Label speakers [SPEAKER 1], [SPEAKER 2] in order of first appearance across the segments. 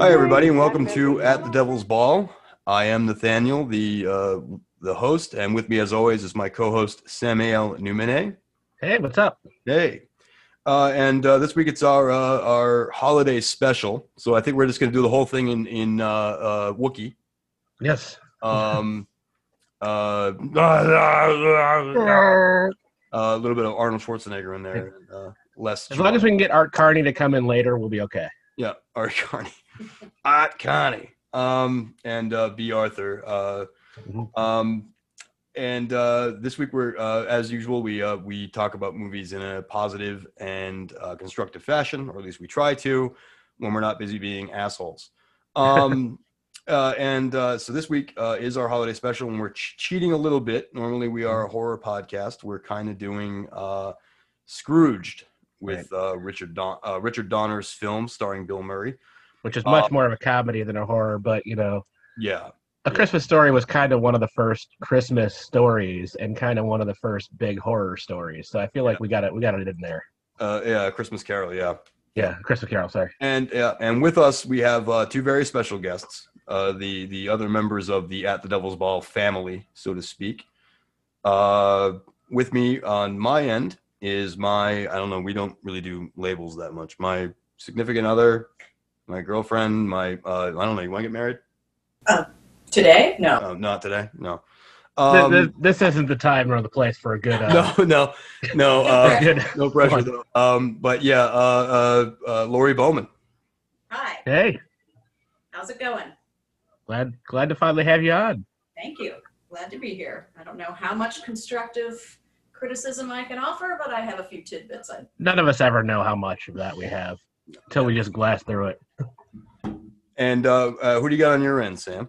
[SPEAKER 1] everybody, and welcome to At the Devil's Ball. I am Nathaniel, the uh, the host, and with me, as always, is my co-host Samuel Numene.
[SPEAKER 2] Hey, what's up?
[SPEAKER 1] Hey, uh, and uh, this week it's our uh, our holiday special, so I think we're just going to do the whole thing in in uh, uh, Wookiee.
[SPEAKER 2] Yes.
[SPEAKER 1] Um, uh, a little bit of Arnold Schwarzenegger in there, and, uh, less.
[SPEAKER 2] As long as we can get Art Carney to come in later, we'll be okay.
[SPEAKER 1] Yeah, Art Carney. Art Carney. Um, and uh, B. Arthur. Uh,
[SPEAKER 2] Mhm.
[SPEAKER 1] um, and uh, this week we're, uh, as usual, we uh, we talk about movies in a positive and uh, constructive fashion, or at least we try to, when we're not busy being assholes. Um, uh, and uh, so this week uh, is our holiday special, and we're ch- cheating a little bit. Normally we are a horror podcast. We're kind of doing uh, Scrooged with uh, Richard Don- uh, Richard Donner's film starring Bill Murray.
[SPEAKER 2] Which is
[SPEAKER 1] Uh,
[SPEAKER 2] much more of a comedy than a horror, but you know,
[SPEAKER 1] Yeah,
[SPEAKER 2] A Christmas Story was kind of one of the first Christmas stories and kind of one of the first big horror stories. So I feel like we got it. We got it in there.
[SPEAKER 1] uh, yeah, Christmas Carol, yeah.
[SPEAKER 2] Yeah, Christmas Carol. Sorry.
[SPEAKER 1] And uh, and with us we have uh, two very special guests, uh, the the other members of the At the Devil's Ball family, so to speak. Uh, with me on my end is my I don't know we don't really do labels that much. My significant other, my girlfriend, my uh, I don't know. You want to get married?
[SPEAKER 3] Today? No.
[SPEAKER 1] Oh, not today. No.
[SPEAKER 2] Th-
[SPEAKER 1] Um,
[SPEAKER 2] th- this, isn't the time or the place for a good. Uh,
[SPEAKER 1] no, no, no, uh,
[SPEAKER 2] good.
[SPEAKER 1] no pressure though. Um, but yeah, uh, uh, uh, Lori Bowman.
[SPEAKER 3] Hi.
[SPEAKER 2] Hey,
[SPEAKER 3] How's it going?
[SPEAKER 2] glad glad to finally have you on.
[SPEAKER 3] Thank you. Glad to be here. I don't know how much constructive criticism I can offer, but I have a few tidbits. I,
[SPEAKER 2] None of us ever know how much of that we have until we just glass through it.
[SPEAKER 1] And uh, uh, who do you got on your end, Sam?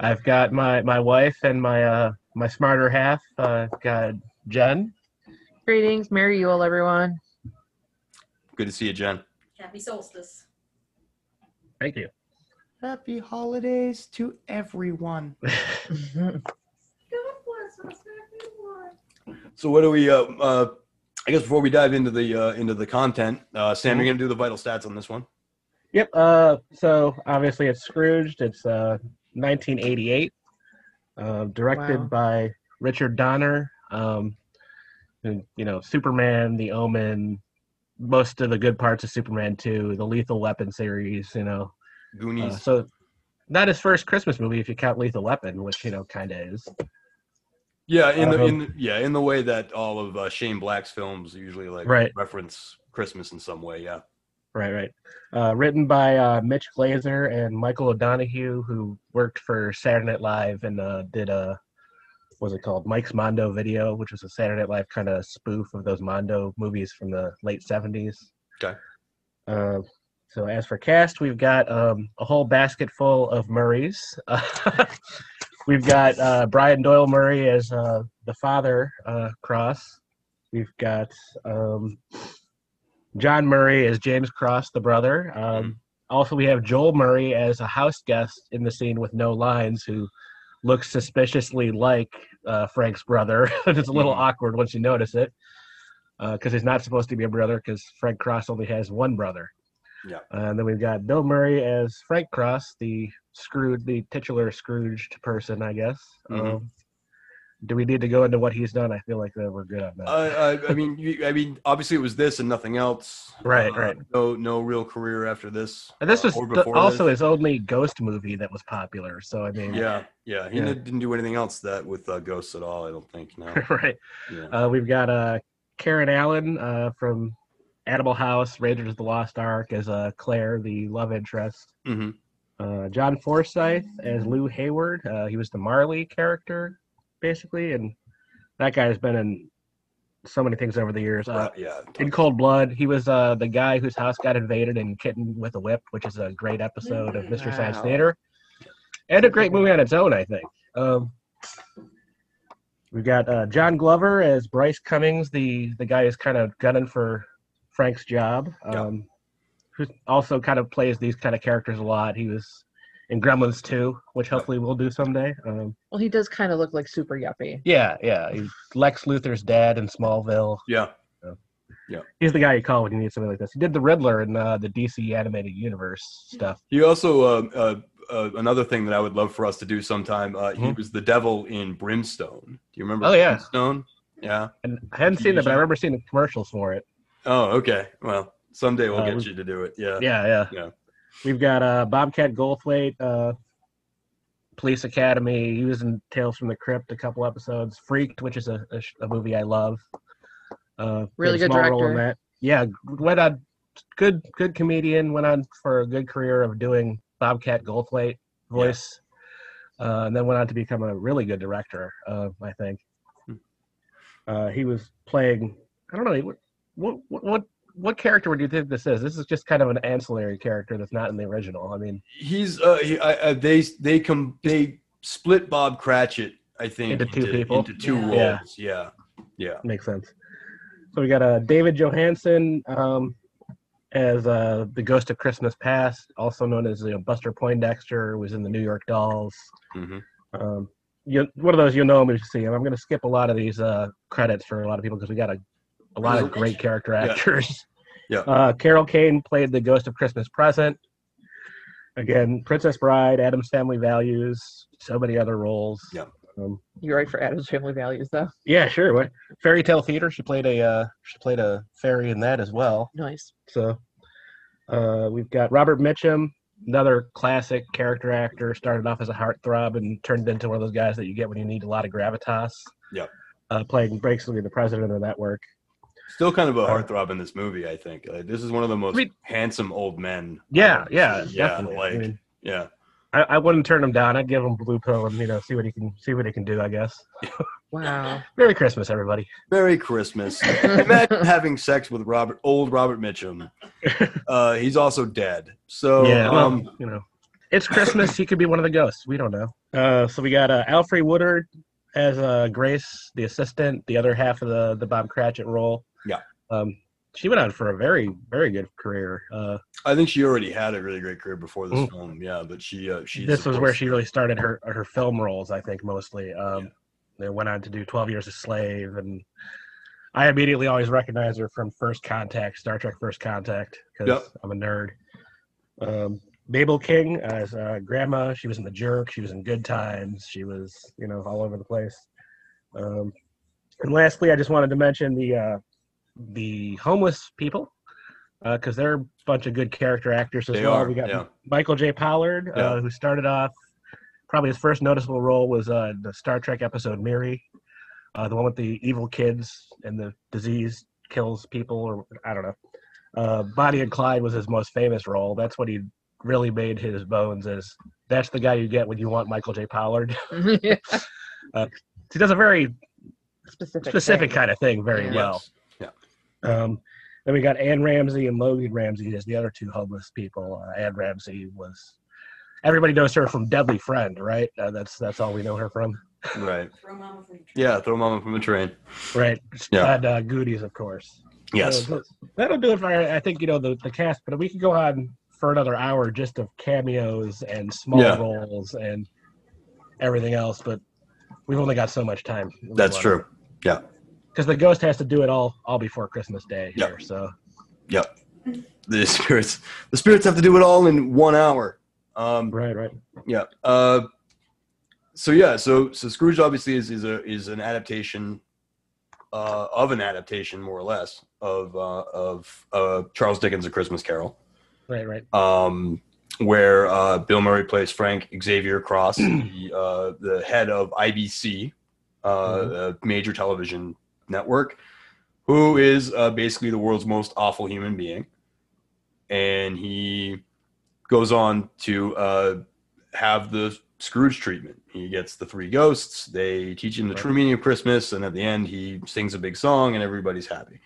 [SPEAKER 2] I've got my my wife and my uh my smarter half. Uh, got Jen.
[SPEAKER 4] Greetings, Merry Yule, everyone.
[SPEAKER 1] Good to see you, Jen.
[SPEAKER 3] happy solstice.
[SPEAKER 2] Thank you.
[SPEAKER 5] Happy holidays to everyone.
[SPEAKER 3] God bless us, everyone.
[SPEAKER 1] So what do we? Uh, uh, I guess before we dive into the uh, into the content, uh, Sam,
[SPEAKER 2] Mm-hmm.
[SPEAKER 1] you're gonna do the vital stats on this one.
[SPEAKER 2] Yep. Uh, so obviously it's Scrooged. It's uh, 1988, uh, directed
[SPEAKER 5] Wow.
[SPEAKER 2] by Richard Donner. Um, and, you know, Superman, The Omen, most of the good parts of Superman 2, the Lethal Weapon series. You know, uh,
[SPEAKER 1] Goonies.
[SPEAKER 2] so not his first Christmas movie if you count Lethal Weapon, which you know kind of is.
[SPEAKER 1] yeah, in the,
[SPEAKER 2] uh,
[SPEAKER 1] in the, yeah in the way that all of uh, Shane Black's films usually like
[SPEAKER 2] Right.
[SPEAKER 1] reference Christmas in some way. Yeah.
[SPEAKER 2] Right, right. Uh, written by uh, Mitch Glazer and Michael O'Donohue, who worked for Saturday Night Live and uh, did a what was it called Mike's Mondo video, which was a Saturday Night Live kind of spoof of those Mondo movies from the late seventies.
[SPEAKER 1] Okay.
[SPEAKER 2] Uh, so as for cast, we've got um, a whole basket full of Murrays. we've got uh, Brian Doyle Murray as uh, the father uh, Cross. We've got um, John Murray as James Cross, the brother. Um, also, we have Joel Murray as a house guest in the scene with no lines, who looks suspiciously like uh, Frank's brother. it's a little
[SPEAKER 1] Mhm.
[SPEAKER 2] awkward once you notice it, because he's not supposed to be a brother, because Frank Cross only has one brother.
[SPEAKER 1] Yeah.
[SPEAKER 2] and Uh, then we've got Bill Murray as Frank Cross, the screwed, the titular Scrooged person, I guess.
[SPEAKER 1] Mhm.
[SPEAKER 2] Um, do we need to go into what he's done? I feel like that we're good on that.
[SPEAKER 1] Uh, I, I mean, you, I mean, obviously it was this and nothing else.
[SPEAKER 2] Right,
[SPEAKER 1] Uh,
[SPEAKER 2] right.
[SPEAKER 1] No, no real career after this.
[SPEAKER 2] And this
[SPEAKER 1] uh,
[SPEAKER 2] was
[SPEAKER 1] or
[SPEAKER 2] the-
[SPEAKER 1] before
[SPEAKER 2] also
[SPEAKER 1] this.
[SPEAKER 2] his only ghost movie that was popular. So I mean,
[SPEAKER 1] Yeah, yeah. He
[SPEAKER 2] Yeah.
[SPEAKER 1] didn't didn't do anything else that with uh, ghosts at all. I don't think. No.
[SPEAKER 2] right.
[SPEAKER 1] Yeah.
[SPEAKER 2] Uh, we've got uh, Karen Allen uh, from Animal House, Rangers of the Lost Ark as uh, Claire, the love interest.
[SPEAKER 1] hmm
[SPEAKER 2] Uh, John Forsyth as Lou Hayward. Uh, he was the Marley character, basically, and that guy has been in so many things over the years. Uh,
[SPEAKER 1] yeah.
[SPEAKER 2] in Cold Blood, he was uh, the guy whose house got invaded and kitten with a whip, which is a great episode of Mr. Science
[SPEAKER 5] Wow.
[SPEAKER 2] Theater. And a great movie on its own, I think. Um, we got uh, John Glover as Bryce Cummings, the, the guy who's kind of gunning for Frank's job,
[SPEAKER 1] Yeah.
[SPEAKER 2] um, who also kind of plays these kind of characters a lot. He was in Gremlins 2, which hopefully we'll do someday. Um,
[SPEAKER 4] Well, he does kind of look like super yuppie.
[SPEAKER 2] yeah, yeah. He's Lex Luthor's dad in Smallville.
[SPEAKER 1] Yeah. Yeah.
[SPEAKER 2] he's the guy you call when you need something like this. He did the Riddler in uh, the DC animated universe stuff.
[SPEAKER 1] He also uh, uh, uh, another thing that I would love for us to do sometime. Uh, He
[SPEAKER 2] Mhm.
[SPEAKER 1] was the devil in Brimstone. Do you remember?
[SPEAKER 2] Oh, yeah.
[SPEAKER 1] Brimstone. Yeah.
[SPEAKER 2] And I hadn't seen it, but I remember seeing the commercials for it.
[SPEAKER 1] Oh, okay. Well, someday we'll
[SPEAKER 2] Uh,
[SPEAKER 1] get
[SPEAKER 2] we-
[SPEAKER 1] you to do it. Yeah.
[SPEAKER 2] Yeah, yeah,
[SPEAKER 1] Yeah.
[SPEAKER 2] We've got uh, Bobcat Goldthwait, uh, Police Academy. He was in Tales from the Crypt a couple episodes. Freaked, which is a, a, sh- a movie I love. Uh,
[SPEAKER 4] Really
[SPEAKER 2] did a
[SPEAKER 4] good
[SPEAKER 2] small role in
[SPEAKER 4] director.
[SPEAKER 2] that. Yeah, went on good good comedian. Went on for a good career of doing Bobcat Goldthwait voice, uh, and then went on to become a really good director. Uh, I think
[SPEAKER 1] Hmm.
[SPEAKER 2] uh, he was playing. I don't know. he wa- What what what what character would you think this is? This is just kind of an ancillary character that's not in the original. I mean,
[SPEAKER 1] He's uh, he, I, I, they they com- they split Bob Cratchit. I think
[SPEAKER 2] Into two people.
[SPEAKER 1] Into two
[SPEAKER 2] Yeah.
[SPEAKER 1] roles. Yeah. Yeah.
[SPEAKER 2] makes sense. So we got uh, David Johansen um, as uh, the Ghost of Christmas Past, also known as you know, Buster Poindexter, who was in the New York Dolls.
[SPEAKER 1] Mhm.
[SPEAKER 2] Um, you, one of those you'll know him if you see him. I'm going to skip a lot of these uh, credits for a lot of people because we got a, a lot of great character
[SPEAKER 1] Yeah.
[SPEAKER 2] actors.
[SPEAKER 1] Yeah.
[SPEAKER 2] Uh, Carol Kane played the Ghost of Christmas Present. Again, Princess Bride, Adam's Family Values, so many other roles.
[SPEAKER 1] Yeah.
[SPEAKER 2] Um,
[SPEAKER 4] You're right for Adam's Family Values, though.
[SPEAKER 2] yeah, sure. What fairy tale theater? She played a uh, she played a fairy in that as well.
[SPEAKER 4] Nice.
[SPEAKER 2] So uh, we've got Robert Mitchum, another classic character actor. Started off as a heartthrob and turned into one of those guys that you get when you need a lot of gravitas.
[SPEAKER 1] Yep.
[SPEAKER 2] Uh, playing basically the president of that work.
[SPEAKER 1] Still kind of a
[SPEAKER 2] Uh,
[SPEAKER 1] heartthrob in this movie. I think like, this is one of the most
[SPEAKER 2] I mean-
[SPEAKER 1] handsome old men. I've
[SPEAKER 2] Yeah,
[SPEAKER 1] ever
[SPEAKER 2] yeah,
[SPEAKER 1] seen.
[SPEAKER 2] definitely. Uh, I,
[SPEAKER 1] Like,
[SPEAKER 2] mean,
[SPEAKER 1] yeah.
[SPEAKER 2] I, I wouldn't turn him down. I'd give him blue pill and you know see what he can see what he can do. I guess.
[SPEAKER 4] Wow.
[SPEAKER 2] Merry Christmas, everybody.
[SPEAKER 1] Merry Christmas. Imagine having sex with Robert, old Robert Mitchum. Uh, he's also dead. So
[SPEAKER 2] yeah, well,
[SPEAKER 1] um,
[SPEAKER 2] you know, it's Christmas. He could be one of the ghosts. We don't know. Uh, so we got uh, Alfred Woodard as uh, Grace, the assistant, the other half of the the Bob Cratchit role.
[SPEAKER 1] Yeah.
[SPEAKER 2] Um, she went on for a very very good career. Uh,
[SPEAKER 1] I think she already had a really great career before this
[SPEAKER 2] Mm.
[SPEAKER 1] film. Yeah, but she uh, she
[SPEAKER 2] this was
[SPEAKER 1] supports-
[SPEAKER 2] where she really started her her film roles, I think, mostly. Um,
[SPEAKER 1] Yeah.
[SPEAKER 2] They went on to do Twelve Years a Slave, and I immediately always recognize her from First Contact, Star Trek First Contact, because
[SPEAKER 1] Yep.
[SPEAKER 2] I'm a nerd. Um, Mabel King as uh, Grandma, she was in The Jerk, she was in Good Times, she was you know all over the place. Um, and lastly, I just wanted to mention the uh, the homeless people because they're a bunch of good character actors as
[SPEAKER 1] they
[SPEAKER 2] well.
[SPEAKER 1] are.
[SPEAKER 2] "Oh, we got
[SPEAKER 1] yeah.
[SPEAKER 2] Michael J. Pollard,
[SPEAKER 1] Yeah.
[SPEAKER 2] uh, who started off probably his first noticeable role was uh, the Star Trek episode Miri, uh, the one with the evil kids and the disease kills people, or I don't know. Uh, Bonnie and Clyde was his most famous role. That's what he really made his bones. Is that's the guy you get when you want Michael J. Pollard. He does a very
[SPEAKER 4] Specific.
[SPEAKER 2] specific
[SPEAKER 4] thing.
[SPEAKER 2] kind of thing very
[SPEAKER 4] Yeah.
[SPEAKER 2] well. Um, then we got Ann Ramsey and Logan Ramsey as the other two homeless people. Uh, Ann Ramsey was everybody knows her from Deadly Friend, right? Uh, that's that's all we know her from,
[SPEAKER 1] Right.
[SPEAKER 3] Throw mama from the tree.
[SPEAKER 1] Yeah. Throw mama from the train.
[SPEAKER 2] right?
[SPEAKER 1] Yeah.
[SPEAKER 2] And uh, Goodies, of course.
[SPEAKER 1] Yes.
[SPEAKER 2] So th- that'll do it for I think you know the the cast, but we could go on for another hour just of cameos and small
[SPEAKER 1] Yeah.
[SPEAKER 2] roles and everything else, but we've only got so much time.
[SPEAKER 1] That's true.
[SPEAKER 2] Because the ghost has to do it all all before Christmas Day
[SPEAKER 1] Yeah.
[SPEAKER 2] here, so.
[SPEAKER 1] The spirits. The spirits have to do it all in one hour. Um,
[SPEAKER 2] Right, right.
[SPEAKER 1] Yeah. Uh, so yeah. So so Scrooge obviously is is a is an adaptation uh, of an adaptation, more or less, of uh, of uh, Charles Dickens' A Christmas Carol,
[SPEAKER 2] Right, right.
[SPEAKER 1] um, where uh, Bill Murray plays Frank Xavier Cross, the, uh, the head of IBC, uh, a major television network, who is uh, basically the world's most awful human being, and he goes on to uh, have the Scrooge treatment. He gets the three ghosts. They teach him the true meaning of Christmas, and at the end, he sings a big song, and everybody's happy.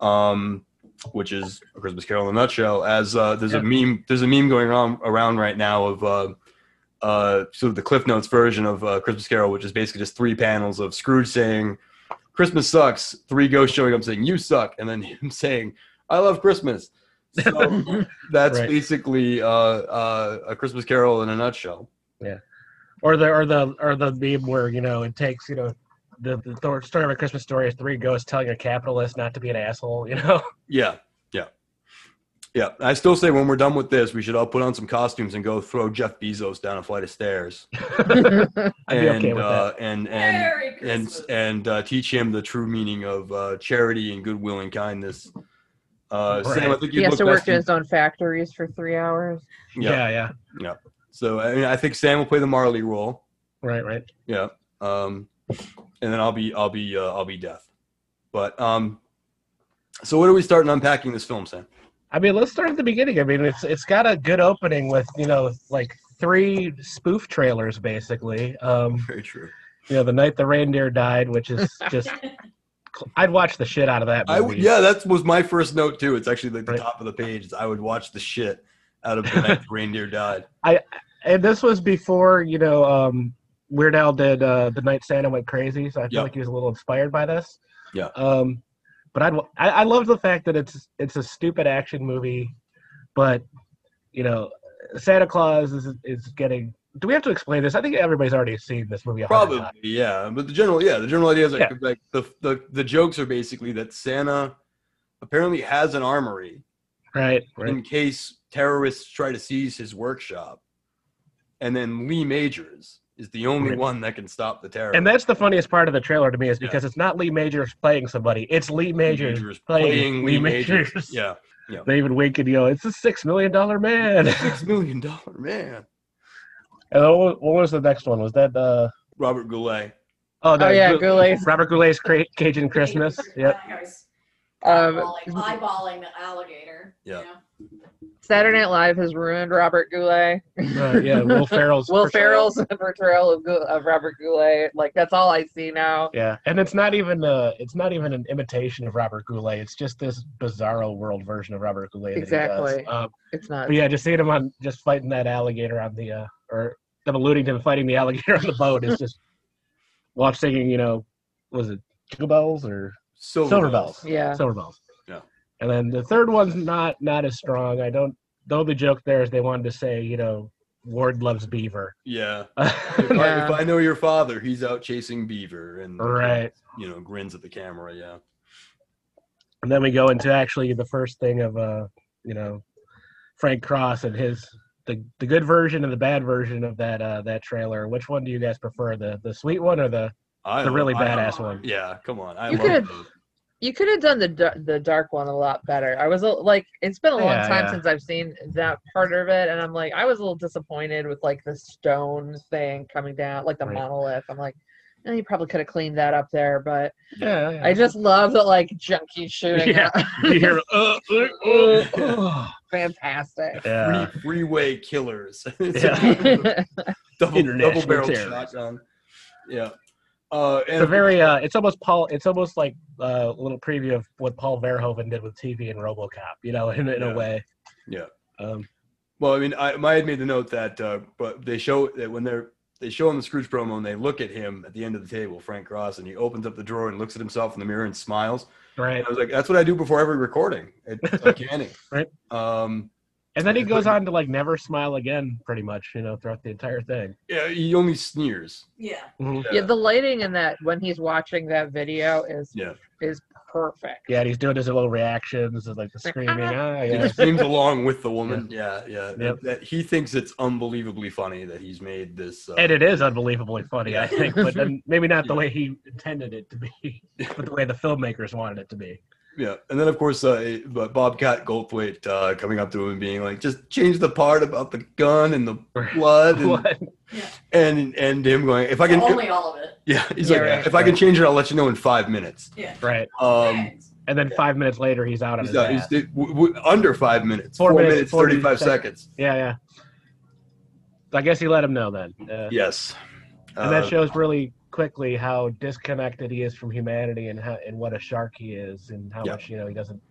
[SPEAKER 1] Um, which is a Christmas Carol in a nutshell. As uh, there's a meme, there's a meme going on around right now of uh, uh, sort of the Cliff Notes version of uh, Christmas Carol, which is basically just three panels of Scrooge saying Christmas sucks, three ghosts showing up saying you suck, and then him saying I love Christmas. So that's
[SPEAKER 2] Right.
[SPEAKER 1] basically uh, uh, a Christmas Carol in a nutshell.
[SPEAKER 2] or the or the or the meme where you know it takes you know the, the Thor- story of a Christmas story is three ghosts telling a capitalist not to be an asshole. You know,
[SPEAKER 1] Yeah, yeah, yeah. I still say when we're done with this, we should all put on some costumes and go throw Jeff Bezos down a flight of stairs,
[SPEAKER 2] I'd be
[SPEAKER 1] and
[SPEAKER 2] okay with
[SPEAKER 1] uh, and and
[SPEAKER 3] Merry Christmas.
[SPEAKER 1] and and uh, teach him the true meaning of uh, charity and goodwill and kindness. Uh, Sam, I
[SPEAKER 2] Right.
[SPEAKER 1] think
[SPEAKER 4] He
[SPEAKER 1] you
[SPEAKER 4] has
[SPEAKER 1] look
[SPEAKER 4] to work
[SPEAKER 1] best.
[SPEAKER 4] in
[SPEAKER 1] in-
[SPEAKER 4] his own factories for three hours.
[SPEAKER 2] that.
[SPEAKER 1] yeah.
[SPEAKER 2] Yeah, yeah,
[SPEAKER 1] So I, mean, I think Sam will play the Marley role.
[SPEAKER 2] right, right.
[SPEAKER 1] Yeah. Um, and then I'll be I'll be uh, I'll be death. But um, so what are we starting unpacking this film, Sam?
[SPEAKER 2] I mean, let's start at the beginning. I mean, it's it's got a good opening with you know like three spoof trailers basically. Um,
[SPEAKER 1] Very true.
[SPEAKER 2] you know, the night the reindeer died, which is just I'd watch the shit out of that
[SPEAKER 1] I
[SPEAKER 2] movie.
[SPEAKER 1] w- yeah, that was my first note too. It's actually like the
[SPEAKER 2] Right.
[SPEAKER 1] top of the page. is I would watch the shit out of the night the reindeer died.
[SPEAKER 2] and this was before you know um, Weird Al did uh, the night Santa went crazy, so I feel
[SPEAKER 1] Yeah.
[SPEAKER 2] like he was a little inspired by this.
[SPEAKER 1] Yeah.
[SPEAKER 2] Um, but I'd, I I loved the fact that it's it's a stupid action movie, but you know Santa Claus is is getting. Do we have to explain this? I think everybody's already seen this movie. a hundred
[SPEAKER 1] Probably,
[SPEAKER 2] times.
[SPEAKER 1] yeah. But the general, yeah, the general idea is like,
[SPEAKER 2] Yeah.
[SPEAKER 1] like the, the the jokes are basically that Santa apparently has an armory
[SPEAKER 2] Right. Right.
[SPEAKER 1] in case terrorists try to seize his workshop. And then Lee Majors is the only
[SPEAKER 2] Right.
[SPEAKER 1] one that can stop the terrorists.
[SPEAKER 2] And that's the funniest part of the trailer to me is because it's not Lee Majors playing somebody; it's Lee
[SPEAKER 1] Lee
[SPEAKER 2] Majors.
[SPEAKER 1] Majors
[SPEAKER 2] playing
[SPEAKER 1] playing
[SPEAKER 2] Lee
[SPEAKER 1] Lee Majors.
[SPEAKER 2] Majors.
[SPEAKER 1] Yeah.
[SPEAKER 2] They even wink and yell, "It's a six million dollar man." and
[SPEAKER 1] Six million dollar man.
[SPEAKER 2] what wa- what was the next one? Was that uh,
[SPEAKER 1] Robert Goulet.
[SPEAKER 4] Oh yeah,
[SPEAKER 2] Gou-
[SPEAKER 4] Goulet.
[SPEAKER 2] Robert Goulet's Cra- Cajun Christmas. Yep.
[SPEAKER 3] I was
[SPEAKER 4] Um,
[SPEAKER 3] eyeballing, eyeballing the alligator. you
[SPEAKER 1] Yeah.
[SPEAKER 3] know?
[SPEAKER 4] Saturday Night Live has ruined Robert Goulet.
[SPEAKER 2] Uh, yeah, Will Ferrell's.
[SPEAKER 4] Will
[SPEAKER 2] for sure.
[SPEAKER 4] Ferrell's portrayal of, Gou- of Robert Goulet. Like that's all I see now.
[SPEAKER 2] Yeah, and it's not even uh it's not even an imitation of Robert Goulet. It's just this bizarro world version of Robert Goulet. that he does.
[SPEAKER 4] Exactly.
[SPEAKER 2] Um,
[SPEAKER 4] It's not.
[SPEAKER 2] but yeah, just seeing him on just fighting that alligator on the uh, or them alluding to him fighting the alligator on the boat is just watch singing. You know, was it Jingle Bells or
[SPEAKER 1] Silver,
[SPEAKER 2] Silver Bells.
[SPEAKER 4] Yeah.
[SPEAKER 2] Silver Bells.
[SPEAKER 1] Yeah.
[SPEAKER 2] And then the third one's not not as strong. I don't. Though the joke there is they wanted to say, you know, Ward loves Beaver.
[SPEAKER 1] Yeah. If,
[SPEAKER 2] right.
[SPEAKER 1] I,
[SPEAKER 4] Yeah.
[SPEAKER 1] if I know your father, he's out chasing beaver and
[SPEAKER 2] And
[SPEAKER 1] you know grins at the camera. Yeah.
[SPEAKER 2] then we go into actually the first thing of uh, you know, Frank Cross and his the the good version and the bad version of that uh that trailer. Which one do you guys prefer? The the sweet one or the
[SPEAKER 1] I
[SPEAKER 2] the really
[SPEAKER 1] I-
[SPEAKER 2] badass one?
[SPEAKER 1] Yeah. Come on. I
[SPEAKER 4] You
[SPEAKER 1] love
[SPEAKER 4] could've-
[SPEAKER 1] those.
[SPEAKER 4] You could have done the dar- the dark one a lot better. I was a- like, it's been a long
[SPEAKER 2] Yeah,
[SPEAKER 4] time
[SPEAKER 2] yeah.
[SPEAKER 4] since I've seen that part of it, and I'm like, I was a little disappointed with like the stone thing coming down, like the
[SPEAKER 2] Right.
[SPEAKER 4] monolith. I'm like, eh, you probably could have cleaned that up there, but
[SPEAKER 2] Yeah. yeah.
[SPEAKER 4] I just love that like junkie shooting.
[SPEAKER 2] Yeah. you hear uh, uh, uh, uh.
[SPEAKER 4] fantastic.
[SPEAKER 2] Yeah.
[SPEAKER 1] Free, freeway killers. It's
[SPEAKER 2] Yeah.
[SPEAKER 1] double
[SPEAKER 2] International
[SPEAKER 1] double barrel
[SPEAKER 2] terrorists.
[SPEAKER 1] shotgun. Yeah. Uh, and
[SPEAKER 2] It's a very uh it's almost Paul it's almost like uh, a little preview of what Paul Verhoeven did with TV and RoboCop, you know, in, in
[SPEAKER 1] Yeah.
[SPEAKER 2] a way.
[SPEAKER 1] Yeah.
[SPEAKER 2] Um
[SPEAKER 1] Well, I mean, I, I had made the note that, uh, but they show that when they're they show him the Scrooge promo and they look at him at the end of the table, Frank Cross, and he opens up the drawer and looks at himself in the mirror and smiles.
[SPEAKER 2] right.
[SPEAKER 1] I was like, that's what I do before every recording. It's uncanny.
[SPEAKER 2] Right.
[SPEAKER 1] Um,
[SPEAKER 2] And then he goes on to like never smile again, pretty much, you know, throughout the entire thing.
[SPEAKER 1] yeah, he only sneers.
[SPEAKER 3] Yeah.
[SPEAKER 4] Yeah, the lighting in that when he's watching that video is
[SPEAKER 1] Yeah.
[SPEAKER 4] is perfect.
[SPEAKER 2] Yeah, and he's doing his little reactions and like the
[SPEAKER 4] Like,
[SPEAKER 2] screaming. Ah,
[SPEAKER 1] He
[SPEAKER 2] yeah.
[SPEAKER 1] just screams along with the woman. Yeah, yeah.
[SPEAKER 2] Yep.
[SPEAKER 1] That he thinks it's unbelievably funny that he's made this. Uh,
[SPEAKER 2] And it is unbelievably funny, I think, but then maybe not the
[SPEAKER 1] Yeah.
[SPEAKER 2] way he intended it to be, but the way the filmmakers wanted it to be. yeah
[SPEAKER 1] Yeah, and then of course, uh, but Bobcat Goldthwait uh, coming up to him and being like, "Just change the part about the gun and the blood," and
[SPEAKER 2] What?
[SPEAKER 1] and, and him going, "If I can,
[SPEAKER 3] Only all of it.
[SPEAKER 1] yeah." He's
[SPEAKER 4] Yeah,
[SPEAKER 1] like,
[SPEAKER 4] right,
[SPEAKER 1] "If I can change it, I'll let you know in five minutes."
[SPEAKER 3] Yeah.
[SPEAKER 2] Right.
[SPEAKER 1] Um,
[SPEAKER 3] Thanks.
[SPEAKER 2] And then five minutes later, he's out on
[SPEAKER 1] he's
[SPEAKER 2] his
[SPEAKER 1] not,
[SPEAKER 2] ass.
[SPEAKER 1] he's w- w- under five minutes,
[SPEAKER 2] Four
[SPEAKER 1] four, minutes,
[SPEAKER 2] minutes, 40
[SPEAKER 1] thirty-five seconds.
[SPEAKER 2] Yeah, yeah. So I guess he let him know then. Uh,
[SPEAKER 1] Yes,
[SPEAKER 2] And that
[SPEAKER 1] Uh,
[SPEAKER 2] shows really quickly how disconnected he is from humanity and how and what a shark he is and how
[SPEAKER 1] Yeah.
[SPEAKER 2] much you know he doesn't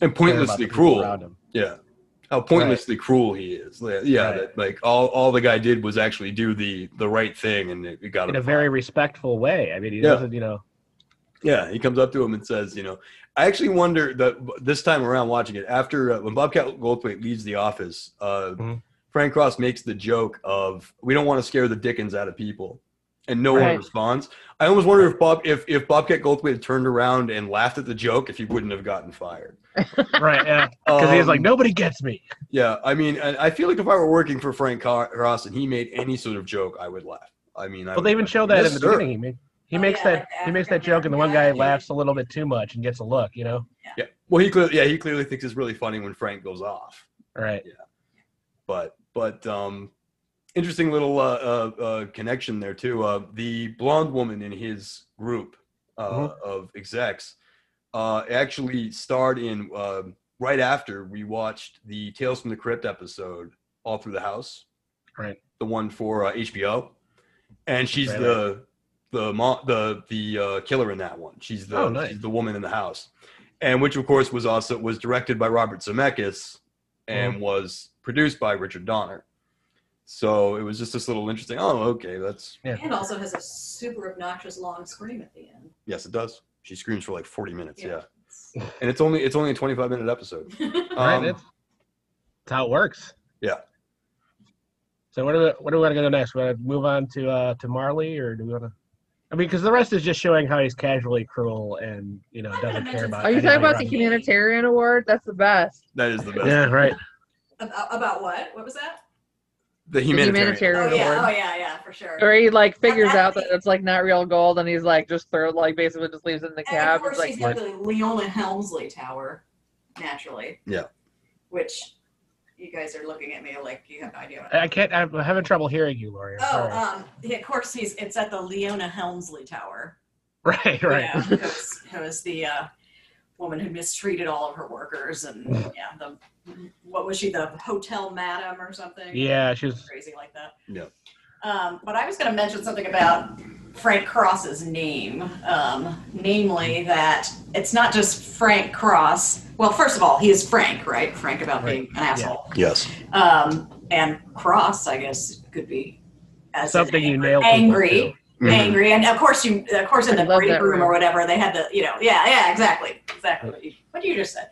[SPEAKER 1] and
[SPEAKER 2] care about
[SPEAKER 1] pointlessly
[SPEAKER 2] the people
[SPEAKER 1] cruel.
[SPEAKER 2] around him.
[SPEAKER 1] Yeah. How pointlessly cruel he is. Like, Yeah,
[SPEAKER 2] Right.
[SPEAKER 1] that, like all, all the guy did was actually do the the right thing, and it, it got
[SPEAKER 2] in
[SPEAKER 1] him.
[SPEAKER 2] a very respectful way. I mean, he
[SPEAKER 1] Yeah.
[SPEAKER 2] doesn't, you know,
[SPEAKER 1] Yeah, he comes up to him and says, you know, I actually wonder that this time around watching it after uh, when Bobcat Goldthwait leaves the office, uh,
[SPEAKER 2] Mhm.
[SPEAKER 1] Frank Cross makes the joke of we don't want to scare the dickens out of people. and no one
[SPEAKER 4] Right.
[SPEAKER 1] responds. I almost wonder if Bob if if Bobcat Goldthwait had turned around and laughed at the joke, if he wouldn't have gotten fired.
[SPEAKER 2] right? Yeah, because he's like,
[SPEAKER 1] Um,
[SPEAKER 2] nobody gets me.
[SPEAKER 1] Yeah, I mean, I, I feel like if I were working for Frank Car- Cross and he made any sort of joke, I would laugh. I mean, I
[SPEAKER 2] Well,
[SPEAKER 1] would
[SPEAKER 2] they even
[SPEAKER 1] laugh.
[SPEAKER 2] show that
[SPEAKER 1] Yes,
[SPEAKER 2] in the
[SPEAKER 1] sir.
[SPEAKER 2] beginning. He, ma- he
[SPEAKER 3] Oh,
[SPEAKER 2] makes
[SPEAKER 3] yeah,
[SPEAKER 2] that
[SPEAKER 3] like the
[SPEAKER 2] he makes that joke, and the one guy
[SPEAKER 3] African-American guy.
[SPEAKER 2] laughs a little bit too much and gets a look. You know,
[SPEAKER 1] Yeah. Well, he clearly, yeah, he clearly thinks it's really funny when Frank goes off.
[SPEAKER 2] right?
[SPEAKER 1] But but um, interesting little uh, uh, uh, connection there too. Uh, the blonde woman in his group uh,
[SPEAKER 2] Mhm.
[SPEAKER 1] of execs uh, actually starred in uh, right after we watched the Tales from the Crypt episode, All Through the House,
[SPEAKER 2] Right.
[SPEAKER 1] The one for uh, HBO, and she's
[SPEAKER 2] Right,
[SPEAKER 1] the the mo- the the uh, killer in that one. She's the
[SPEAKER 2] Oh, nice.
[SPEAKER 1] she's the woman in the house, and which of course was also was directed by Robert Zemeckis, and
[SPEAKER 2] Mm.
[SPEAKER 1] was produced by Richard Donner. So it was just this little interesting. Oh, okay, that's
[SPEAKER 3] And also has a super obnoxious long scream at the end.
[SPEAKER 1] yes, it does. She screams for like forty minutes, yeah,
[SPEAKER 3] Yeah.
[SPEAKER 1] and it's only it's only a twenty five minute episode.
[SPEAKER 2] right.
[SPEAKER 1] Um,
[SPEAKER 2] That's, that's how it works.
[SPEAKER 1] Yeah.
[SPEAKER 2] So what do we, what do we want to go next? We want to move on to uh, to Marley, or do we want to? I mean, because the rest is just showing how he's casually cruel and you know
[SPEAKER 3] I'm gonna
[SPEAKER 2] doesn't care
[SPEAKER 3] mention
[SPEAKER 2] about.
[SPEAKER 4] Are you talking
[SPEAKER 2] anything
[SPEAKER 4] about
[SPEAKER 2] around
[SPEAKER 4] the
[SPEAKER 3] Rodney.
[SPEAKER 4] humanitarian award? That's the best.
[SPEAKER 1] That is the
[SPEAKER 2] him.
[SPEAKER 1] best.
[SPEAKER 2] Yeah, right.
[SPEAKER 3] about, about what? What was that?
[SPEAKER 1] The
[SPEAKER 4] The
[SPEAKER 1] humanitarian.
[SPEAKER 3] Oh
[SPEAKER 4] humanitarian
[SPEAKER 3] yeah, oh
[SPEAKER 4] award.
[SPEAKER 3] yeah, yeah, for sure.
[SPEAKER 4] Where he like figures
[SPEAKER 3] That's
[SPEAKER 4] out
[SPEAKER 3] the-
[SPEAKER 4] that it's like not real gold, and he's like just throw like basically just leaves it in the
[SPEAKER 3] And of
[SPEAKER 4] cab.
[SPEAKER 3] course,
[SPEAKER 4] It's like
[SPEAKER 3] he's got the Leona Helmsley Tower, naturally.
[SPEAKER 1] Yeah.
[SPEAKER 3] Which you guys are looking at me like you have no idea. What
[SPEAKER 2] I can't. I'm having trouble hearing you, Lori. I'm
[SPEAKER 3] oh,
[SPEAKER 2] sorry.
[SPEAKER 3] um, yeah, of course, he's it's at the Leona Helmsley Tower.
[SPEAKER 2] right, right.
[SPEAKER 3] Yeah, who was, who was the uh, woman who mistreated all of her workers and yeah, the what was she the hotel madam or something?
[SPEAKER 2] Yeah, she's
[SPEAKER 3] crazy like that.
[SPEAKER 1] Yeah.
[SPEAKER 3] Um, but I was going to mention something about Frank Cross's name, um, namely that it's not just Frank Cross. Well, first of all, he is Frank, right? Frank about being an asshole.
[SPEAKER 1] Yes.
[SPEAKER 3] Um, and Cross, I guess, could be as an
[SPEAKER 2] something you
[SPEAKER 3] angry-
[SPEAKER 2] nailed. people
[SPEAKER 3] Angry,
[SPEAKER 1] Mm-hmm.
[SPEAKER 3] angry, and of course you, of course, in
[SPEAKER 4] I
[SPEAKER 3] the
[SPEAKER 4] love
[SPEAKER 3] break
[SPEAKER 4] that
[SPEAKER 3] room or
[SPEAKER 4] room.
[SPEAKER 3] whatever, they had the, you know, yeah, yeah, exactly, exactly. What you, what you just said.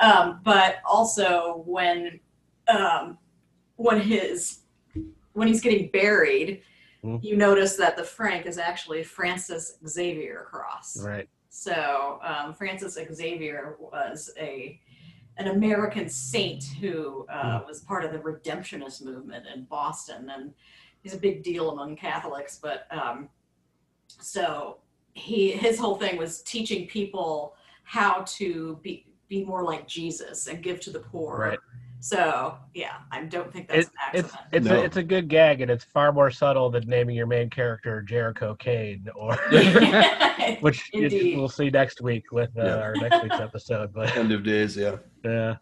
[SPEAKER 3] Um, but also when, um, when his, when he's getting buried,
[SPEAKER 2] Mhm.
[SPEAKER 3] you notice that the Frank is actually Francis Xavier Cross.
[SPEAKER 2] to. Right.
[SPEAKER 3] So um, Francis Xavier was a an American saint who
[SPEAKER 2] Hmm.
[SPEAKER 3] uh, was part of the Redemptionist movement in Boston, and he's a big deal among Catholics. But um, so he his whole thing was teaching people how to be be more like Jesus and give to the poor.
[SPEAKER 2] Right.
[SPEAKER 3] So yeah, I don't think that's
[SPEAKER 2] It,
[SPEAKER 3] an
[SPEAKER 2] it's
[SPEAKER 3] accident.
[SPEAKER 2] it's
[SPEAKER 1] No.
[SPEAKER 2] a, it's a good gag, and it's far more subtle than naming your main character Jericho Kane or. Which you-
[SPEAKER 3] Indeed.
[SPEAKER 2] we'll see next week with uh,
[SPEAKER 1] Yeah.
[SPEAKER 2] our next week's episode, but
[SPEAKER 1] End of days. Yeah.
[SPEAKER 2] uh,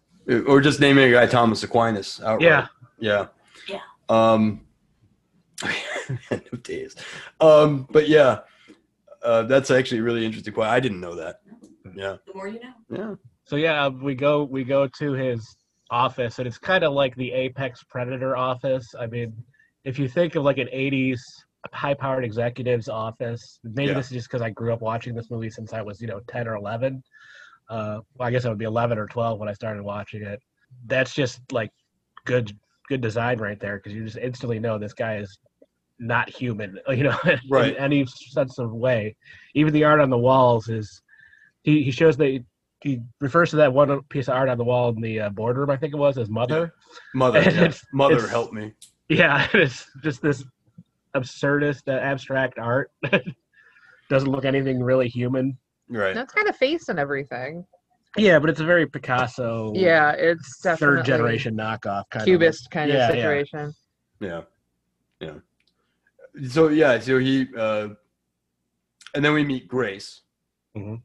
[SPEAKER 1] Or just naming a guy Thomas Aquinas. Outright.
[SPEAKER 2] yeah,
[SPEAKER 1] Yeah.
[SPEAKER 3] Yeah.
[SPEAKER 1] Um, end of days. Um, but yeah, uh, that's actually a really interesting point. I didn't know that. Yeah.
[SPEAKER 3] the more you know.
[SPEAKER 1] Yeah.
[SPEAKER 2] So yeah, um, we go we go to his office, and it's kind of like the apex predator office. I mean, if you think of like an '80s high-powered executive's office, maybe
[SPEAKER 1] Yeah.
[SPEAKER 2] this is just because I grew up watching this movie since I was you know 10 or 11. Uh, well, I guess I would be 11 or 12 when I started watching it. That's just like good good design right there because you just instantly know this guy is not human, you know,
[SPEAKER 1] Right.
[SPEAKER 2] in any sense of way. Even the art on the walls is he, he shows that he refers to that one piece of art on the wall in the uh, boardroom, I think it was, as mother.
[SPEAKER 1] Mother. Yeah.
[SPEAKER 2] It's-
[SPEAKER 1] Mother,
[SPEAKER 2] it's-
[SPEAKER 1] help me.
[SPEAKER 2] Yeah, it's just this absurdist uh, abstract art. Doesn't look anything really human.
[SPEAKER 1] Right.
[SPEAKER 4] that's kind of face and everything.
[SPEAKER 2] Yeah, but it's a very Picasso.
[SPEAKER 4] Yeah, it's definitely
[SPEAKER 2] Mm. third generation knockoff kind
[SPEAKER 4] cubist kind
[SPEAKER 2] Yeah,
[SPEAKER 4] of
[SPEAKER 2] yeah.
[SPEAKER 4] situation.
[SPEAKER 1] Yeah. Yeah. So yeah, so he uh and then we meet Grace.
[SPEAKER 2] Mhm.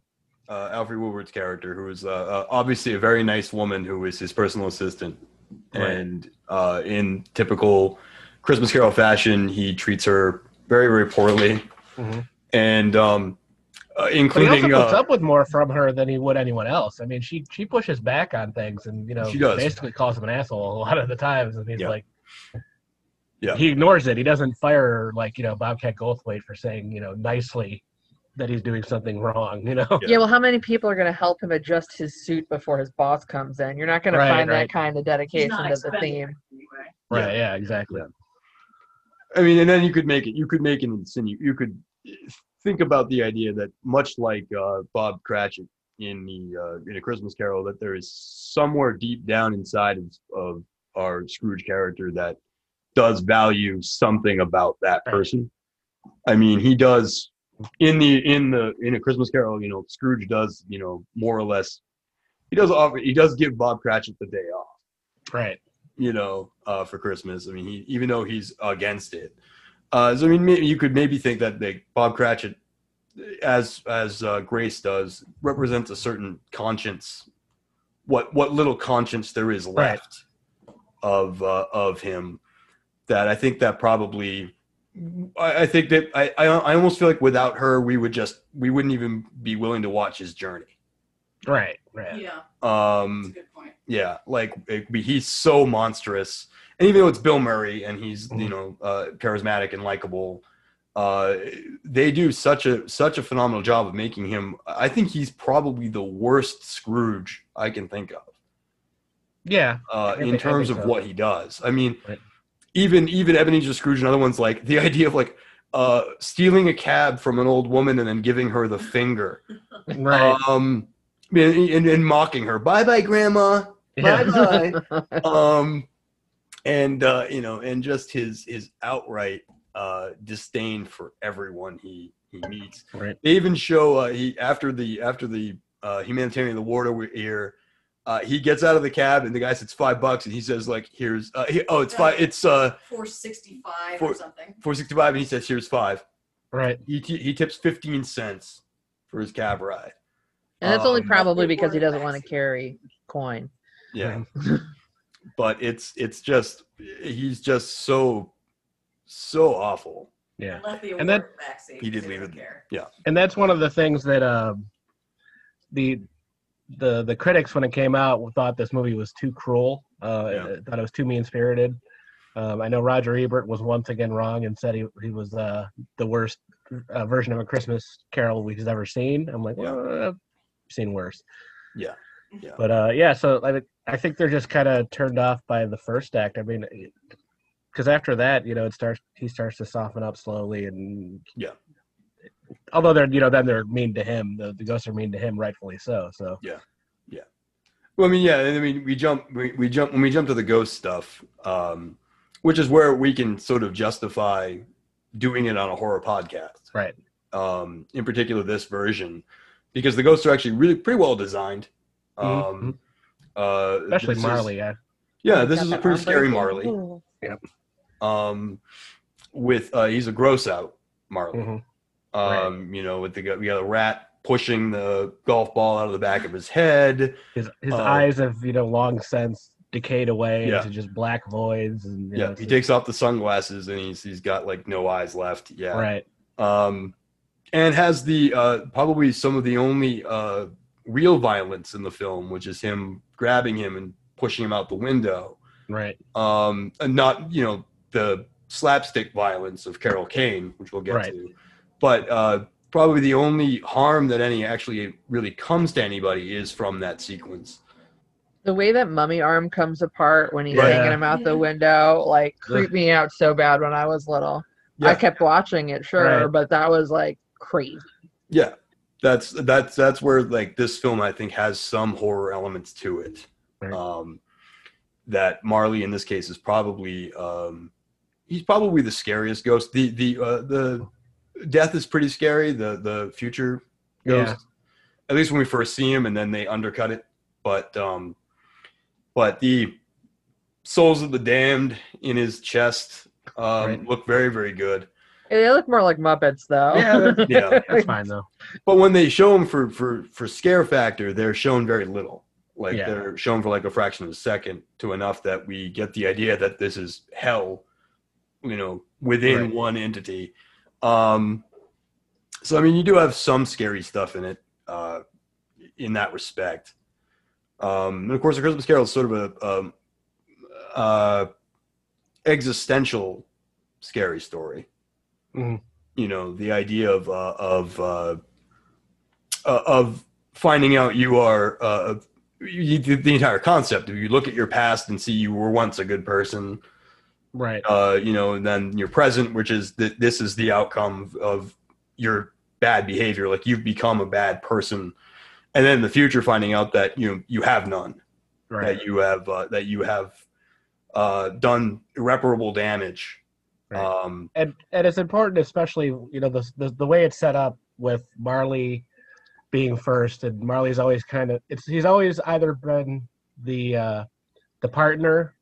[SPEAKER 1] Uh Alfred Woodward's character who is uh, uh, obviously a very nice woman who is his personal assistant.
[SPEAKER 2] Right.
[SPEAKER 1] And uh in typical Christmas carol fashion, he treats her very very poorly.
[SPEAKER 2] Mhm.
[SPEAKER 1] And um uh,
[SPEAKER 2] Of, but he also
[SPEAKER 1] Mm-hmm. including
[SPEAKER 2] puts
[SPEAKER 1] uh,
[SPEAKER 2] up with more from her than he would anyone else. I mean, she she pushes back on things, and you know,
[SPEAKER 1] She does.
[SPEAKER 2] basically calls him an asshole a lot of the times, and he's
[SPEAKER 1] Yeah.
[SPEAKER 2] like,
[SPEAKER 1] Yeah.
[SPEAKER 2] he ignores it. He doesn't fire her like you know Bobcat Goldthwait for saying you know nicely that he's doing something wrong. You know,
[SPEAKER 1] Yeah.
[SPEAKER 4] Yeah. well, how many people are going to help him adjust his suit before his boss comes in? You're not going
[SPEAKER 2] Right,
[SPEAKER 4] to find
[SPEAKER 2] right.
[SPEAKER 4] that kind of
[SPEAKER 3] He's
[SPEAKER 4] dedication
[SPEAKER 3] not
[SPEAKER 4] to the
[SPEAKER 3] expendable
[SPEAKER 4] theme.
[SPEAKER 3] anyway.
[SPEAKER 2] right? Yeah, exactly.
[SPEAKER 1] I mean, and then you could make it. You could make an insinuation. You could think about the idea that much like uh, Bob Cratchit in the uh, in a Christmas Carol, that there is somewhere deep down inside of, of our Scrooge character that does value something about that person. I mean, he does in the in the in a Christmas Carol. You know, Scrooge does you know more or less. He does offer. He does give Bob Cratchit the day off
[SPEAKER 2] Right.
[SPEAKER 1] you know, uh, for Christmas. I mean, he, even though he's against it, uh, so I mean, maybe you could maybe think that like Bob Cratchit, as as uh, Grace does, represents a certain conscience, what what little conscience there is
[SPEAKER 2] Right.
[SPEAKER 1] left of uh, of him. That I think that probably, I, I think that I, I I almost feel like without her, we would just we wouldn't even be willing to watch his journey.
[SPEAKER 2] Right. Right.
[SPEAKER 3] Yeah,
[SPEAKER 1] Um,
[SPEAKER 3] that's a good point.
[SPEAKER 1] yeah like it, he's so monstrous and even though it's bill murray and he's you
[SPEAKER 2] Mhm.
[SPEAKER 1] know uh, charismatic and likable uh, they do such a such a phenomenal job of making him i think he's probably the worst scrooge i can think of
[SPEAKER 2] Yeah.
[SPEAKER 1] uh, in
[SPEAKER 2] I think- I
[SPEAKER 1] terms
[SPEAKER 2] think
[SPEAKER 1] of
[SPEAKER 2] so.
[SPEAKER 1] what he does i mean
[SPEAKER 2] Right.
[SPEAKER 1] even even ebenezer scrooge and other ones like the idea of like uh, stealing a cab from an old woman and then giving her the finger
[SPEAKER 2] Right.
[SPEAKER 1] um and, and, and mocking her bye bye grandma
[SPEAKER 2] yeah.
[SPEAKER 1] bye bye. um, and uh, you know, and just his his outright uh, disdain for everyone he he meets.
[SPEAKER 2] Right.
[SPEAKER 1] They even show uh, he after the after the uh, humanitarian award over here. Uh, he gets out of the cab and the guy says it's five bucks and he says like here's uh, he, oh it's five it's uh
[SPEAKER 3] Four sixty-five
[SPEAKER 1] Four-
[SPEAKER 3] or something.
[SPEAKER 1] 465 and he says here's five
[SPEAKER 2] Right.
[SPEAKER 1] he, t- he tips 15 cents for his cab ride
[SPEAKER 4] And that's only
[SPEAKER 2] Oh.
[SPEAKER 1] Um,
[SPEAKER 4] probably because he
[SPEAKER 3] Or a
[SPEAKER 4] doesn't want to
[SPEAKER 3] taxi.
[SPEAKER 4] carry coin.
[SPEAKER 1] yeah but it's it's just he's just so so awful
[SPEAKER 2] Yeah.
[SPEAKER 3] Let the
[SPEAKER 2] And then-
[SPEAKER 3] award backseat,
[SPEAKER 1] He did
[SPEAKER 3] they
[SPEAKER 1] leave
[SPEAKER 3] don't
[SPEAKER 1] it-
[SPEAKER 3] care.
[SPEAKER 2] and that's one of the things that um, the the the critics when it came out thought this movie was too cruel. Uh,
[SPEAKER 1] Yeah.
[SPEAKER 2] Thought it was too mean spirited. Um, I know Roger Ebert was once again wrong and said he he was uh, the worst uh, version of a Christmas Carol we've ever seen. I'm like,
[SPEAKER 1] Yeah.
[SPEAKER 2] well, I've seen worse.
[SPEAKER 1] Yeah. Yeah.
[SPEAKER 2] But uh, yeah, so I mean, I think they're just kind of turned off by the first act. I mean, because after that, you know, it starts. He starts to soften up slowly, and
[SPEAKER 1] Yeah.
[SPEAKER 2] Although they're, you know, then they're mean to him. The, the ghosts are mean to him, rightfully so. So
[SPEAKER 1] Well, I mean, yeah, and I mean, we jump, we, we jump when we jump to the ghost stuff, um, which is where we can sort of justify doing it on a horror podcast,
[SPEAKER 2] Right.
[SPEAKER 1] Um, in particular, this version, because the ghosts are actually really pretty well designed. Um,
[SPEAKER 2] Mhm.
[SPEAKER 1] uh,
[SPEAKER 2] especially
[SPEAKER 1] this is-
[SPEAKER 2] Marley, yeah,
[SPEAKER 1] yeah,
[SPEAKER 4] He's
[SPEAKER 1] this
[SPEAKER 4] got
[SPEAKER 1] is a
[SPEAKER 4] that
[SPEAKER 1] pretty
[SPEAKER 4] arm
[SPEAKER 1] scary
[SPEAKER 4] bracelet.
[SPEAKER 1] Marley.
[SPEAKER 4] Ooh.
[SPEAKER 1] Um, with uh, he's a gross out Marley.
[SPEAKER 2] Mhm.
[SPEAKER 1] Um, you know, with the gu- we got a rat pushing the golf ball out of the back of his head.
[SPEAKER 2] his his
[SPEAKER 1] Uh,
[SPEAKER 2] eyes have you know long since decayed away
[SPEAKER 1] Yeah.
[SPEAKER 2] into just black voids, and you know,
[SPEAKER 1] Yeah,
[SPEAKER 2] it's
[SPEAKER 1] he
[SPEAKER 2] just-
[SPEAKER 1] takes off the sunglasses and he's he's got like no eyes left. Yeah.
[SPEAKER 2] right,
[SPEAKER 1] um, and has the uh, probably some of the only uh, real violence in the film, which is him grabbing him and pushing him out the window,
[SPEAKER 2] right,
[SPEAKER 1] um, and not you know the slapstick violence of Carol Kane, which we'll get
[SPEAKER 2] Right.
[SPEAKER 1] to, but uh, probably the only harm that any actually really comes to anybody is from that sequence.
[SPEAKER 4] The way that mummy arm comes apart when he's
[SPEAKER 1] Right.
[SPEAKER 4] hanging him out the window, like
[SPEAKER 2] Ugh.
[SPEAKER 4] creeped me out so bad when I was little. I kept watching it, sure,
[SPEAKER 2] Right.
[SPEAKER 4] but that was like crazy.
[SPEAKER 1] yeah, that's that's that's where like this film I think has some horror elements to it.
[SPEAKER 2] Right.
[SPEAKER 1] Um, that Marley in this case is probably um, he's probably the scariest ghost. The the uh, the death is pretty scary. The the future ghost,
[SPEAKER 2] yeah,
[SPEAKER 1] at least when we first see him, and then they undercut it. But um, but the souls of the damned in his chest um,
[SPEAKER 2] Right.
[SPEAKER 1] look very very good.
[SPEAKER 4] They look more like Muppets though.
[SPEAKER 2] Yeah, that-
[SPEAKER 1] Yeah.
[SPEAKER 2] that's fine though.
[SPEAKER 1] But when they show them for for for scare factor, they're shown very little. Like
[SPEAKER 2] Yeah.
[SPEAKER 1] they're shown for like a fraction of a second to enough that we get the idea that this is hell, you know, within
[SPEAKER 2] Right.
[SPEAKER 1] one entity. Um, so I mean, you do have some scary stuff in it, uh, in that respect. Um, and of course, the Christmas Carol is sort of a um, uh, existential scary story
[SPEAKER 2] Mhm.
[SPEAKER 1] you know the idea of uh, of uh, uh, of finding out you are uh, you, the, the entire concept. If you look at your past and see you were once a good person,
[SPEAKER 2] Right.
[SPEAKER 1] uh, you know, and then your present, which is that this is the outcome of, of your bad behavior. Like you've become a bad person, and then the future, finding out that you know, you have none,
[SPEAKER 2] Right.
[SPEAKER 1] that you have uh, that you have uh, done irreparable damage.
[SPEAKER 2] Right.
[SPEAKER 1] Um,
[SPEAKER 2] and and it's important, especially you know the, the the way it's set up with Marley being first, and Marley's always kind of it's he's always either been the uh, the partner.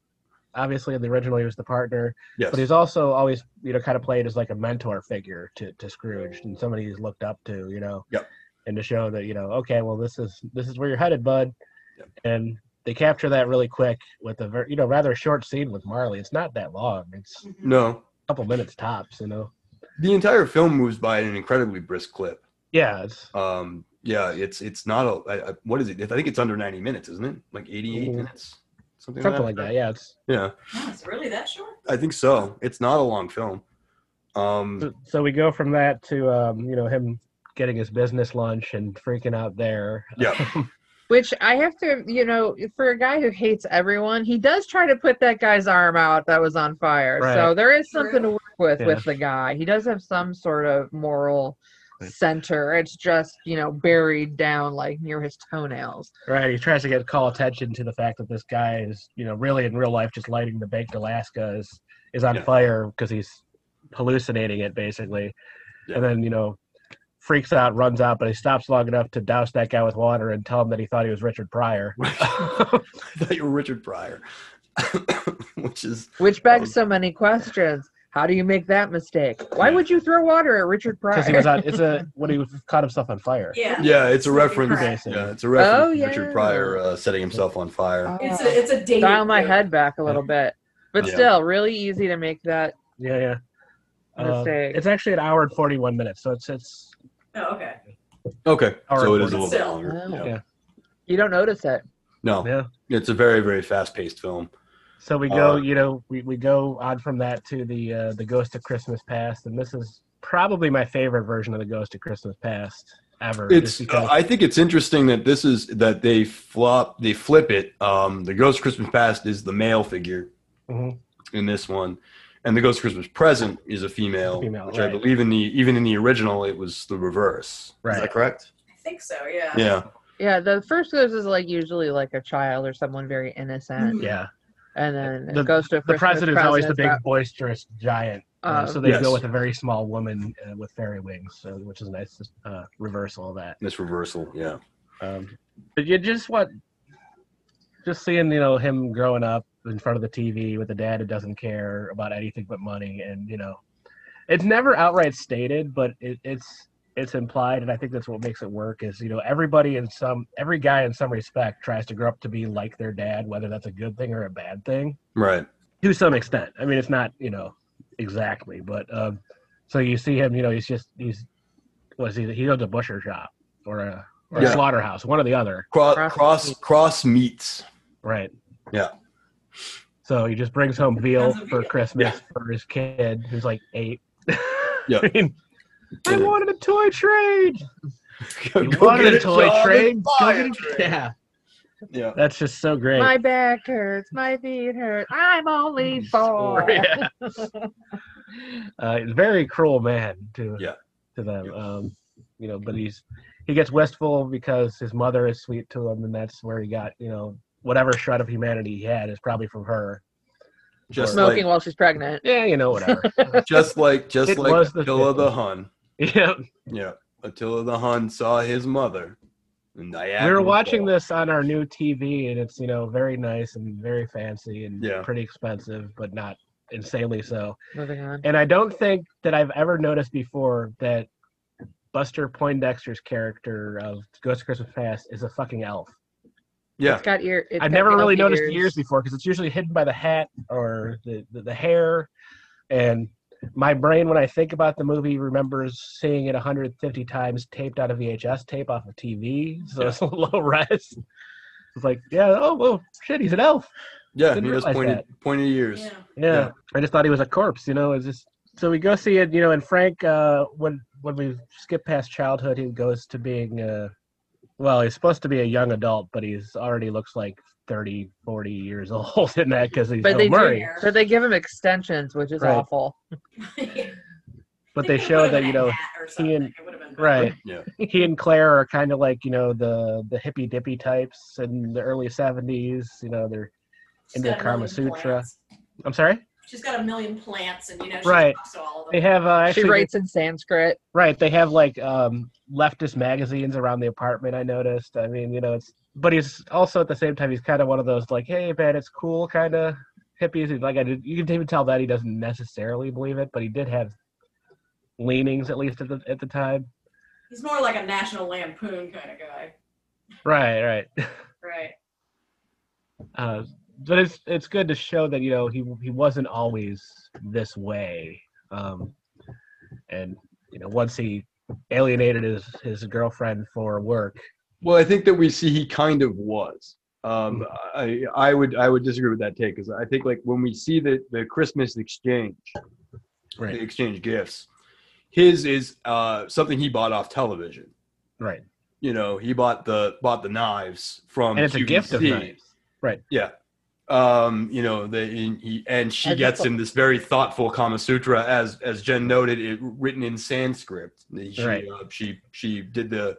[SPEAKER 2] Obviously, in the original, he was the partner,
[SPEAKER 1] yes,
[SPEAKER 2] but he's also always you know kind of played as like a mentor figure to to Scrooge and somebody he's looked up to, you know.
[SPEAKER 1] Yep.
[SPEAKER 2] And to show that you know, okay, well, this is this is where you're headed, bud.
[SPEAKER 1] Yep.
[SPEAKER 2] And they capture that really quick with a ver- you know rather short scene with Marley. It's not that long. It's
[SPEAKER 3] Mhm.
[SPEAKER 1] no.
[SPEAKER 2] couple minutes tops, you know.
[SPEAKER 1] The entire film moves by at an incredibly brisk clip.
[SPEAKER 2] Yeah, it's
[SPEAKER 1] Um, yeah, it's it's not a I, I- what is it? I think it's under ninety minutes, isn't it? Like eighty-eight
[SPEAKER 2] Mhm.
[SPEAKER 1] minutes, something,
[SPEAKER 2] something like that. Yeah, it's
[SPEAKER 1] Yeah,
[SPEAKER 3] Oh, it's really that short?
[SPEAKER 1] I think so. It's not a long film. Um,
[SPEAKER 2] so- so we go from that to um, you know him getting his business lunch and freaking out there.
[SPEAKER 1] Yeah.
[SPEAKER 4] Which I have to, you know, for a guy who hates everyone, he does try to put that guy's arm out that was on fire.
[SPEAKER 2] Right.
[SPEAKER 4] So there is something to
[SPEAKER 3] True.
[SPEAKER 4] work with
[SPEAKER 2] Yeah.
[SPEAKER 4] with the guy. He does have some sort of moral
[SPEAKER 2] Right.
[SPEAKER 4] center. It's just, you know, buried down like near his toenails.
[SPEAKER 2] Right, he tries to get call attention to the fact that this guy is you know really in real life just lighting the baked Alaska is is on
[SPEAKER 1] Yeah.
[SPEAKER 2] fire because he's hallucinating it basically,
[SPEAKER 1] Yeah.
[SPEAKER 2] and then you know freaks out, runs out, but he stops long enough to douse that guy with water and tell him that he thought he was Richard Pryor.
[SPEAKER 1] I thought you were Richard Pryor, which is
[SPEAKER 4] Which
[SPEAKER 2] Um,
[SPEAKER 4] begs so many questions. How do you make that mistake? Why would you throw water at Richard Pryor?
[SPEAKER 2] Because he was on, it's a when he caught himself on fire.
[SPEAKER 3] Yeah.
[SPEAKER 1] yeah, it's a
[SPEAKER 3] Smoking
[SPEAKER 1] reference.
[SPEAKER 3] crack.
[SPEAKER 2] Basically.
[SPEAKER 1] Yeah, it's a reference.
[SPEAKER 4] Oh,
[SPEAKER 1] to
[SPEAKER 4] yeah. Uh,
[SPEAKER 1] Richard Pryor uh, setting himself on fire.
[SPEAKER 3] It's a, it's a dated
[SPEAKER 4] Oh. dial my
[SPEAKER 3] joke.
[SPEAKER 4] head back a little bit. But
[SPEAKER 1] Yeah.
[SPEAKER 4] still, really easy to make that
[SPEAKER 2] Yeah, yeah. Uh,
[SPEAKER 4] mistake.
[SPEAKER 2] it's actually an hour and forty-one minutes, so it's it's
[SPEAKER 3] Oh, okay.
[SPEAKER 1] Okay,
[SPEAKER 2] Our
[SPEAKER 1] so it is a
[SPEAKER 2] reporter.
[SPEAKER 1] little bit
[SPEAKER 3] Still.
[SPEAKER 1] longer. yeah.
[SPEAKER 4] Wow.
[SPEAKER 2] Yeah.
[SPEAKER 4] you don't notice it.
[SPEAKER 1] No,
[SPEAKER 2] yeah.
[SPEAKER 1] it's a very very fast paced film.
[SPEAKER 2] So we go,
[SPEAKER 1] Uh,
[SPEAKER 2] you know, we, we go on from that to the uh, the Ghost of Christmas Past, and this is probably my favorite version of the Ghost of Christmas Past ever.
[SPEAKER 1] It's uh,
[SPEAKER 2] just because,
[SPEAKER 1] I think it's interesting that this is that they flop they flip it. Um, the Ghost Christmas Past is the male figure
[SPEAKER 2] Mhm.
[SPEAKER 1] in this one. And the Ghost Christmas Present is a female,
[SPEAKER 2] Female,
[SPEAKER 1] which I
[SPEAKER 2] right.
[SPEAKER 1] believe in the even in the original it was the reverse. Is
[SPEAKER 2] Right.
[SPEAKER 1] that correct?
[SPEAKER 3] I think so, yeah.
[SPEAKER 1] Yeah.
[SPEAKER 4] Yeah, the first ghost is like usually like a child or someone very innocent,
[SPEAKER 3] Mhm.
[SPEAKER 2] yeah,
[SPEAKER 4] and then
[SPEAKER 2] The-
[SPEAKER 4] it goes to a
[SPEAKER 2] the
[SPEAKER 4] Christmas
[SPEAKER 2] president is always the big
[SPEAKER 4] present,
[SPEAKER 2] boisterous giant,
[SPEAKER 4] but,
[SPEAKER 2] uh,
[SPEAKER 4] uh,
[SPEAKER 2] so they
[SPEAKER 1] Yes.
[SPEAKER 2] go with a very small woman uh, with fairy wings, so, which is a nice uh, reversal of that.
[SPEAKER 1] This reversal, yeah.
[SPEAKER 2] Um, but you just want just seeing you know him growing up in front of the TV with a dad who doesn't care about anything but money, and you know, it's never outright stated, but it, it's it's implied, and I think that's what makes it work. Is you know everybody in some every guy in some respect tries to grow up to be like their dad, whether that's a good thing or a bad thing
[SPEAKER 1] Right.
[SPEAKER 2] to some extent. I mean, it's not you know exactly, but um, so you see him, you know, he's just he's was he he owns a butcher shop or a or
[SPEAKER 1] Yeah.
[SPEAKER 2] a slaughterhouse, one or the other,
[SPEAKER 1] Cross
[SPEAKER 4] Cross-
[SPEAKER 1] cross cross meets.
[SPEAKER 2] right?
[SPEAKER 1] Yeah.
[SPEAKER 2] So he just brings home veal
[SPEAKER 3] Doesn't
[SPEAKER 2] for
[SPEAKER 3] veal.
[SPEAKER 2] Christmas for his kid, who's like eight.
[SPEAKER 1] Yeah.
[SPEAKER 2] I, mean, I wanted a toy train.
[SPEAKER 1] Go
[SPEAKER 2] You
[SPEAKER 1] get
[SPEAKER 2] wanted a toy
[SPEAKER 1] John.
[SPEAKER 2] train? Go
[SPEAKER 1] buy a
[SPEAKER 2] get a- Yeah,
[SPEAKER 1] Yeah.
[SPEAKER 2] that's just so great.
[SPEAKER 4] my back hurts, my feet hurt, I'm
[SPEAKER 2] Mm,
[SPEAKER 4] only four.
[SPEAKER 2] Yeah. uh, very cruel man to
[SPEAKER 1] Yeah.
[SPEAKER 2] to them.
[SPEAKER 1] Yeah.
[SPEAKER 2] Um, you know, but he's he gets wistful because his mother is sweet to him, and that's where he got you know whatever shred of humanity he had is probably from her.
[SPEAKER 1] Just
[SPEAKER 4] Smoking
[SPEAKER 1] like
[SPEAKER 4] while she's pregnant.
[SPEAKER 2] Yeah, you know whatever.
[SPEAKER 1] just like just
[SPEAKER 2] It
[SPEAKER 1] like
[SPEAKER 2] was the
[SPEAKER 1] Attila the
[SPEAKER 2] 50s.
[SPEAKER 1] Hun.
[SPEAKER 2] yeah,
[SPEAKER 1] Yeah. Attila the Hun saw his mother. And
[SPEAKER 2] we were watching this on our new TV, and it's you know very nice and very fancy and
[SPEAKER 1] Yeah.
[SPEAKER 2] pretty expensive, but not insanely so.
[SPEAKER 4] Moving on.
[SPEAKER 2] And I don't think that I've ever noticed before that Buster Poindexter's character of Ghost of Christmas Past is a fucking elf.
[SPEAKER 1] Yeah.
[SPEAKER 4] It's got ear. it's
[SPEAKER 2] I've
[SPEAKER 4] got
[SPEAKER 2] never really
[SPEAKER 4] elfy
[SPEAKER 2] noticed the ears before because it's usually hidden by the hat or the, the, the hair. And my brain, when I think about the movie, remembers seeing it 150 times taped out of VHS tape off of TV. So it's low res. It's like, yeah, oh, well, shit, he's an elf.
[SPEAKER 1] Yeah.
[SPEAKER 2] Didn't
[SPEAKER 1] He has
[SPEAKER 2] realize
[SPEAKER 1] pointed pointed ears.
[SPEAKER 3] Yeah.
[SPEAKER 2] Yeah.
[SPEAKER 1] Yeah.
[SPEAKER 2] I just thought he was a corpse, you know, it's just so we go see it, you know, and Frank uh when when we skip past childhood he goes to being uh well, he's supposed to be a young adult, but he's already looks like 30, 40 years old in that because he's
[SPEAKER 4] But
[SPEAKER 2] Bill
[SPEAKER 4] they do
[SPEAKER 2] Murray.
[SPEAKER 3] here.
[SPEAKER 4] So they give him extensions, which is
[SPEAKER 2] Right.
[SPEAKER 4] awful.
[SPEAKER 2] But they show that you know he and- right
[SPEAKER 1] Yeah.
[SPEAKER 2] he and Claire are kind of like you know the the hippy dippy types in the early seventies. You know they're into the Kama Sutra. I'm sorry.
[SPEAKER 3] She's got a million plants, and you know she
[SPEAKER 2] Right.
[SPEAKER 3] talks to all of them.
[SPEAKER 2] They have uh, actually
[SPEAKER 4] she writes in Sanskrit.
[SPEAKER 2] Right. They have like um, leftist magazines around the apartment. I noticed. I mean, you know, it's but he's also at the same time he's kind of one of those like, hey man, it's cool kind of hippies. He's like, I did, you can even tell that he doesn't necessarily believe it, but he did have leanings at least at the at the time.
[SPEAKER 3] He's more like a National Lampoon kind of guy,
[SPEAKER 2] Right. Right.
[SPEAKER 3] right?
[SPEAKER 2] Uh, but it's it's good to show that you know he he wasn't always this way, um, and you know once he alienated his his girlfriend for work.
[SPEAKER 1] Well, I think that we see he kind of was.
[SPEAKER 2] Hmm.
[SPEAKER 1] Um, I, I would I would disagree with that take because I think like when we see the the Christmas exchange,
[SPEAKER 2] Right.
[SPEAKER 1] the exchange gifts, his is uh, something he bought off television.
[SPEAKER 2] Right.
[SPEAKER 1] You know, he bought the bought the knives from
[SPEAKER 2] and it's a gift of
[SPEAKER 1] QVC.
[SPEAKER 2] knives.
[SPEAKER 1] Um, you know, the, and, he, and
[SPEAKER 4] I
[SPEAKER 1] she
[SPEAKER 4] just
[SPEAKER 1] gets
[SPEAKER 4] thought-
[SPEAKER 1] him this very thoughtful Kama Sutra, as as Jen noted, it written in Sanskrit. She
[SPEAKER 2] Right.
[SPEAKER 1] uh, she she did the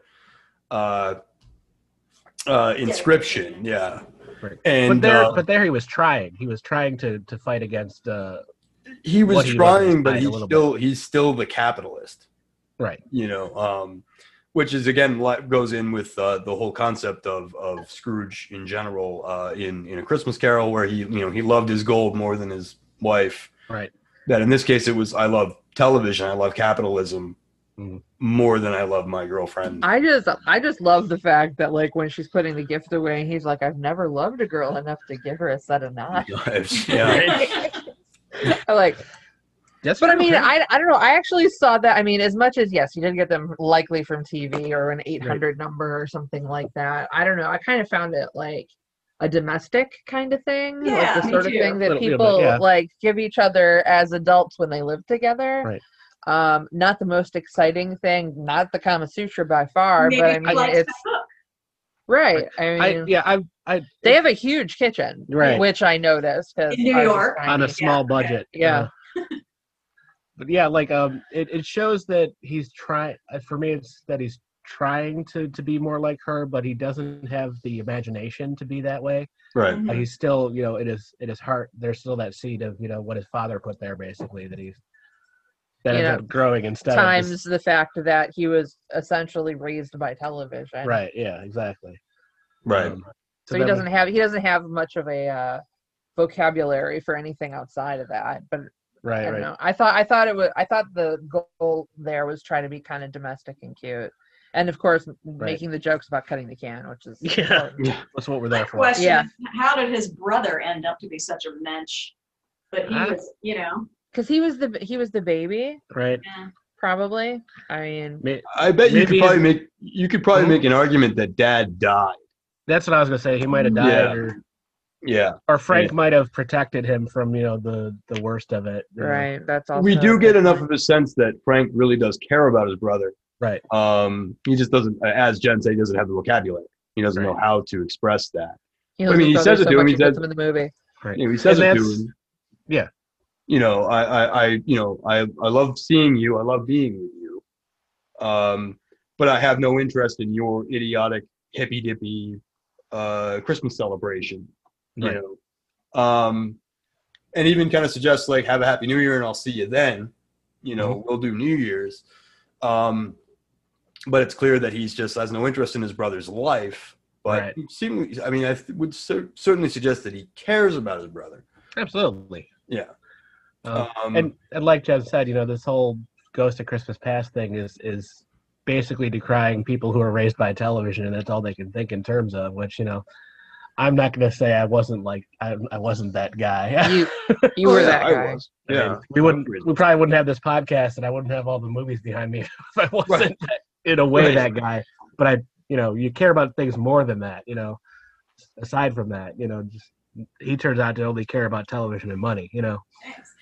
[SPEAKER 1] uh, uh, inscription, yeah.
[SPEAKER 2] Right.
[SPEAKER 1] And
[SPEAKER 2] but there,
[SPEAKER 1] uh,
[SPEAKER 2] but there he was trying. He was trying to to fight against. Uh,
[SPEAKER 1] he was
[SPEAKER 2] what he was
[SPEAKER 1] trying, but
[SPEAKER 2] inside a
[SPEAKER 1] he's
[SPEAKER 2] little
[SPEAKER 1] still he's still the capitalist,
[SPEAKER 2] right.
[SPEAKER 1] you know. Um, which is again li- goes in with uh, the whole concept of of Scrooge in general uh, in in a Christmas Carol, where he you know he loved his gold more than his wife.
[SPEAKER 2] Right.
[SPEAKER 1] That in this case it was I love television, I love capitalism
[SPEAKER 2] Mhm.
[SPEAKER 1] more than I love my girlfriend.
[SPEAKER 4] I just I just love the fact that like when she's putting the gift away, he's like, I've never loved a girl enough to give her a set of knives.
[SPEAKER 1] yeah,
[SPEAKER 4] I like
[SPEAKER 2] That's
[SPEAKER 4] But I mean,
[SPEAKER 2] okay.
[SPEAKER 4] I, I don't know. I actually saw that. I mean, as much as yes, you did get them likely from TV or an 800 number or something like that. I don't know. I kind of found it like a domestic kind of thing.
[SPEAKER 3] Yeah,
[SPEAKER 4] like the
[SPEAKER 3] me
[SPEAKER 4] sort of
[SPEAKER 3] too.
[SPEAKER 4] thing
[SPEAKER 2] Little-
[SPEAKER 4] that
[SPEAKER 2] little bit,
[SPEAKER 4] people
[SPEAKER 2] yeah.
[SPEAKER 4] like give each other as adults when they live together.
[SPEAKER 2] Right.
[SPEAKER 4] Um, not the most exciting thing, not the Kama Sutra by far,
[SPEAKER 3] Maybe
[SPEAKER 4] but I
[SPEAKER 3] he
[SPEAKER 4] mean,
[SPEAKER 3] likes
[SPEAKER 4] it's
[SPEAKER 3] that book.
[SPEAKER 4] right. I mean,
[SPEAKER 2] I, yeah, I, I
[SPEAKER 4] they have a huge kitchen,
[SPEAKER 2] Right.
[SPEAKER 4] which I noticed because
[SPEAKER 3] In New York.
[SPEAKER 2] on a small budget.
[SPEAKER 4] Yeah.
[SPEAKER 2] uh, but yeah, like um, it, it shows that he's trying. For me, it's that he's trying to to be more like her, but he doesn't have the imagination to be that way.
[SPEAKER 1] right.
[SPEAKER 2] But
[SPEAKER 3] Mhm.
[SPEAKER 2] he's still, you know, in his in his heart, there's still that seed of you know what his father put there, basically that he's that
[SPEAKER 4] You
[SPEAKER 2] ends
[SPEAKER 4] know,
[SPEAKER 2] up growing instead of just-
[SPEAKER 4] times the fact that he was essentially raised by television.
[SPEAKER 2] right. Yeah, exactly.
[SPEAKER 1] Right.
[SPEAKER 2] Um,
[SPEAKER 4] So, he
[SPEAKER 2] that was-
[SPEAKER 4] doesn't have he doesn't have much of a uh, vocabulary for anything outside of that. But I
[SPEAKER 2] Right,
[SPEAKER 4] don't
[SPEAKER 2] right.
[SPEAKER 4] know. I thought I thought it was I thought the goal there was trying to be kind of domestic and cute, and of course m- making the jokes about cutting the can, which is
[SPEAKER 2] Yeah.
[SPEAKER 4] important.
[SPEAKER 2] That's what we're
[SPEAKER 3] My
[SPEAKER 2] there for.
[SPEAKER 3] question
[SPEAKER 4] Yeah.
[SPEAKER 3] is, how did his brother end up to be such a mensch? But he
[SPEAKER 2] Huh?
[SPEAKER 3] was, you know,
[SPEAKER 4] because he was the he was the baby
[SPEAKER 2] Right.
[SPEAKER 3] yeah.
[SPEAKER 4] probably. I mean,
[SPEAKER 2] Ma-
[SPEAKER 1] I bet you
[SPEAKER 2] Maybe
[SPEAKER 1] could probably make you could probably
[SPEAKER 2] Mhm.
[SPEAKER 1] make an argument that dad died.
[SPEAKER 2] That's what I was gonna say. He might have died,
[SPEAKER 1] Yeah.
[SPEAKER 2] or,
[SPEAKER 1] Yeah.
[SPEAKER 2] or Frank might have protected him from you know the the worst of it. you know.
[SPEAKER 4] right? That's all.
[SPEAKER 1] we do get enough of a sense that Frank really does care about his brother.
[SPEAKER 2] Right.
[SPEAKER 1] Um, he just doesn't, as Jen said, he doesn't have the vocabulary. He doesn't know how to express that.
[SPEAKER 4] You
[SPEAKER 1] I mean, he says it to him, he says-
[SPEAKER 4] him in the movie.
[SPEAKER 1] You know, he says
[SPEAKER 2] And
[SPEAKER 1] it to
[SPEAKER 2] that's-
[SPEAKER 1] him.
[SPEAKER 2] yeah.
[SPEAKER 1] You know, I, I, I, you know, I, I love seeing you. I love being with you. Um, but I have no interest in your idiotic hippy dippy uh, Christmas celebration. You
[SPEAKER 2] Right.
[SPEAKER 1] know, um, and even kind of suggests like have a happy New Year and I'll see you then. You know,
[SPEAKER 2] Mm-hmm.
[SPEAKER 1] we'll do New Year's. Um, but it's clear that he's just has no interest in his brother's life. But
[SPEAKER 2] Right.
[SPEAKER 1] seemingly, I mean, I th- would cer- certainly suggest that he cares about his brother.
[SPEAKER 2] Absolutely.
[SPEAKER 1] Yeah.
[SPEAKER 2] Um,
[SPEAKER 1] Um,
[SPEAKER 2] and and like Jen said, you know, this whole Ghost of Christmas Past thing is is basically decrying people who are raised by television, and that's all they can think in terms of. Which you know, I'm not gonna say I wasn't like I, I wasn't that guy.
[SPEAKER 4] You you
[SPEAKER 1] Oh,
[SPEAKER 4] were
[SPEAKER 1] yeah,
[SPEAKER 4] that
[SPEAKER 1] I
[SPEAKER 4] guy.
[SPEAKER 1] was.
[SPEAKER 2] I
[SPEAKER 1] Yeah.
[SPEAKER 2] mean, we wouldn't. We probably wouldn't have this podcast, and I wouldn't have all the movies behind me if I wasn't in a way
[SPEAKER 1] Right.
[SPEAKER 2] that guy. But I, you know, you care about things more than that. You know, aside from that, you know, just he turns out to only care about television and money. You know,
[SPEAKER 3] Thanks.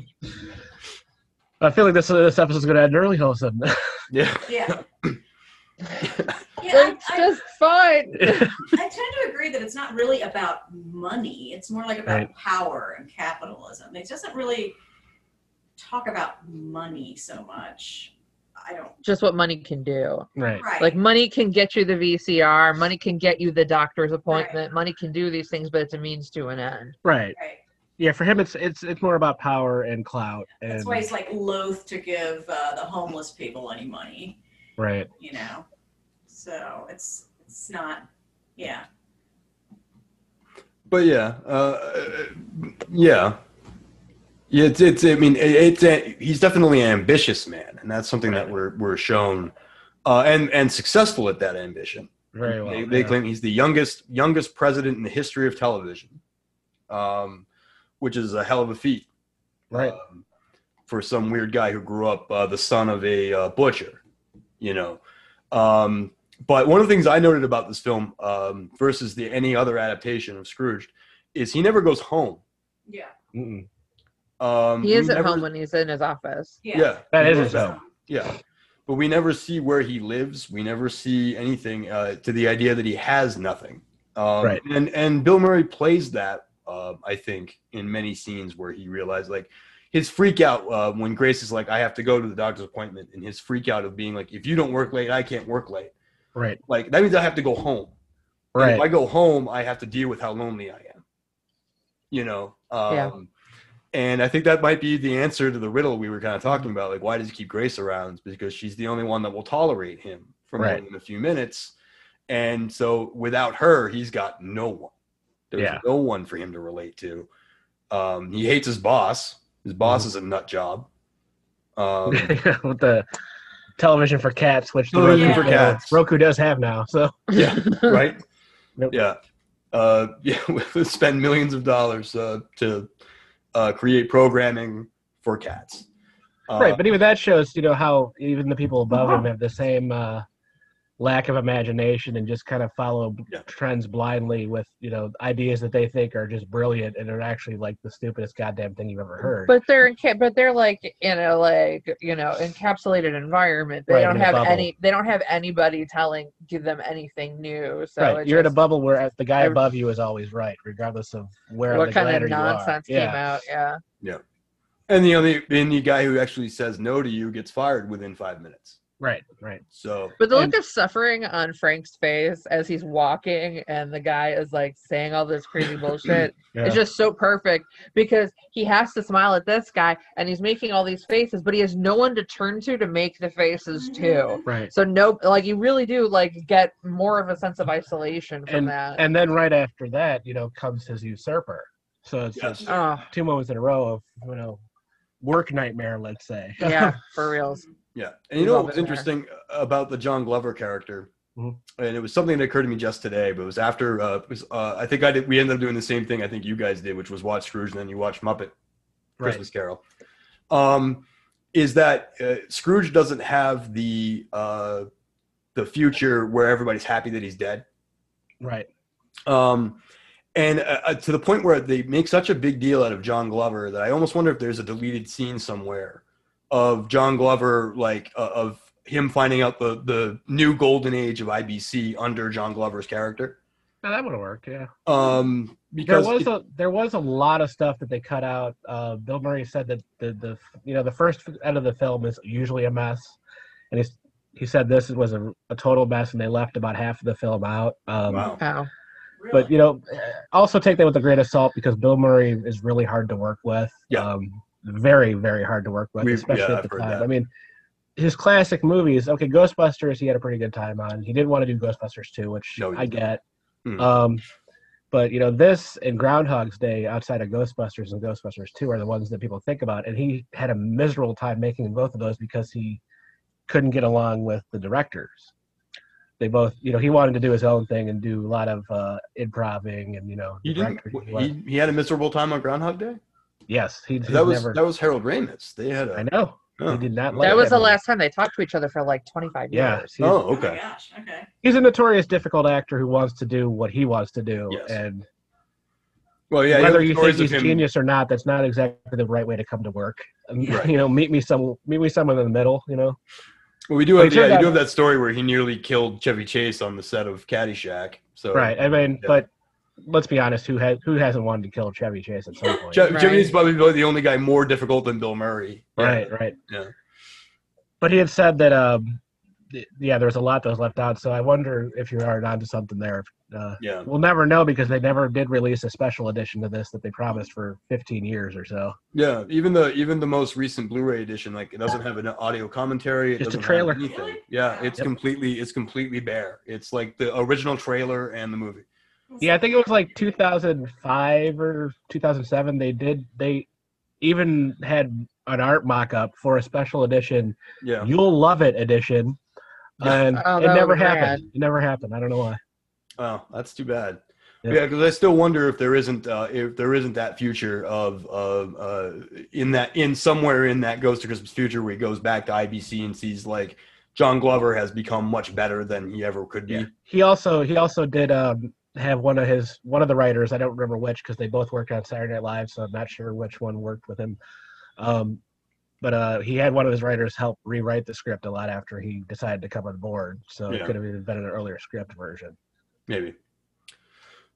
[SPEAKER 2] I feel like this this episode's going to end early all of a sudden.
[SPEAKER 1] Yeah.
[SPEAKER 3] yeah. yeah, mean, I,
[SPEAKER 4] That's
[SPEAKER 3] I,
[SPEAKER 4] just fun.
[SPEAKER 3] I tend to agree that it's not really about money. It's more like about
[SPEAKER 2] Right.
[SPEAKER 3] power and capitalism. It doesn't really talk about money so much. I don't.
[SPEAKER 4] Just what money can do.
[SPEAKER 2] right.
[SPEAKER 3] Right.
[SPEAKER 4] Like money can get you the VCR, money can get you the doctor's appointment, money can do these things, but it's a means to an end.
[SPEAKER 2] Right.
[SPEAKER 3] right.
[SPEAKER 2] Yeah, for him it's it's it's more about power and clout and
[SPEAKER 3] That's why he's like loath to give uh, the homeless people any money.
[SPEAKER 2] right.
[SPEAKER 3] you know. So it's it's not, yeah.
[SPEAKER 1] But yeah, uh, yeah, yeah. It's, it's I mean, it, it's a, he's definitely an ambitious man, and that's something that we're we're shown, uh, and and successful at that ambition.
[SPEAKER 2] Very well.
[SPEAKER 1] They, they
[SPEAKER 2] yeah.
[SPEAKER 1] claim he's the youngest youngest president in the history of television, um, which is a hell of a feat,
[SPEAKER 2] Right.
[SPEAKER 1] um, for some weird guy who grew up uh, the son of a uh, butcher, you know. Um, but one of the things I noted about this film um, versus the any other adaptation of Scrooge is he never goes home.
[SPEAKER 3] Yeah.
[SPEAKER 2] Mm-mm.
[SPEAKER 1] Um,
[SPEAKER 4] He is
[SPEAKER 1] we
[SPEAKER 4] at
[SPEAKER 1] never-
[SPEAKER 4] home when he's in his office.
[SPEAKER 1] Yeah,
[SPEAKER 2] That
[SPEAKER 1] he
[SPEAKER 2] is
[SPEAKER 1] goes
[SPEAKER 2] his
[SPEAKER 1] home. Yeah, but we never see where he lives. We never see anything uh, to the idea that he has nothing. Um,
[SPEAKER 2] Right.
[SPEAKER 1] And and Bill Murray plays that uh, I think in many scenes where he realized like his freak out uh, when Grace is like I have to go to the doctor's appointment and his freak out of being like if you don't work late I can't work late
[SPEAKER 2] Right.
[SPEAKER 1] like that means I have to go home. And
[SPEAKER 2] Right.
[SPEAKER 1] If I go home, I have to deal with how lonely I am. You know. Um,
[SPEAKER 4] Yeah.
[SPEAKER 1] And I think that might be the answer to the riddle we were kind of talking about. Like, why does he keep Grace around? Because she's the only one that will tolerate him for more
[SPEAKER 2] Right.
[SPEAKER 1] than a few minutes. And so, without her, he's got no one. There's
[SPEAKER 2] Yeah.
[SPEAKER 1] no one for him to relate to. Um, he hates his boss. His
[SPEAKER 2] Mm-hmm.
[SPEAKER 1] boss is a nut job. Um,
[SPEAKER 2] With the television for cats, which the
[SPEAKER 1] Television
[SPEAKER 2] Roku,
[SPEAKER 3] for
[SPEAKER 2] uh,
[SPEAKER 1] cats.
[SPEAKER 2] Roku does have now. So
[SPEAKER 1] Yeah, right?
[SPEAKER 2] Nope.
[SPEAKER 1] Yeah. Uh, yeah, we spend millions of dollars uh, to uh, create programming for cats. Uh,
[SPEAKER 2] right, but even that shows you know how even the people above him have the same uh, lack of imagination and just kind of follow b-
[SPEAKER 1] Yeah.
[SPEAKER 2] trends blindly with you know ideas that they think are just brilliant and are actually like the stupidest goddamn thing you've ever heard.
[SPEAKER 4] But they're in ca- but they're like in a like you know encapsulated environment. They
[SPEAKER 2] Right,
[SPEAKER 4] don't
[SPEAKER 2] in a
[SPEAKER 4] have
[SPEAKER 2] bubble.
[SPEAKER 4] any. They don't have anybody telling give them anything new. So
[SPEAKER 2] right,
[SPEAKER 4] it
[SPEAKER 2] you're in a
[SPEAKER 4] just-
[SPEAKER 2] bubble where uh, the guy
[SPEAKER 4] Every-
[SPEAKER 2] above you is always right, regardless of where on
[SPEAKER 4] What
[SPEAKER 2] the
[SPEAKER 4] kind
[SPEAKER 2] ladder
[SPEAKER 4] of
[SPEAKER 2] you are.
[SPEAKER 4] nonsense came
[SPEAKER 2] yeah.
[SPEAKER 4] out? Yeah.
[SPEAKER 1] and the only and the guy who actually says no to you gets fired within five minutes.
[SPEAKER 2] Right, right.
[SPEAKER 1] So
[SPEAKER 4] But the
[SPEAKER 2] And-
[SPEAKER 4] look of suffering on Frank's face as he's walking and the guy is like saying all this crazy bullshit
[SPEAKER 2] Yeah.
[SPEAKER 4] is just so perfect because he has to smile at this guy and he's making all these faces, but he has no one to turn to to make the faces
[SPEAKER 3] Mm-hmm.
[SPEAKER 4] to.
[SPEAKER 2] right.
[SPEAKER 4] So no, like you really do like get more of a sense of isolation from that.
[SPEAKER 2] And then right after that, you know, comes his usurper. So it's
[SPEAKER 1] Yes.
[SPEAKER 2] just
[SPEAKER 4] oh
[SPEAKER 2] two moments in a row of you know work nightmare, let's say.
[SPEAKER 4] yeah, for reals.
[SPEAKER 1] yeah, and you
[SPEAKER 4] We
[SPEAKER 1] know
[SPEAKER 4] love
[SPEAKER 1] what was
[SPEAKER 4] it there.
[SPEAKER 1] interesting uh, about the John Glover character,
[SPEAKER 2] Mhm.
[SPEAKER 1] and it was something that occurred to me just today. But it was after uh, it was, uh, I think I did. We ended up doing the same thing. I think you guys did, which was watch Scrooge and then you watch Muppet.
[SPEAKER 2] Right.
[SPEAKER 1] Christmas Carol, um, is that uh, Scrooge doesn't have the uh, the future where everybody's happy that he's dead,
[SPEAKER 2] Right.
[SPEAKER 1] um, and uh, uh, to the point where they make such a big deal out of John Glover that I almost wonder if there's a deleted scene somewhere of John Glover, like uh, of him finding out the the new golden age of IBC under John Glover's character.
[SPEAKER 2] Now that would work. Yeah.
[SPEAKER 1] Um,
[SPEAKER 2] There
[SPEAKER 1] because
[SPEAKER 2] was
[SPEAKER 1] it-
[SPEAKER 2] a there was a lot of stuff that they cut out. Uh, Bill Murray said that the the you know the first end of the film is usually a mess, and he's he said this was a, a total mess, and they left about half of the film out. Um,
[SPEAKER 1] wow.
[SPEAKER 4] Oh.
[SPEAKER 3] Really.
[SPEAKER 2] But you know, also take that with a grain of salt because Bill Murray is really hard to work with.
[SPEAKER 1] Yeah.
[SPEAKER 2] Um, very, very hard to work with,
[SPEAKER 1] We've-
[SPEAKER 2] especially
[SPEAKER 1] yeah,
[SPEAKER 2] at the
[SPEAKER 1] I've heard
[SPEAKER 2] time.
[SPEAKER 1] that.
[SPEAKER 2] I mean, his classic movies. Okay, Ghostbusters. He had a pretty good time on. He didn't want to do Ghostbusters two, which
[SPEAKER 1] No, he
[SPEAKER 2] I
[SPEAKER 1] didn't.
[SPEAKER 2] get.
[SPEAKER 1] Hmm.
[SPEAKER 2] Um, but you know, this and Groundhog's Day, outside of Ghostbusters and Ghostbusters two, are the ones that people think about. And he had a miserable time making both of those because he couldn't get along with the directors they both, you know, he wanted to do his own thing and do a lot of uh, improving and you know.
[SPEAKER 1] He didn't.
[SPEAKER 2] directing. He wanted-
[SPEAKER 1] He, he had a miserable time on Groundhog Day.
[SPEAKER 2] yes, he,
[SPEAKER 1] That was
[SPEAKER 2] never.
[SPEAKER 1] that was Harold Ramis. They had a
[SPEAKER 2] I know.
[SPEAKER 1] Oh.
[SPEAKER 2] He did not. Like
[SPEAKER 4] That was the
[SPEAKER 2] movie.
[SPEAKER 4] last time they talked to each other for like 25
[SPEAKER 2] Yeah.
[SPEAKER 4] years.
[SPEAKER 2] he's-
[SPEAKER 1] oh,
[SPEAKER 3] Oh my
[SPEAKER 1] okay.
[SPEAKER 3] gosh. Okay.
[SPEAKER 2] He's a notorious difficult actor who wants to do what he wants to do,
[SPEAKER 1] Yes.
[SPEAKER 2] and
[SPEAKER 1] Well, yeah.
[SPEAKER 2] whether
[SPEAKER 1] heard
[SPEAKER 2] you think
[SPEAKER 1] stories of
[SPEAKER 2] he's
[SPEAKER 1] him-
[SPEAKER 2] genius or not, that's not exactly the right way to come to work. Um,
[SPEAKER 1] Right.
[SPEAKER 2] You know, meet me some, meet me someone in the middle. You know,
[SPEAKER 1] Well, we do
[SPEAKER 2] Well,
[SPEAKER 1] have,
[SPEAKER 2] he turned
[SPEAKER 1] yeah, you
[SPEAKER 2] out-
[SPEAKER 1] do have that story where he nearly killed Chevy Chase on the set of Caddyshack. So
[SPEAKER 2] right. I mean,
[SPEAKER 1] Yeah.
[SPEAKER 2] but let's be honest. Who has who hasn't wanted to kill Chevy Chase at some point?
[SPEAKER 1] Je-
[SPEAKER 4] Right.
[SPEAKER 1] Jimmy is probably the only guy more difficult than Bill Murray. Yeah.
[SPEAKER 2] Right, right.
[SPEAKER 1] Yeah.
[SPEAKER 2] But he had said that, um, th- yeah, there was a lot that was left out. So I wonder if you are onto something there. Uh,
[SPEAKER 1] Yeah.
[SPEAKER 2] we'll never know because they never did release a special edition to this that they promised for 15 years or so.
[SPEAKER 1] Yeah. Even the even the most recent Blu-ray edition, like it doesn't have an audio commentary. It
[SPEAKER 2] Just a
[SPEAKER 1] doesn't have
[SPEAKER 2] trailer.
[SPEAKER 1] anything. Yeah. It's
[SPEAKER 2] Yep.
[SPEAKER 1] completely it's completely bare. It's like the original trailer and the movie.
[SPEAKER 2] Yeah, I think it was like 2005 or 2007. They did, they even had an art mock up for a special edition,
[SPEAKER 1] Yeah.
[SPEAKER 2] You'll Love It edition. And
[SPEAKER 4] Oh,
[SPEAKER 2] it
[SPEAKER 4] that
[SPEAKER 2] never
[SPEAKER 4] would've been
[SPEAKER 2] happened. It never happened. I don't know why.
[SPEAKER 1] Oh, that's too bad.
[SPEAKER 2] Yeah.
[SPEAKER 1] Yeah, because I still wonder if there isn't uh, if there isn't that future of of uh, in that in somewhere in that Ghost to Christmas future where he goes back to IBC and sees like John Glover has become much better than he ever could be.
[SPEAKER 2] Yeah. He also he also did um, have one of his one of the writers. I don't remember which because they both worked on Saturday Night Live, so I'm not sure which one worked with him. Um, but uh, he had one of his writers help rewrite the script a lot after he decided to come on board. So
[SPEAKER 1] Yeah.
[SPEAKER 2] it could have even been an earlier script version.
[SPEAKER 1] Maybe.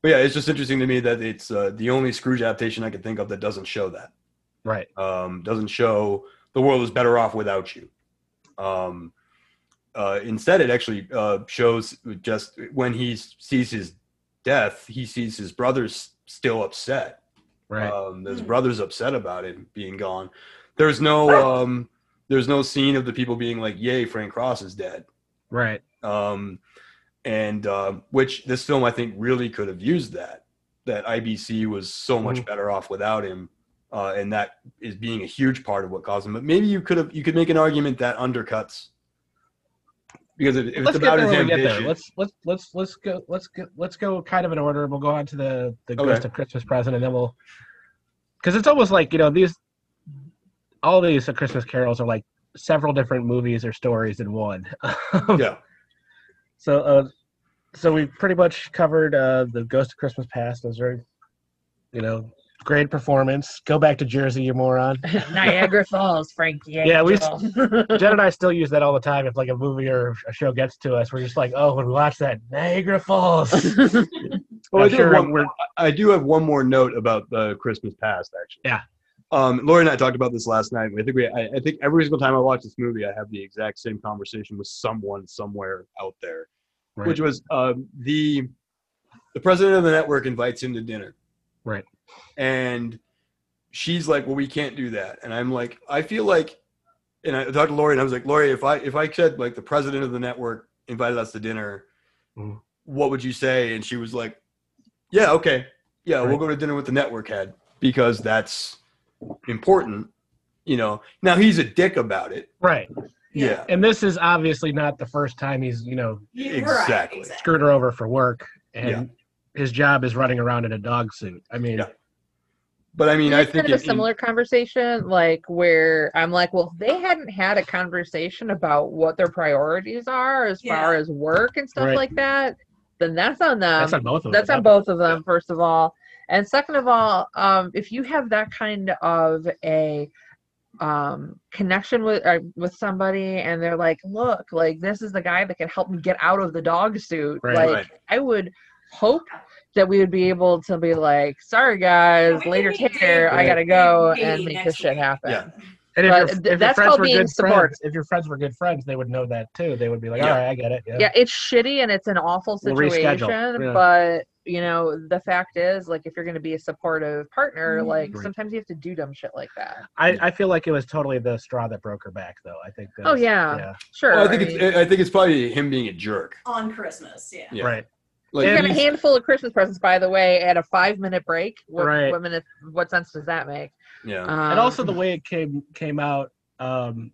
[SPEAKER 1] But yeah, it's just interesting to me that it's uh, the only Scrooge adaptation I could think of that doesn't show that.
[SPEAKER 2] Right.
[SPEAKER 1] um, doesn't show the world is better off without you. Um, uh, instead, it actually uh, shows just when he s- sees his death, he sees his brothers still upset.
[SPEAKER 2] Right.
[SPEAKER 1] Um, his
[SPEAKER 3] Hmm.
[SPEAKER 1] brothers upset about him being gone. There's no um, there's no scene of the people being like, "Yay, Frank Cross is dead."
[SPEAKER 2] right.
[SPEAKER 1] um, and uh, which this film I think really could have used that. That IBC was so much
[SPEAKER 2] Mhm.
[SPEAKER 1] better off without him, uh, and that is being a huge part of what caused him. But maybe you could have you could make an argument that undercuts because if, if it's
[SPEAKER 2] Let's get
[SPEAKER 1] about
[SPEAKER 2] there
[SPEAKER 1] his
[SPEAKER 2] when we get there.
[SPEAKER 1] ambition,
[SPEAKER 2] Let's let's let's let's go let's go let's go kind of in order. We'll go on to the the
[SPEAKER 1] Okay.
[SPEAKER 2] Ghost of Christmas Present, and then we'll because it's almost like you know these all these Christmas carols are like several different movies or stories in one.
[SPEAKER 1] yeah,
[SPEAKER 2] So uh, so we pretty much covered uh, the Ghost of Christmas Past. It was very you know great performance. Go back to Jersey, you moron.
[SPEAKER 4] Niagara Falls, Frankie.
[SPEAKER 2] Yeah, we-
[SPEAKER 4] Angel.
[SPEAKER 2] Jen and I still use that all the time. If like a movie or a show gets to us, we're just like, oh, when we watch that Niagara Falls.
[SPEAKER 1] Well, I
[SPEAKER 2] I'm
[SPEAKER 1] do,
[SPEAKER 2] sure
[SPEAKER 1] have
[SPEAKER 2] we're-
[SPEAKER 1] one, I do have one more note about the Christmas past, actually.
[SPEAKER 2] Yeah.
[SPEAKER 1] Um, Lori and I talked about this last night. I think we, I, I think every single time I watch this movie, I have the exact same conversation with someone somewhere out there,
[SPEAKER 2] Right.
[SPEAKER 1] which was um, the the president of the network invites him to dinner,
[SPEAKER 2] Right.
[SPEAKER 1] And she's like, "Well, we can't do that," and I'm like, "I feel like," and I talked to Lori, and I was like, "Lori, if I if I said like the president of the network invited us to dinner,
[SPEAKER 2] Mhm.
[SPEAKER 1] what would you say?" And she was like, "Yeah, okay, yeah, we'll
[SPEAKER 2] Right.
[SPEAKER 1] go to dinner with the network head because that's important." You know, now he's a dick about it.
[SPEAKER 2] right.
[SPEAKER 1] Yeah,
[SPEAKER 2] And this is obviously not the first time he's, you know,
[SPEAKER 3] You- right,
[SPEAKER 1] Exactly.
[SPEAKER 2] screwed her over for work and his job is running around in a dog suit. I mean,
[SPEAKER 1] Yeah. but I mean, I
[SPEAKER 4] It's
[SPEAKER 1] think
[SPEAKER 4] kind of
[SPEAKER 1] it-
[SPEAKER 4] a
[SPEAKER 1] in-
[SPEAKER 4] similar conversation, like where I'm like, well, if they hadn't had a conversation about what their priorities are as
[SPEAKER 3] Yeah.
[SPEAKER 4] far as work and stuff
[SPEAKER 2] Right.
[SPEAKER 4] like that, then that's on them.
[SPEAKER 2] that's on both of
[SPEAKER 4] That's
[SPEAKER 2] them.
[SPEAKER 4] on both of them, first of all. And second of all, um, if you have that kind of a um, connection with uh, with somebody, and they're like, "Look, like this is the guy that can help me get out of the dog suit,"
[SPEAKER 2] Right.
[SPEAKER 4] like
[SPEAKER 1] Right.
[SPEAKER 4] I would hope that we would be able to be like, "Sorry guys,
[SPEAKER 3] We
[SPEAKER 4] later,
[SPEAKER 3] can meet
[SPEAKER 4] take care. I
[SPEAKER 1] Dave-
[SPEAKER 4] gotta go
[SPEAKER 3] Dave
[SPEAKER 4] and make this
[SPEAKER 3] next
[SPEAKER 4] shit
[SPEAKER 3] week."
[SPEAKER 4] happen."
[SPEAKER 1] Yeah.
[SPEAKER 2] And if,
[SPEAKER 4] But
[SPEAKER 2] your,
[SPEAKER 4] th-
[SPEAKER 2] if your
[SPEAKER 4] that's
[SPEAKER 2] friends
[SPEAKER 4] called
[SPEAKER 2] were
[SPEAKER 4] being
[SPEAKER 2] good
[SPEAKER 4] support.
[SPEAKER 2] friends, if your friends were good friends, they would know that too. They would be like,
[SPEAKER 1] Yeah.
[SPEAKER 2] all right, I get it. Yeah.
[SPEAKER 4] yeah it's shitty and it's an awful
[SPEAKER 2] We'll reschedule.
[SPEAKER 4] situation
[SPEAKER 2] Yeah.
[SPEAKER 4] but you know the fact is like if you're going to be a supportive partner
[SPEAKER 3] Mhm.
[SPEAKER 4] like
[SPEAKER 2] Right.
[SPEAKER 4] sometimes you have to do dumb shit like that
[SPEAKER 2] I, I feel like it was totally the straw that broke her back, though. I think.
[SPEAKER 4] oh
[SPEAKER 2] that's-
[SPEAKER 4] yeah,
[SPEAKER 2] Yeah.
[SPEAKER 4] sure
[SPEAKER 1] Well, I think
[SPEAKER 4] I mean,
[SPEAKER 1] it's, I think it's probably him being a jerk.
[SPEAKER 3] On Christmas, yeah.
[SPEAKER 1] Yeah.
[SPEAKER 2] Right.
[SPEAKER 1] Like,
[SPEAKER 4] we got a
[SPEAKER 1] he's-
[SPEAKER 4] handful of christmas presents by the way at a five minute break what,
[SPEAKER 2] Right.
[SPEAKER 4] what minute what sense does that make
[SPEAKER 1] yeah.
[SPEAKER 4] um,
[SPEAKER 2] and also the way it came came out um,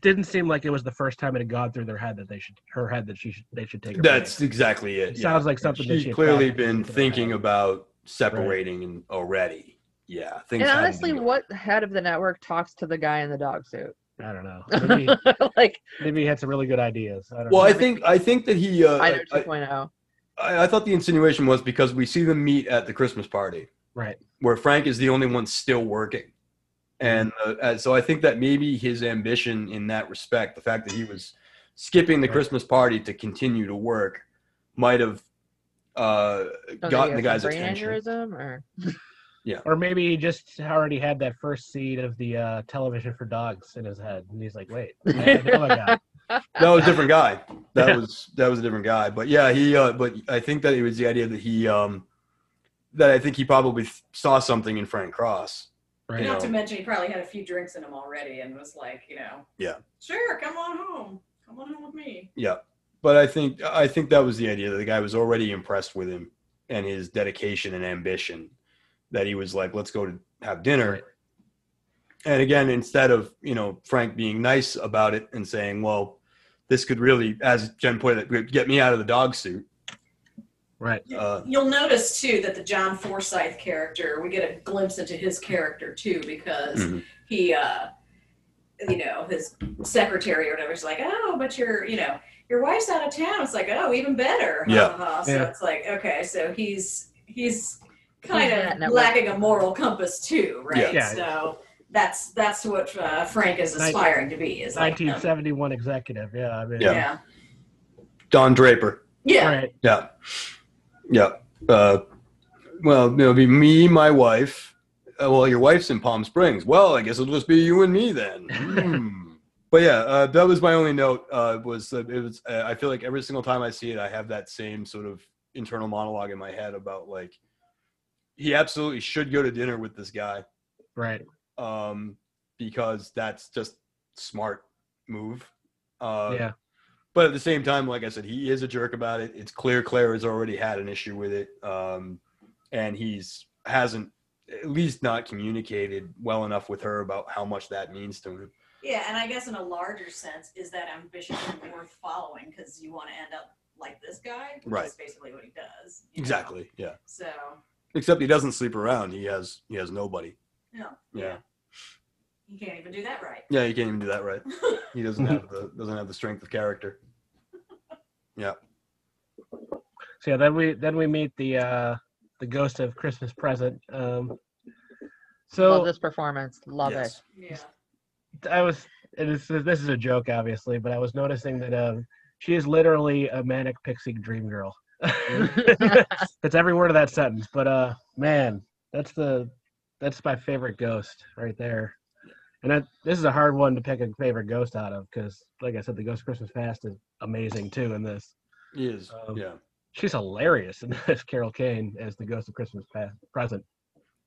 [SPEAKER 2] didn't seem like it was the first time it had gone through their head that they should her head that she should they should take. Her
[SPEAKER 1] That's exactly it.
[SPEAKER 2] It sounds like something that
[SPEAKER 1] she's
[SPEAKER 2] she had
[SPEAKER 1] clearly
[SPEAKER 2] planned to
[SPEAKER 1] been
[SPEAKER 2] do.
[SPEAKER 1] thinking about separating and already. Yeah, things.
[SPEAKER 4] and
[SPEAKER 1] hadn't been
[SPEAKER 4] honestly
[SPEAKER 1] going.
[SPEAKER 4] what head of the network talks to the guy in the dog suit
[SPEAKER 2] break. I don't know. Maybe,
[SPEAKER 4] like
[SPEAKER 2] maybe he had some really good ideas. I don't
[SPEAKER 1] Well,
[SPEAKER 2] know.
[SPEAKER 1] I think I think that he. Uh,
[SPEAKER 4] i know oh.
[SPEAKER 1] I,
[SPEAKER 4] 2.0
[SPEAKER 1] I, I thought the insinuation was because we see them meet at the Christmas party
[SPEAKER 2] right.
[SPEAKER 1] where Frank is the only one still working, And
[SPEAKER 2] Mm-hmm.
[SPEAKER 1] uh, uh, so I think that maybe his ambition in that respect, the fact that he was skipping the
[SPEAKER 2] Right.
[SPEAKER 1] Christmas party to continue to work, might have uh,
[SPEAKER 4] Don't Oh, they
[SPEAKER 1] gotten the
[SPEAKER 4] get some
[SPEAKER 1] guy's
[SPEAKER 4] brain
[SPEAKER 1] attention.
[SPEAKER 4] aneurysm or
[SPEAKER 2] Or maybe he just already had that first seed of the uh, television for dogs in his head, and he's like, "Wait, I know I got it.
[SPEAKER 1] that was a different guy. That
[SPEAKER 2] Yeah.
[SPEAKER 1] was that was a different guy. But yeah, he. Uh, but I think that it was the idea that he. Um, that I think he probably th- saw something in Frank Cross.
[SPEAKER 2] right?"
[SPEAKER 1] Yeah.
[SPEAKER 3] Not to mention, he probably had a few drinks in him already and was like, you know,
[SPEAKER 1] Yeah.
[SPEAKER 3] sure, come on home. Come on home with me.
[SPEAKER 1] Yeah, but I think I think that was the idea that the guy was already impressed with him and his dedication and ambition. That he was like, let's go to have dinner.
[SPEAKER 2] Right.
[SPEAKER 1] And again, instead of you know Frank being nice about it and saying, well, this could really, as Jen pointed, out, get me out of the dog suit.
[SPEAKER 2] Right.
[SPEAKER 1] Uh,
[SPEAKER 3] You'll notice too that the John Forsyth character, we get a glimpse into his character too because
[SPEAKER 1] Mhm.
[SPEAKER 3] he, uh, you know, his secretary or whatever is like, oh, but your, you know, your wife's out of town. It's like, oh, even better.
[SPEAKER 1] Yeah.
[SPEAKER 3] Ha, ha, ha. So
[SPEAKER 2] Yeah.
[SPEAKER 3] it's like, okay, so he's he's
[SPEAKER 4] He's
[SPEAKER 3] kind
[SPEAKER 4] that
[SPEAKER 3] of
[SPEAKER 4] network.
[SPEAKER 3] lacking a moral compass too, right?
[SPEAKER 2] Yeah. Yeah.
[SPEAKER 3] So that's that's what uh, Frank is
[SPEAKER 2] Nin-
[SPEAKER 3] aspiring to be. Is like, um,
[SPEAKER 2] 1971 executive. Yeah, I mean,
[SPEAKER 1] Yeah.
[SPEAKER 3] yeah,
[SPEAKER 1] Don Draper.
[SPEAKER 3] yeah.
[SPEAKER 2] right.
[SPEAKER 1] Yeah. Yeah. Uh, well, it'll be me, my wife. Uh, well, your wife's in Palm Springs. Well, I guess it'll just be you and me then. Hmm. but yeah, uh, that was my only note. Uh, was uh, it was? Uh, I feel like every single time I see it, I have that same sort of internal monologue in my head about like he absolutely should go to dinner with this guy
[SPEAKER 2] Right.
[SPEAKER 1] um, because that's just smart move. Uh,
[SPEAKER 2] yeah.
[SPEAKER 1] but at the same time, like I said, he is a jerk about it. It's clear Claire has already had an issue with it, um, and he's hasn't at least not communicated well enough with her about how much that means to him.
[SPEAKER 3] Yeah, and I guess in a larger sense, is that ambition worth following? Because you want to end up like this guy, which
[SPEAKER 1] Right.
[SPEAKER 3] is basically what he does. you know?
[SPEAKER 1] Exactly. Yeah.
[SPEAKER 3] So
[SPEAKER 1] Except he doesn't sleep around. He has he has nobody.
[SPEAKER 3] no,
[SPEAKER 1] Yeah.
[SPEAKER 3] you can't even do that right.
[SPEAKER 1] Yeah. He can't even do that right. He doesn't have the doesn't have the strength of character.
[SPEAKER 2] So yeah, then we then we meet the uh, the ghost of Christmas present. Um, so
[SPEAKER 4] love this performance love
[SPEAKER 1] Yes.
[SPEAKER 3] yeah,
[SPEAKER 2] I was, and this is, this is a joke, obviously, but I was noticing that um, she is literally a manic pixie dream girl. That's every word of that sentence. But uh, man, that's the that's my favorite ghost right there. And that, this is a hard one to pick a favorite ghost out of because, like I said, the Ghost of Christmas Past is amazing too. In this,
[SPEAKER 1] He is.
[SPEAKER 2] Um,
[SPEAKER 1] yeah.
[SPEAKER 2] she's hilarious in this. Carol Kane as the Ghost of Christmas Past present.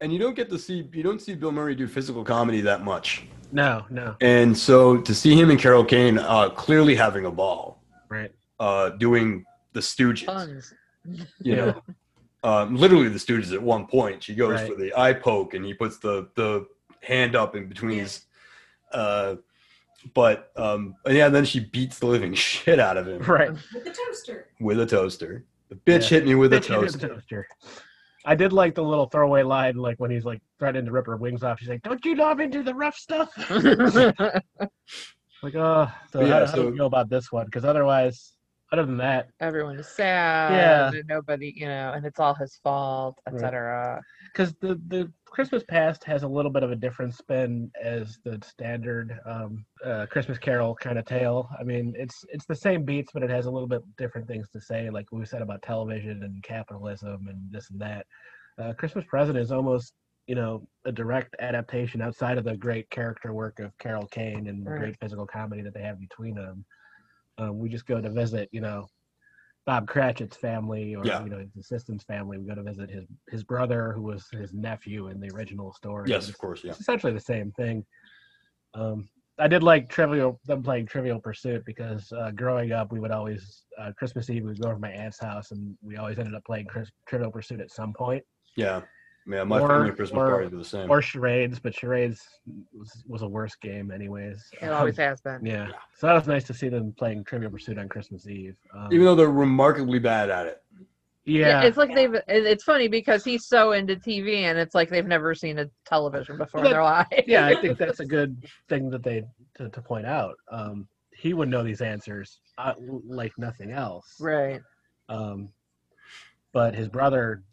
[SPEAKER 1] And you don't get to see you don't see Bill Murray do physical comedy that much.
[SPEAKER 2] No, no,
[SPEAKER 1] And so to see him and Carol Kane uh, clearly having a ball.
[SPEAKER 2] right,
[SPEAKER 1] uh, doing the
[SPEAKER 4] it
[SPEAKER 1] Stooges.
[SPEAKER 4] puns
[SPEAKER 1] You
[SPEAKER 2] Yeah.
[SPEAKER 1] know, um, literally the Stooges. At one point, she goes
[SPEAKER 2] Right.
[SPEAKER 1] for the eye poke, and he puts the the hand up in between his. Uh, but um, and yeah, then she beats the living shit out of him
[SPEAKER 2] right.
[SPEAKER 3] with the toaster.
[SPEAKER 1] with a toaster. The bitch
[SPEAKER 2] Yeah.
[SPEAKER 1] hit me with a
[SPEAKER 2] Bitch, you did
[SPEAKER 1] toaster.
[SPEAKER 2] the toaster. I did like the little throwaway line, like when he's like threatening to rip her wings off. She's like, "Don't you know I'm into the rough stuff?" like, oh, so
[SPEAKER 1] Yeah,
[SPEAKER 2] how, how do
[SPEAKER 1] so-
[SPEAKER 2] you feel about this one? Because otherwise, other than that,
[SPEAKER 4] everyone is sad
[SPEAKER 2] Yeah.
[SPEAKER 4] and nobody you know and it's all his fault
[SPEAKER 2] Right.
[SPEAKER 4] etc
[SPEAKER 2] because the the Christmas Past has a little bit of a different spin as the standard um, uh, Christmas Carol kind of tale. I mean, it's it's the same beats, but it has a little bit different things to say, like we said about television and capitalism and this and that. Uh, Christmas Present is almost you know a direct adaptation outside of the great character work of Carol Kane and the
[SPEAKER 4] Right.
[SPEAKER 2] great physical comedy that they have between them. Um, we just go to visit, you know, Bob Cratchit's family or
[SPEAKER 1] Yeah.
[SPEAKER 2] you know his assistant's family. We go to visit his his brother who was his nephew in the original story.
[SPEAKER 1] Yes,
[SPEAKER 2] It's-
[SPEAKER 1] of course. Yeah.
[SPEAKER 2] It's essentially the same thing. Um, I did like trivial them playing Trivial Pursuit because uh, growing up we would always uh, Christmas Eve we would go over to my aunt's house and we always ended up playing Chris, Trivial Pursuit at some point
[SPEAKER 1] Yeah. Yeah. My
[SPEAKER 2] Or-
[SPEAKER 1] family Christmas
[SPEAKER 2] or-
[SPEAKER 1] parties were the same.
[SPEAKER 2] or charades, but charades was, was a worse game anyways.
[SPEAKER 1] Um,
[SPEAKER 4] it always has been
[SPEAKER 2] yeah, so that was nice to see them playing Trivial Pursuit on Christmas Eve. Um,
[SPEAKER 1] Even though they're remarkably bad at it.
[SPEAKER 2] yeah,
[SPEAKER 4] it's like they've. and It's funny because he's so into TV, and it's like they've never seen a television before in their life.
[SPEAKER 2] yeah, I think that's a good thing that they to, to point out. Um, he would know these answers uh, like nothing else.
[SPEAKER 4] right.
[SPEAKER 2] Um, but his brother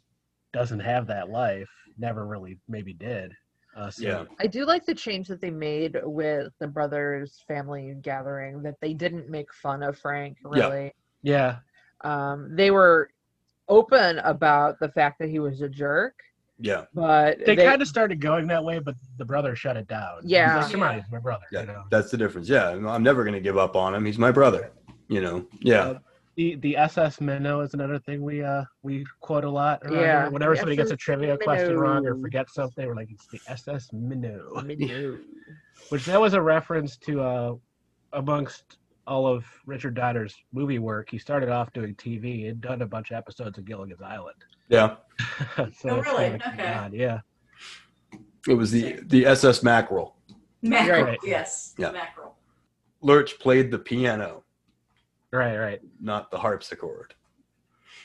[SPEAKER 2] doesn't have that life. Never really, maybe did. Uh, so
[SPEAKER 1] Yeah.
[SPEAKER 4] I do like the change that they made with the brothers' family gathering that they didn't make fun of Frank
[SPEAKER 1] Yeah.
[SPEAKER 4] really.
[SPEAKER 2] yeah,
[SPEAKER 4] Um, they were open about the fact that he was a jerk,
[SPEAKER 1] Yeah.
[SPEAKER 4] but
[SPEAKER 2] they, kind of started going that way, but the brother shut it down. He's
[SPEAKER 4] Yeah.
[SPEAKER 2] like, come on, he's my brother.
[SPEAKER 1] Yeah.
[SPEAKER 2] You know,
[SPEAKER 1] That's the difference. Yeah. I'm- I'm never going to give up on him. He's my brother. You know? Yeah.
[SPEAKER 2] the the SS minnow is another thing we uh we quote a lot. around
[SPEAKER 4] Yeah.
[SPEAKER 2] here. whenever
[SPEAKER 4] The
[SPEAKER 2] somebody gets a
[SPEAKER 4] SS
[SPEAKER 2] trivia question wrong or
[SPEAKER 4] minnow.
[SPEAKER 2] forgets something, we're like, it's the SS minnow.
[SPEAKER 4] of
[SPEAKER 2] which that was a reference to uh, amongst all of Richard Donner's movie work. He started off doing TV and done a bunch of episodes of Gilligan's Island.
[SPEAKER 1] Yeah.
[SPEAKER 2] so
[SPEAKER 3] Oh,
[SPEAKER 2] that's
[SPEAKER 3] really?
[SPEAKER 2] kinda keep
[SPEAKER 3] Okay.
[SPEAKER 2] on, Yeah.
[SPEAKER 1] It was the, the SS Mackerel.
[SPEAKER 3] Mackerel,
[SPEAKER 2] Right.
[SPEAKER 3] yes,
[SPEAKER 1] Yeah.
[SPEAKER 3] mackerel.
[SPEAKER 1] Lurch played the piano,
[SPEAKER 2] Right. Right.
[SPEAKER 1] not the harpsichord.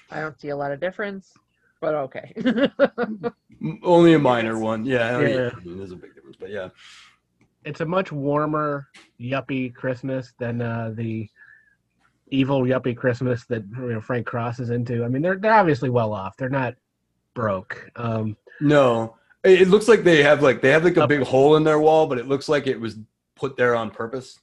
[SPEAKER 4] I don't see a lot of difference, but okay.
[SPEAKER 1] M- Only a minor one. Yeah.
[SPEAKER 2] Yeah.
[SPEAKER 1] I mean, there's a big difference, but yeah.
[SPEAKER 2] It's a much warmer yuppie Christmas than uh, the evil yuppie Christmas that you know, Frank Cross is into. I mean, they're they're obviously well off. They're not broke. Um,
[SPEAKER 1] No, it, it looks like they have like they have like a
[SPEAKER 2] Up.
[SPEAKER 1] big hole in their wall, but it looks like it was put there on purpose.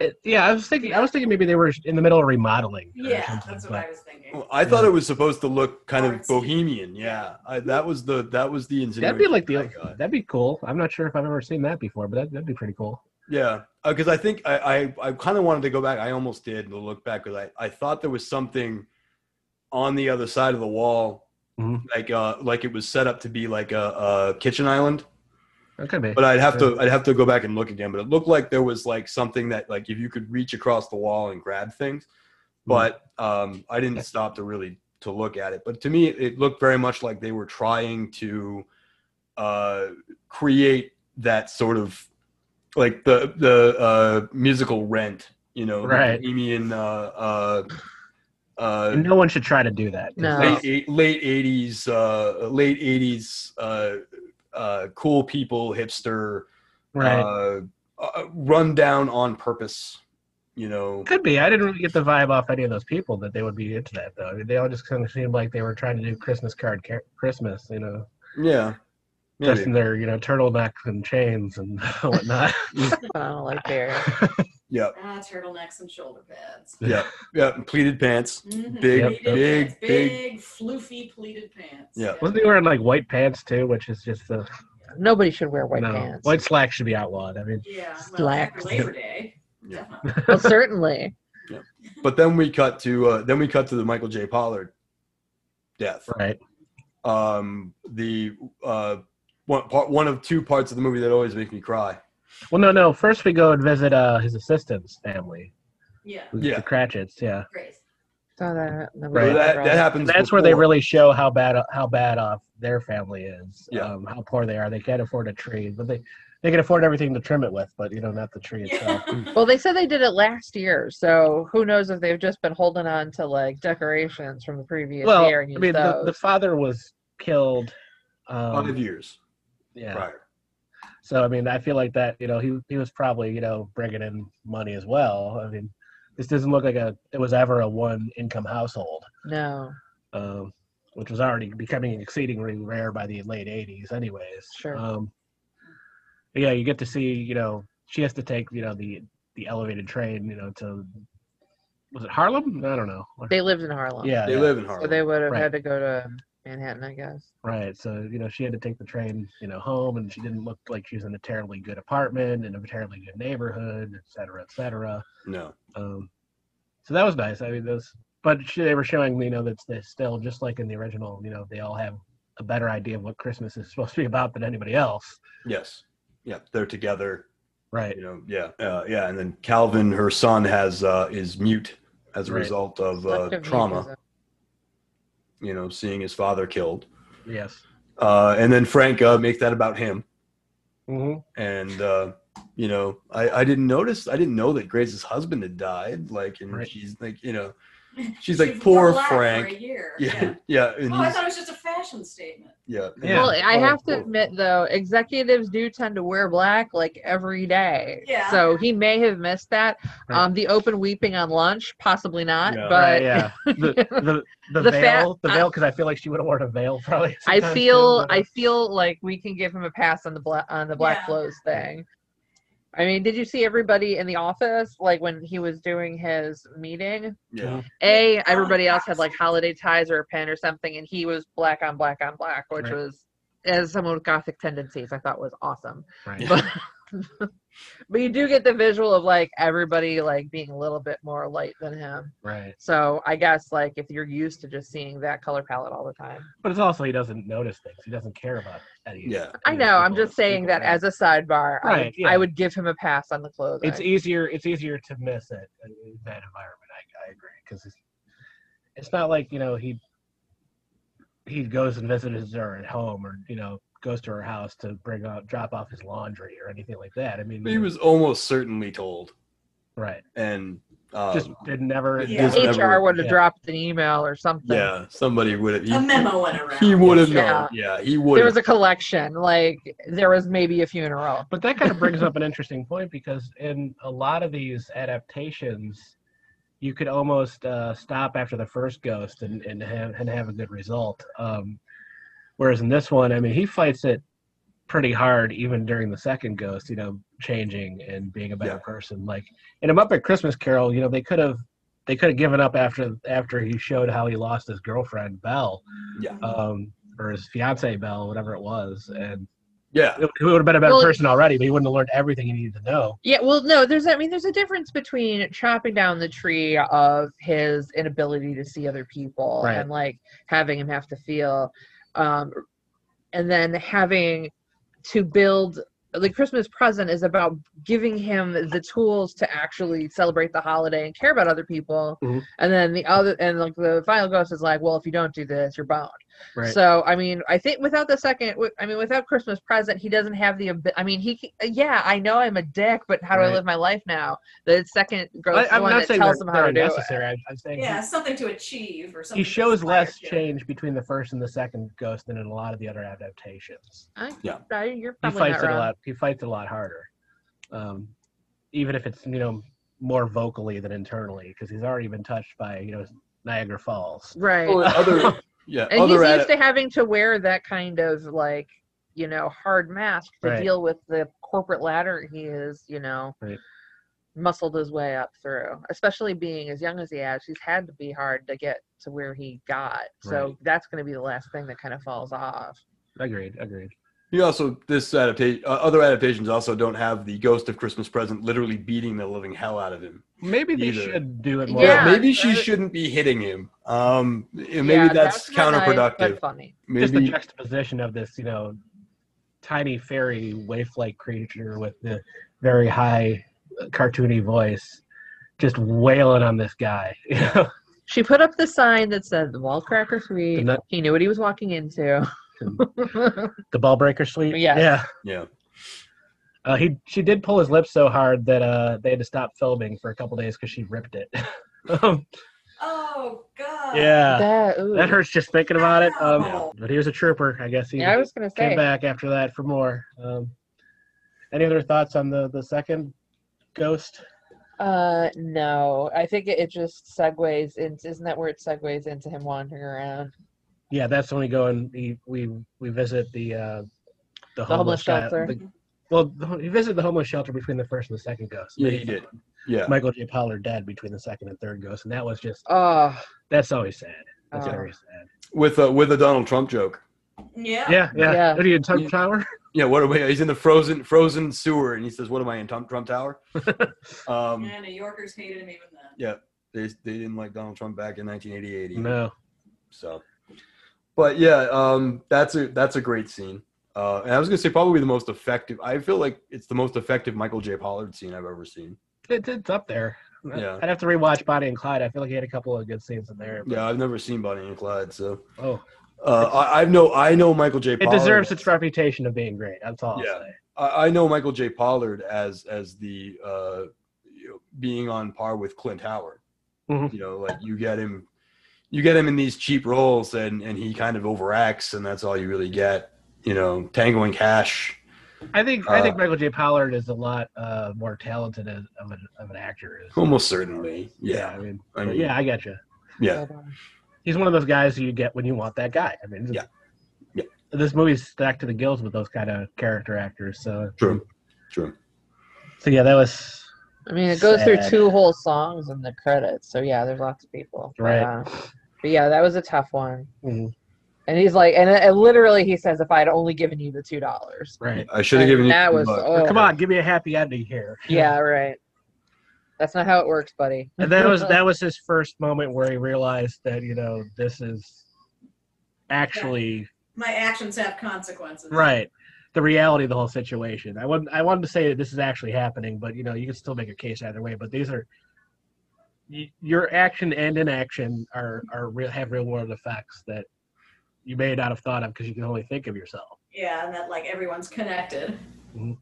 [SPEAKER 2] it, yeah, I was thinking. I was thinking maybe they were in the middle of remodeling. or
[SPEAKER 3] Yeah,
[SPEAKER 2] something,
[SPEAKER 3] that's what
[SPEAKER 2] but-
[SPEAKER 3] I was thinking.
[SPEAKER 1] Well, I thought it was supposed to look kind of
[SPEAKER 3] Artsy.
[SPEAKER 1] bohemian. Yeah, I, that was the that was the
[SPEAKER 2] That'd
[SPEAKER 1] insinuation.
[SPEAKER 2] be like the
[SPEAKER 1] I got.
[SPEAKER 2] that'd be cool. I'm not sure if I've ever seen that before, but that'd, that'd be pretty cool.
[SPEAKER 1] Yeah, because I think I I, I kind of wanted to go back. I almost did to look back because I I thought there was something on the other side of the wall,
[SPEAKER 2] Mhm.
[SPEAKER 1] like uh like it was set up to be like a, a kitchen island.
[SPEAKER 2] That could be.
[SPEAKER 1] But I'd have to I'd have to go back and look again. But it looked like there was like something that like if you could reach across the wall and grab things. But um, I didn't stop to really to look at it. But to me, it looked very much like they were trying to uh, create that sort of like the the uh, musical Rent, you know, the
[SPEAKER 2] Right.
[SPEAKER 1] Bohemian uh, uh, uh,
[SPEAKER 2] And no one should try to do that.
[SPEAKER 4] No.
[SPEAKER 1] late eight- late eighties uh, late eighties uh, uh, cool people hipster
[SPEAKER 2] Right.
[SPEAKER 1] uh, uh, run down on purpose. You know,
[SPEAKER 2] could be. I didn't really get the vibe off any of those people that they would be into that though. I mean, they all just kind of seemed like they were trying to do Christmas card car- Christmas, you know,
[SPEAKER 1] yeah,
[SPEAKER 2] just in
[SPEAKER 1] maybe.
[SPEAKER 2] their you know turtlenecks and chains and whatnot.
[SPEAKER 4] Phenomenal, like there.
[SPEAKER 1] yeah,
[SPEAKER 3] Ah, turtlenecks and shoulder pads.
[SPEAKER 1] yeah, yeah. and Pleated pants.
[SPEAKER 3] Mhm,
[SPEAKER 1] Big,
[SPEAKER 3] pleated
[SPEAKER 1] big,
[SPEAKER 3] pants,
[SPEAKER 1] big-
[SPEAKER 3] big, floofy pleated pants.
[SPEAKER 1] Yeah.
[SPEAKER 2] Wasn't he wearing like white pants too, which is just the
[SPEAKER 4] Nobody should wear white
[SPEAKER 2] no
[SPEAKER 4] pants.
[SPEAKER 2] white slacks should be outlawed. I mean,
[SPEAKER 3] Yeah, well,
[SPEAKER 4] Slacks.
[SPEAKER 3] after Labor Day.
[SPEAKER 1] Yeah.
[SPEAKER 3] definitely.
[SPEAKER 4] Well, certainly.
[SPEAKER 1] But then we cut to uh, then we cut to the Michael J. Pollard death.
[SPEAKER 2] right?
[SPEAKER 1] Um, the uh, one part one of two parts of the movie that always make me cry.
[SPEAKER 2] Well, no, no. First we go and visit uh, his assistant's family,
[SPEAKER 3] Yeah,
[SPEAKER 1] Yeah.
[SPEAKER 2] the Cratchits. Yeah.
[SPEAKER 3] great.
[SPEAKER 4] Saw that. that was
[SPEAKER 2] Right.
[SPEAKER 1] So that, that
[SPEAKER 4] really-
[SPEAKER 1] happens.
[SPEAKER 2] that's where they
[SPEAKER 1] before.
[SPEAKER 2] really show how bad how bad off their family is.
[SPEAKER 1] Yeah.
[SPEAKER 2] Um, how poor they are. They can't afford a tree, but they they can afford everything to trim it with, but you know, not the tree itself.
[SPEAKER 3] Yeah.
[SPEAKER 4] Well, they said they did it last year, so who knows if they've just been holding on to like decorations from the previous
[SPEAKER 2] well,
[SPEAKER 4] year
[SPEAKER 2] I
[SPEAKER 4] and used
[SPEAKER 2] mean, the,
[SPEAKER 4] those.
[SPEAKER 2] the father was killed.
[SPEAKER 1] five
[SPEAKER 2] Um,
[SPEAKER 1] years
[SPEAKER 2] yeah.
[SPEAKER 1] prior.
[SPEAKER 2] So I mean, I feel like that. You know, he he was probably you know bringing in money as well. I mean, this doesn't look like a it was ever a one income household.
[SPEAKER 4] no,
[SPEAKER 2] um, which was already becoming exceedingly rare by the late 80s anyways
[SPEAKER 4] Sure.
[SPEAKER 2] um, but yeah you get to see you know she has to take you know the the elevated train you know to was it harlem i don't know
[SPEAKER 4] they lived in Harlem.
[SPEAKER 2] yeah
[SPEAKER 1] They
[SPEAKER 2] yeah,
[SPEAKER 1] live in
[SPEAKER 4] So
[SPEAKER 1] Harlem.
[SPEAKER 4] they would have
[SPEAKER 2] Right.
[SPEAKER 4] had to go to Manhattan, I guess.
[SPEAKER 2] right so you know she had to take the train you know home and she didn't look like she was in a terribly good apartment in a terribly good neighborhood et cetera et cetera
[SPEAKER 1] no.
[SPEAKER 2] Um, so that was nice. I mean, those, but sh- they were showing, you know, that's they're still just like in the original, you know, they all have a better idea of what Christmas is supposed to be about than anybody else.
[SPEAKER 1] Yes. Yeah. They're together.
[SPEAKER 2] Right.
[SPEAKER 1] You know. Yeah. Uh, yeah. And then Calvin, her son, has uh, is mute as a
[SPEAKER 2] Right.
[SPEAKER 1] result of uh,
[SPEAKER 4] Selective
[SPEAKER 1] trauma.
[SPEAKER 4] mutism.
[SPEAKER 1] You know, seeing his father killed.
[SPEAKER 2] Yes.
[SPEAKER 1] Uh, and then Frank uh, makes that about him.
[SPEAKER 2] Mm-hmm.
[SPEAKER 1] And uh, you know, I, I didn't notice. I didn't know that Grace's husband had died. Like, and
[SPEAKER 2] Right.
[SPEAKER 1] she's like, you know, She's
[SPEAKER 3] She
[SPEAKER 1] like,
[SPEAKER 3] wore
[SPEAKER 1] poor
[SPEAKER 3] black For
[SPEAKER 1] Frank.
[SPEAKER 3] a year.
[SPEAKER 1] Yeah, yeah, and
[SPEAKER 3] Oh, I
[SPEAKER 1] he's,
[SPEAKER 3] thought it was just a fashion statement.
[SPEAKER 1] yeah,
[SPEAKER 2] Yeah.
[SPEAKER 4] Well, I
[SPEAKER 1] Oh,
[SPEAKER 4] have to
[SPEAKER 1] cool.
[SPEAKER 4] admit though, executives do tend to wear black like every day.
[SPEAKER 3] Yeah.
[SPEAKER 4] So he may have missed that.
[SPEAKER 2] Right.
[SPEAKER 4] Um, the open weeping on lunch, possibly not.
[SPEAKER 1] Yeah.
[SPEAKER 2] Right,
[SPEAKER 4] But
[SPEAKER 2] yeah. The, the, the,
[SPEAKER 4] The fat-
[SPEAKER 2] veil, the veil, because I feel like she would have worn a veil probably.
[SPEAKER 4] I
[SPEAKER 2] sometimes,
[SPEAKER 4] feel
[SPEAKER 2] too, but, uh,
[SPEAKER 4] I feel like we can give him a pass on the black on the black
[SPEAKER 3] Yeah.
[SPEAKER 4] clothes thing. I mean, did you see everybody in the office like when he was doing his meeting?
[SPEAKER 1] yeah.
[SPEAKER 4] A,
[SPEAKER 3] Yeah.
[SPEAKER 4] everybody else had like holiday ties or a pin or something, and he was black on black on black, which
[SPEAKER 2] Right.
[SPEAKER 4] was as someone with gothic tendencies, I thought was awesome.
[SPEAKER 2] right.
[SPEAKER 4] But but you do get the visual of like everybody like being a little bit more light than him.
[SPEAKER 2] right.
[SPEAKER 4] So I guess like if you're used to just seeing that color palette all the time.
[SPEAKER 2] But it's also he doesn't notice things. He doesn't care about any.
[SPEAKER 1] Yeah.
[SPEAKER 4] I
[SPEAKER 2] any
[SPEAKER 4] know. I'm
[SPEAKER 2] people-
[SPEAKER 4] just saying
[SPEAKER 2] people
[SPEAKER 4] that as a sidebar, I,
[SPEAKER 2] Right,
[SPEAKER 4] would,
[SPEAKER 2] yeah.
[SPEAKER 4] I would give him a pass on the clothing.
[SPEAKER 2] it's easier. It's easier to miss it in in that environment. I, I agree because it's, it's not like you know he he goes and visits her at home or you know goes to her house to bring out drop off his laundry or anything like that. I mean,
[SPEAKER 1] He was almost certainly told,
[SPEAKER 2] right.
[SPEAKER 1] and um,
[SPEAKER 2] Just it never.
[SPEAKER 3] Yeah.
[SPEAKER 1] Just never-
[SPEAKER 4] HR would have
[SPEAKER 2] Yeah.
[SPEAKER 4] dropped an email or something.
[SPEAKER 1] yeah, somebody would
[SPEAKER 3] A
[SPEAKER 1] have. He,
[SPEAKER 3] memo went around.
[SPEAKER 1] he would have
[SPEAKER 4] Yeah.
[SPEAKER 1] known. Yeah, he would.
[SPEAKER 4] There was
[SPEAKER 1] have.
[SPEAKER 4] a collection, like there was maybe a funeral.
[SPEAKER 2] But that kind of brings up an interesting point because in a lot of these adaptations, you could almost uh, stop after the first ghost and, and have and have a good result. Um, whereas in this one, I mean, he fights it pretty hard even during the second ghost. You know, changing and being a better
[SPEAKER 1] Yeah.
[SPEAKER 2] person. Like in a Muppet Christmas Carol, you know, they could have they could have given up after after he showed how he lost his girlfriend Belle,
[SPEAKER 1] Yeah.
[SPEAKER 2] um, or his fiance Belle, whatever it was, and
[SPEAKER 1] yeah,
[SPEAKER 2] it would have been a better
[SPEAKER 4] Well-
[SPEAKER 2] person already, but he wouldn't have learned everything he needed to know.
[SPEAKER 4] Yeah, well, no, there's I mean, there's a difference between chopping down the tree of his inability to see other people
[SPEAKER 2] Right.
[SPEAKER 4] and like having him have to feel, um, and then having to build. The Christmas present is about giving him the tools to actually celebrate the holiday and care about other people,
[SPEAKER 2] Mhm.
[SPEAKER 4] and then the other and like the final ghost is like, well, if you don't do this, you're boned.
[SPEAKER 2] Right.
[SPEAKER 4] So I mean, I think without the second, wi- I mean, without Christmas present, he doesn't have the. abi- I mean, he. c- Yeah, I know I'm a dick, but how do
[SPEAKER 2] Right.
[SPEAKER 4] I live my life now? The second girl
[SPEAKER 2] I,
[SPEAKER 4] is the
[SPEAKER 2] I'm
[SPEAKER 4] one
[SPEAKER 2] not
[SPEAKER 4] that
[SPEAKER 2] saying they're,
[SPEAKER 4] tells him how
[SPEAKER 2] they're
[SPEAKER 4] to do it.
[SPEAKER 2] unnecessary. I, I'm saying he-
[SPEAKER 3] Yeah, something to achieve or
[SPEAKER 2] he,
[SPEAKER 3] something. to
[SPEAKER 2] shows
[SPEAKER 3] aspire
[SPEAKER 2] less
[SPEAKER 3] to.
[SPEAKER 2] change between the first and the second ghost than in a lot of the other adaptations.
[SPEAKER 4] I-
[SPEAKER 1] Yeah.
[SPEAKER 4] I- you're
[SPEAKER 2] He
[SPEAKER 4] probably
[SPEAKER 2] fights
[SPEAKER 4] not
[SPEAKER 2] it a
[SPEAKER 4] wrong.
[SPEAKER 2] lot. He fights it a lot harder, um, even if it's you know more vocally than internally, because he's already been touched by you know Niagara Falls.
[SPEAKER 4] Right.
[SPEAKER 1] Well, and other. Yeah,
[SPEAKER 4] and he's
[SPEAKER 1] other.
[SPEAKER 4] used
[SPEAKER 1] Ad-
[SPEAKER 4] to having to wear that kind of like, you know, hard mask to
[SPEAKER 2] Right.
[SPEAKER 4] deal with the corporate ladder he is, you know,
[SPEAKER 2] Right.
[SPEAKER 4] muscled his way up through. Especially being as young as he has, he's had to be hard to get to where he got. So
[SPEAKER 2] Right.
[SPEAKER 4] that's going to be the last thing that kind of falls off.
[SPEAKER 2] Agreed. Agreed.
[SPEAKER 1] he also this adaptation. Uh, other adaptations also don't have the ghost of Christmas present literally beating the living hell out of him.
[SPEAKER 2] Maybe they
[SPEAKER 1] Either.
[SPEAKER 2] should do it more.
[SPEAKER 1] Yeah,
[SPEAKER 4] Yeah,
[SPEAKER 1] maybe she
[SPEAKER 4] that-
[SPEAKER 1] shouldn't be hitting him. Um, maybe
[SPEAKER 4] Yeah,
[SPEAKER 1] that's,
[SPEAKER 4] not nice,
[SPEAKER 1] counterproductive.
[SPEAKER 4] but funny.
[SPEAKER 2] just the
[SPEAKER 1] maybe
[SPEAKER 2] juxtaposition of this, you know, tiny fairy waif-like creature with the very high uh, cartoony voice, just wailing on this guy. You know,
[SPEAKER 4] She put up the sign that said the Wallcracker Suite.
[SPEAKER 2] And that-
[SPEAKER 4] he knew what he was walking into.
[SPEAKER 2] the ball breaker suite.
[SPEAKER 4] Yes.
[SPEAKER 2] Yeah.
[SPEAKER 1] yeah,
[SPEAKER 2] Uh, he she did pull his lips so hard that uh, they had to stop filming for a couple days because she ripped it. um,
[SPEAKER 3] Oh God.
[SPEAKER 2] yeah.
[SPEAKER 4] that, ooh.
[SPEAKER 2] That hurts just thinking about it. Um,
[SPEAKER 3] Ow.
[SPEAKER 2] but he was a trooper, I guess. He
[SPEAKER 4] Yeah, I was going to
[SPEAKER 2] came
[SPEAKER 4] say.
[SPEAKER 2] back after that for more. Um, any other thoughts on the the second ghost?
[SPEAKER 4] Uh, no. I think it, it just segues into. Isn't that where it segues into him wandering around?
[SPEAKER 2] Yeah, that's when we go and we we, we visit the uh, the homeless,
[SPEAKER 4] homeless
[SPEAKER 2] guy-
[SPEAKER 4] shelter.
[SPEAKER 2] the- well, the ho- we visit the homeless shelter between the first and the second ghost.
[SPEAKER 1] yeah, he did. Yeah,
[SPEAKER 2] Michael J. Pollard dead between the second and third ghost, and that was just
[SPEAKER 4] Oh,
[SPEAKER 2] that's always sad. That's
[SPEAKER 4] Oh.
[SPEAKER 2] very sad.
[SPEAKER 1] with a with a Donald Trump joke.
[SPEAKER 3] Yeah.
[SPEAKER 2] Yeah, yeah.
[SPEAKER 4] Yeah.
[SPEAKER 2] What are you in Trump
[SPEAKER 1] Yeah.
[SPEAKER 2] Tower?
[SPEAKER 1] Yeah, what am I? He's in the frozen frozen sewer, and he says, "What am I in Trump, Trump Tower?" um,
[SPEAKER 3] Yeah, New Yorkers hated him even then.
[SPEAKER 1] yeah, they they didn't like Donald Trump back in 1988. either.
[SPEAKER 2] No,
[SPEAKER 1] So, but yeah, um, that's a that's a great scene. Uh, and I was gonna say probably the most effective. I feel like it's the most effective Michael J. Pollard scene I've ever seen.
[SPEAKER 2] it, it's up there.
[SPEAKER 1] Yeah.
[SPEAKER 2] I'd have to rewatch Bonnie and Clyde. I feel like he had a couple of good scenes in there. but-
[SPEAKER 1] Yeah, I've never seen Bonnie and Clyde, so
[SPEAKER 2] Oh,
[SPEAKER 1] uh, I, I know I know Michael J.
[SPEAKER 2] it
[SPEAKER 1] Pollard.
[SPEAKER 2] deserves its reputation of being great. That's all.
[SPEAKER 1] Yeah.
[SPEAKER 2] I'll say.
[SPEAKER 1] I, I know Michael J. Pollard as as the uh, you know, being on par with Clint Howard.
[SPEAKER 2] Mhm.
[SPEAKER 1] You know, like you get him, you get him in these cheap roles, and and he kind of overacts, and that's all you really get. You know, Tango and Cash.
[SPEAKER 2] I think I think
[SPEAKER 1] Uh,
[SPEAKER 2] Michael J. Pollard is a lot uh, more talented as, of, an, of an actor. Is.
[SPEAKER 1] Almost certainly, yeah.
[SPEAKER 2] I mean,
[SPEAKER 1] I
[SPEAKER 2] but
[SPEAKER 1] mean,
[SPEAKER 2] yeah, I get you.
[SPEAKER 1] yeah.
[SPEAKER 4] But, um,
[SPEAKER 2] He's one of those guys who you get when you want that guy. I mean,
[SPEAKER 1] Yeah. Yeah.
[SPEAKER 2] This movie's stacked to the gills with those kind of character actors. So,
[SPEAKER 1] true, true.
[SPEAKER 2] so yeah, that was
[SPEAKER 4] I mean, it goes through
[SPEAKER 2] Sad.
[SPEAKER 4] two whole songs in the credits. So yeah, there's lots of people. But,
[SPEAKER 2] Right.
[SPEAKER 4] uh, but yeah, that was a tough one.
[SPEAKER 2] Mhm.
[SPEAKER 4] And he's like, and, uh, and literally he says, if I had only given you the two dollars.
[SPEAKER 2] right.
[SPEAKER 1] I should have given you.
[SPEAKER 4] That was
[SPEAKER 1] but-
[SPEAKER 4] oh,
[SPEAKER 2] Come on, give me a happy ending here.
[SPEAKER 4] Yeah, right. That's not how it works, buddy.
[SPEAKER 2] and that was that was his first moment where he realized that you know this is actually
[SPEAKER 3] My actions have consequences.
[SPEAKER 2] right the reality of the whole situation i wouldn't i wanted to say that this is actually happening but you know you can still make a case either way but these are y- your action and inaction are are real have real world effects that you may not have thought of because you can only think of yourself
[SPEAKER 3] Yeah, and that like everyone's connected.
[SPEAKER 1] Mm-hmm.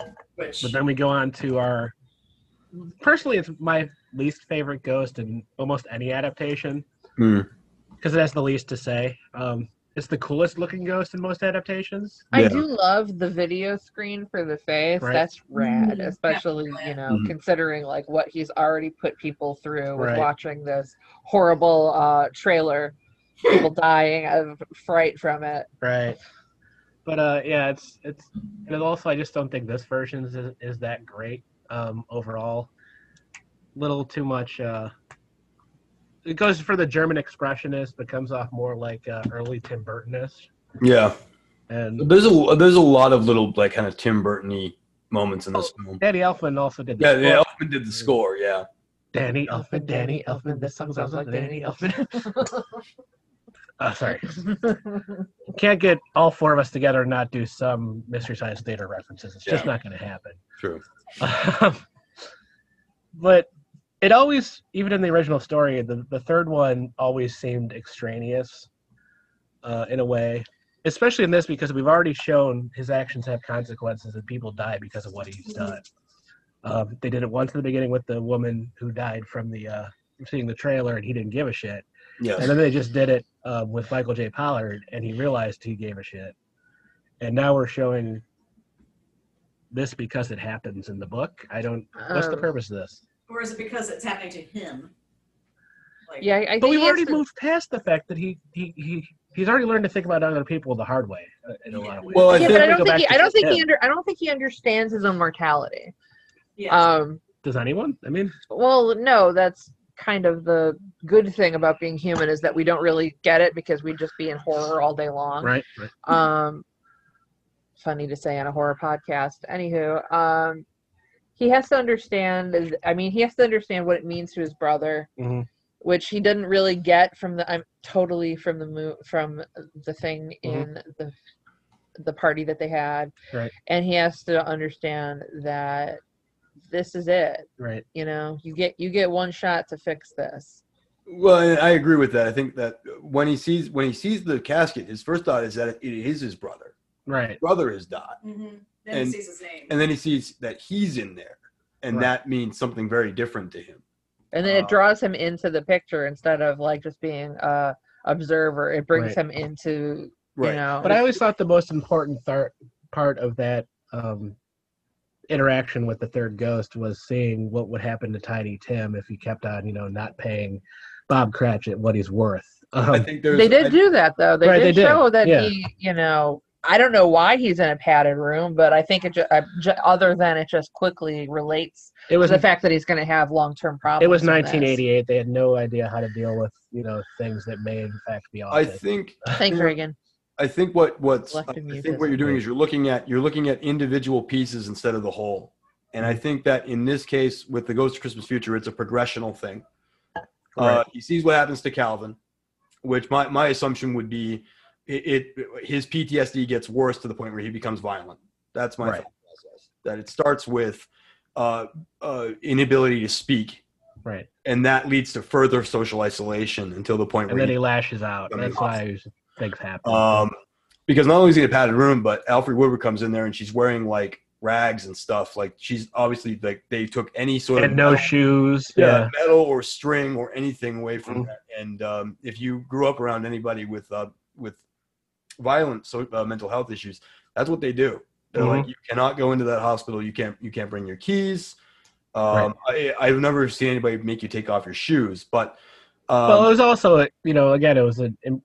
[SPEAKER 2] Mhm.
[SPEAKER 3] Which
[SPEAKER 2] but then we go on to our personally it's my least favorite ghost in almost any adaptation
[SPEAKER 1] Hmm.
[SPEAKER 2] because it has the least to say. Um, it's the coolest looking ghost in most adaptations.
[SPEAKER 4] I
[SPEAKER 1] Yeah.
[SPEAKER 4] do love the video screen for the
[SPEAKER 2] Right.
[SPEAKER 4] face.
[SPEAKER 2] Mm-hmm.
[SPEAKER 4] That's rad,
[SPEAKER 3] Mhm.
[SPEAKER 4] especially you know
[SPEAKER 1] Mhm.
[SPEAKER 4] considering like what he's already put people through with
[SPEAKER 2] Right.
[SPEAKER 4] watching this horrible uh, trailer, people dying of fright from it.
[SPEAKER 2] Right. But uh, yeah, it's it's and it also I just don't think this version is is that great um, overall. Little too much. Uh, it goes for the German expressionist, but comes off more like uh, early Tim Burtonist.
[SPEAKER 1] Yeah,
[SPEAKER 2] And
[SPEAKER 1] there's a there's a lot of little like kind of Tim Burton-y moments in
[SPEAKER 4] Oh,
[SPEAKER 1] this film.
[SPEAKER 2] Danny Elfman also did. the
[SPEAKER 1] Yeah, yeah.
[SPEAKER 2] score.
[SPEAKER 1] Elfman did the score. Yeah,
[SPEAKER 2] Danny Elfman, Danny Elfman. This song sounds like Danny Elfman. oh, sorry. can't get all four of us together and not do some mystery science theater references. It's just
[SPEAKER 1] Yeah.
[SPEAKER 2] not going to
[SPEAKER 1] true.
[SPEAKER 2] happen. Um, but it always, even in the original story, the, the third one always seemed extraneous uh, in a way, especially in this because we've already shown his actions have consequences and people die because of what he's done. Um, they did it once in the beginning with the woman who died from the uh, seeing the trailer and he didn't give a shit.
[SPEAKER 1] Yes.
[SPEAKER 2] And then they just did it um, with Michael J. Pollard, and he realized he gave a shit. And now we're showing this because it happens in the book. I don't. What's the
[SPEAKER 4] Um,
[SPEAKER 2] purpose of this?
[SPEAKER 3] or is it because it's happening to him? Like,
[SPEAKER 4] Yeah, I I think
[SPEAKER 2] But we've
[SPEAKER 4] he
[SPEAKER 2] already
[SPEAKER 4] has to-
[SPEAKER 2] moved past the fact that he he he. He's already learned to think about other people the hard way uh, in a lot of ways.
[SPEAKER 1] Well, I
[SPEAKER 4] yeah,
[SPEAKER 1] think
[SPEAKER 4] but
[SPEAKER 2] We
[SPEAKER 4] I
[SPEAKER 2] go
[SPEAKER 4] don't think
[SPEAKER 2] back
[SPEAKER 4] he,
[SPEAKER 2] to
[SPEAKER 4] I don't think he
[SPEAKER 2] him.
[SPEAKER 4] under I don't think he understands his own mortality.
[SPEAKER 3] Yeah.
[SPEAKER 4] Um,
[SPEAKER 2] does anyone. I mean,
[SPEAKER 4] Well, no, that's kind of the good thing about being human is that we don't really get it because we'd just be in horror all day long.
[SPEAKER 2] right? right.
[SPEAKER 4] Um, funny to say on a horror podcast. Anywho, um, he has to understand. is- I mean, he has to understand what it means to his brother,
[SPEAKER 2] Mhm.
[SPEAKER 4] which he doesn't really get from the. I'm totally from the mo- from the thing in the the party that they had,
[SPEAKER 2] Mm-hmm. Right.
[SPEAKER 4] and he has to understand that this is it
[SPEAKER 2] Right.
[SPEAKER 4] you know you get you get one shot to fix this
[SPEAKER 1] Well, I- I agree with that. I think that when he sees when he sees the casket, his first thought is that it is his brother.
[SPEAKER 2] Right.
[SPEAKER 1] Brother has died,
[SPEAKER 3] mhm. Then
[SPEAKER 1] And-
[SPEAKER 3] he sees his name.
[SPEAKER 1] and then he sees that he's in there, and
[SPEAKER 2] Right.
[SPEAKER 1] that means something very different to him.
[SPEAKER 4] and then
[SPEAKER 1] Oh.
[SPEAKER 4] it draws him into the picture instead of like just being a observer it brings
[SPEAKER 2] Right.
[SPEAKER 4] him into you know
[SPEAKER 2] But I always thought the most important thar- part of that um, interaction with the third ghost was seeing what would happen to Tiny Tim if he kept on, you know, not paying Bob Cratchit what he's worth.
[SPEAKER 1] I
[SPEAKER 2] Um,
[SPEAKER 1] think there's
[SPEAKER 4] they did
[SPEAKER 1] I-
[SPEAKER 4] do that though they,
[SPEAKER 2] Right,
[SPEAKER 4] did,
[SPEAKER 2] they did,
[SPEAKER 4] show that
[SPEAKER 2] yeah.
[SPEAKER 4] he you know i don't know why he's in a padded room but i think it ju- I, ju- other than it just quickly relates
[SPEAKER 2] it
[SPEAKER 4] to
[SPEAKER 2] was
[SPEAKER 4] the fact that he's going to have long-term problems
[SPEAKER 2] it was
[SPEAKER 4] in this.
[SPEAKER 2] 1988. They had no idea how to deal with, you know, things that may in fact be
[SPEAKER 1] I
[SPEAKER 2] autism.
[SPEAKER 1] think
[SPEAKER 4] thanks reagan
[SPEAKER 1] I think what what's I
[SPEAKER 4] Selective
[SPEAKER 1] think
[SPEAKER 4] mutism.
[SPEAKER 1] what you're doing is you're looking at you're looking at individual pieces instead of the whole. And I think that in this case with the Ghost of Christmas Future, it's a progressional thing. Uh,
[SPEAKER 2] Right.
[SPEAKER 1] he sees what happens to Calvin, which my, my assumption would be it, it his PTSD gets worse to the point where he becomes violent. That's my
[SPEAKER 2] Right.
[SPEAKER 1] thought process. That it starts with uh, uh, inability to speak,
[SPEAKER 2] right.
[SPEAKER 1] and that leads to further social isolation until the point
[SPEAKER 2] And
[SPEAKER 1] where
[SPEAKER 2] then
[SPEAKER 1] he
[SPEAKER 2] he lashes out.
[SPEAKER 1] I mean,
[SPEAKER 2] That's why things happen.
[SPEAKER 1] um, because not only is he in a padded room, but Alfred Woodward comes in there and she's wearing like rags and stuff. Like she's obviously like they took any sort
[SPEAKER 2] and
[SPEAKER 1] of
[SPEAKER 2] no shoes.
[SPEAKER 1] um, yeah,
[SPEAKER 2] Yeah.
[SPEAKER 1] metal or string or anything away from
[SPEAKER 2] Mhm.
[SPEAKER 1] that. And um, if you grew up around anybody with uh, with violent so, uh, mental health issues, that's what they do. They're
[SPEAKER 2] Mm-hmm.
[SPEAKER 1] like, you cannot go into that hospital. You can't you can't bring your keys. Um, I, I've never seen anybody make you take off your shoes, but um,
[SPEAKER 2] well, it was also, a, you know, again, it was an im-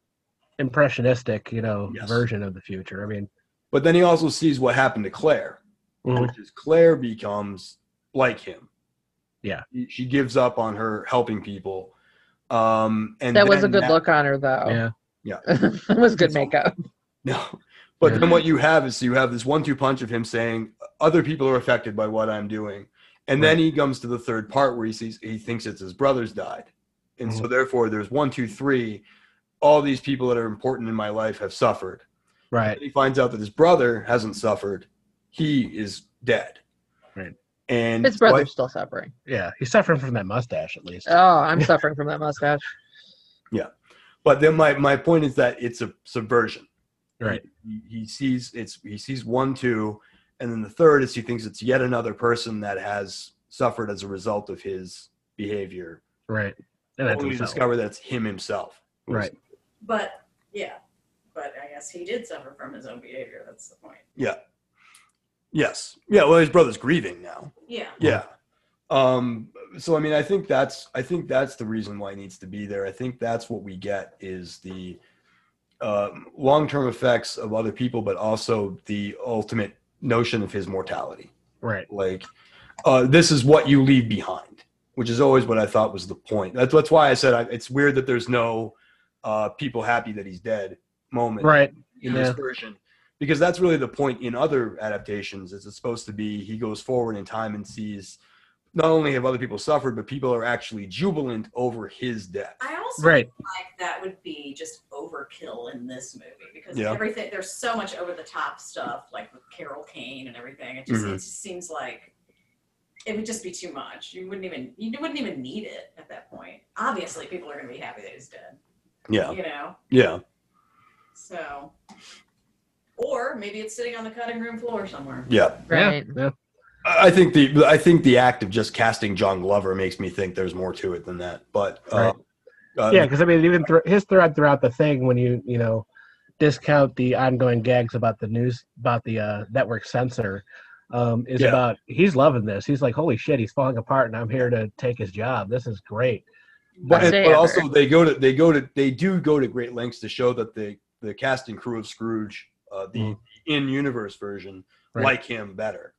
[SPEAKER 2] impressionistic, you know,
[SPEAKER 1] Yes.
[SPEAKER 2] version of the future. I mean,
[SPEAKER 1] but then he also sees what happened to Claire,
[SPEAKER 2] Mhm.
[SPEAKER 1] which is Claire becomes like him.
[SPEAKER 2] Yeah.
[SPEAKER 1] she, she gives up on her helping people. Um, and
[SPEAKER 4] That was a
[SPEAKER 1] then
[SPEAKER 4] good
[SPEAKER 1] that-
[SPEAKER 4] look on her though.
[SPEAKER 2] yeah.
[SPEAKER 4] it was good makeup.
[SPEAKER 1] No. But then what you have is you have this one two punch of him saying, other people are affected by what I'm doing. And then he comes to the third part where he sees he thinks it's his brother's died. And so therefore there's one, two, three, all these people that are important in my life have suffered.
[SPEAKER 2] Right.
[SPEAKER 1] And he finds out that his brother hasn't suffered. He is dead.
[SPEAKER 2] Right.
[SPEAKER 1] And
[SPEAKER 4] His brother's still suffering.
[SPEAKER 2] Yeah. He's suffering from that mustache, at least.
[SPEAKER 4] Oh, I'm suffering from that mustache.
[SPEAKER 1] but then my, my point is that it's a subversion.
[SPEAKER 2] Right.
[SPEAKER 1] He, he sees it's he sees one two, and then the third is he thinks it's yet another person that has suffered as a result of his behavior.
[SPEAKER 2] Right. And that's
[SPEAKER 1] Only to
[SPEAKER 2] himself.
[SPEAKER 1] discover that's him himself.
[SPEAKER 2] Right.
[SPEAKER 3] But yeah, but I guess he did suffer from his own behavior. That's the point.
[SPEAKER 1] Yes. Yeah. Well, his brother's grieving now.
[SPEAKER 3] Yeah.
[SPEAKER 1] Yeah. Um, so I mean, I think that's I think that's the reason why it needs to be there. I think that's what we get is the um, long-term effects of other people, but also the ultimate notion of his mortality.
[SPEAKER 2] Right.
[SPEAKER 1] like uh, this is what you leave behind which is always what i thought was the point that's, that's why i said I, it's weird that there's no uh, people happy that he's dead moment
[SPEAKER 2] Right.
[SPEAKER 1] in this
[SPEAKER 2] yeah.
[SPEAKER 1] version because that's really the point in other adaptations is it's supposed to be he goes forward in time and sees not only have other people suffered but people are actually jubilant over his death
[SPEAKER 3] I also
[SPEAKER 2] Right.
[SPEAKER 3] like that would be just overkill in this movie because
[SPEAKER 1] Yeah.
[SPEAKER 3] everything there's so much over the top stuff like with Carol Kane and everything. It just,
[SPEAKER 1] Mhm.
[SPEAKER 3] it just seems like it would just be too much. You wouldn't even you wouldn't even need it at that point. Obviously, people are going to be happy that he's dead.
[SPEAKER 1] yeah
[SPEAKER 3] You know,
[SPEAKER 1] yeah
[SPEAKER 3] so or maybe it's sitting on the cutting room floor somewhere.
[SPEAKER 1] yeah
[SPEAKER 4] Right.
[SPEAKER 2] Yeah.
[SPEAKER 1] I I think the I think the act of just casting John Glover makes me think there's more to it than that. But uh, uh,
[SPEAKER 2] Yeah. Because I mean, even thr his thread throughout the thing, when you you know discount the ongoing gags about the news about the uh, network censor, um, is
[SPEAKER 1] Yeah.
[SPEAKER 2] about he's loving this. He's like, holy shit, he's falling apart, and I'm here to take his job. This is great.
[SPEAKER 1] but,
[SPEAKER 4] Best
[SPEAKER 1] and-
[SPEAKER 4] day
[SPEAKER 1] but
[SPEAKER 4] ever.
[SPEAKER 1] also they go to they go to they do go to great lengths to show that the the cast and crew of Scrooge, uh, the
[SPEAKER 2] Mhm.
[SPEAKER 1] in universe version,
[SPEAKER 2] Right.
[SPEAKER 1] like him better.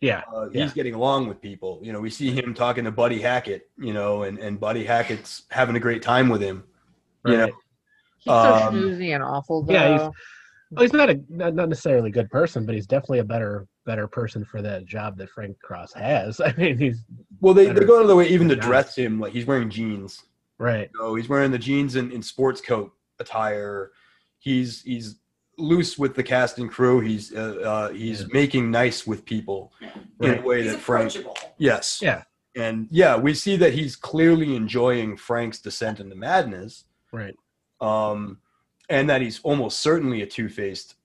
[SPEAKER 2] Yeah.
[SPEAKER 1] Uh, he's
[SPEAKER 2] Yeah.
[SPEAKER 1] getting along with people. You know, we see him talking to Buddy Hackett. You know, and and Buddy Hackett's having a great time with him. You know,
[SPEAKER 2] Right.
[SPEAKER 4] He's so
[SPEAKER 1] Um,
[SPEAKER 4] schmoozy and awful though.
[SPEAKER 2] yeah, he's- Well, he's not a not, not necessarily a good person, but he's definitely a better better person for that job that Frank Cross has. I mean, he's
[SPEAKER 1] well, they, they
[SPEAKER 2] Better.
[SPEAKER 1] go out of their way even to
[SPEAKER 2] Yeah.
[SPEAKER 1] dress him like he's wearing jeans.
[SPEAKER 2] right.
[SPEAKER 1] So he's wearing the jeans and, and sports coat attire. He's he's loose with the cast and crew. He's uh, uh, he's
[SPEAKER 2] Yeah.
[SPEAKER 1] making nice with people in
[SPEAKER 2] Right.
[SPEAKER 1] a way
[SPEAKER 3] He's
[SPEAKER 1] that Frank.
[SPEAKER 3] approachable.
[SPEAKER 1] Yes.
[SPEAKER 2] Yeah.
[SPEAKER 1] And yeah, we see that he's clearly enjoying Frank's descent into madness,
[SPEAKER 2] Right.
[SPEAKER 1] um, and that he's almost certainly a two-faced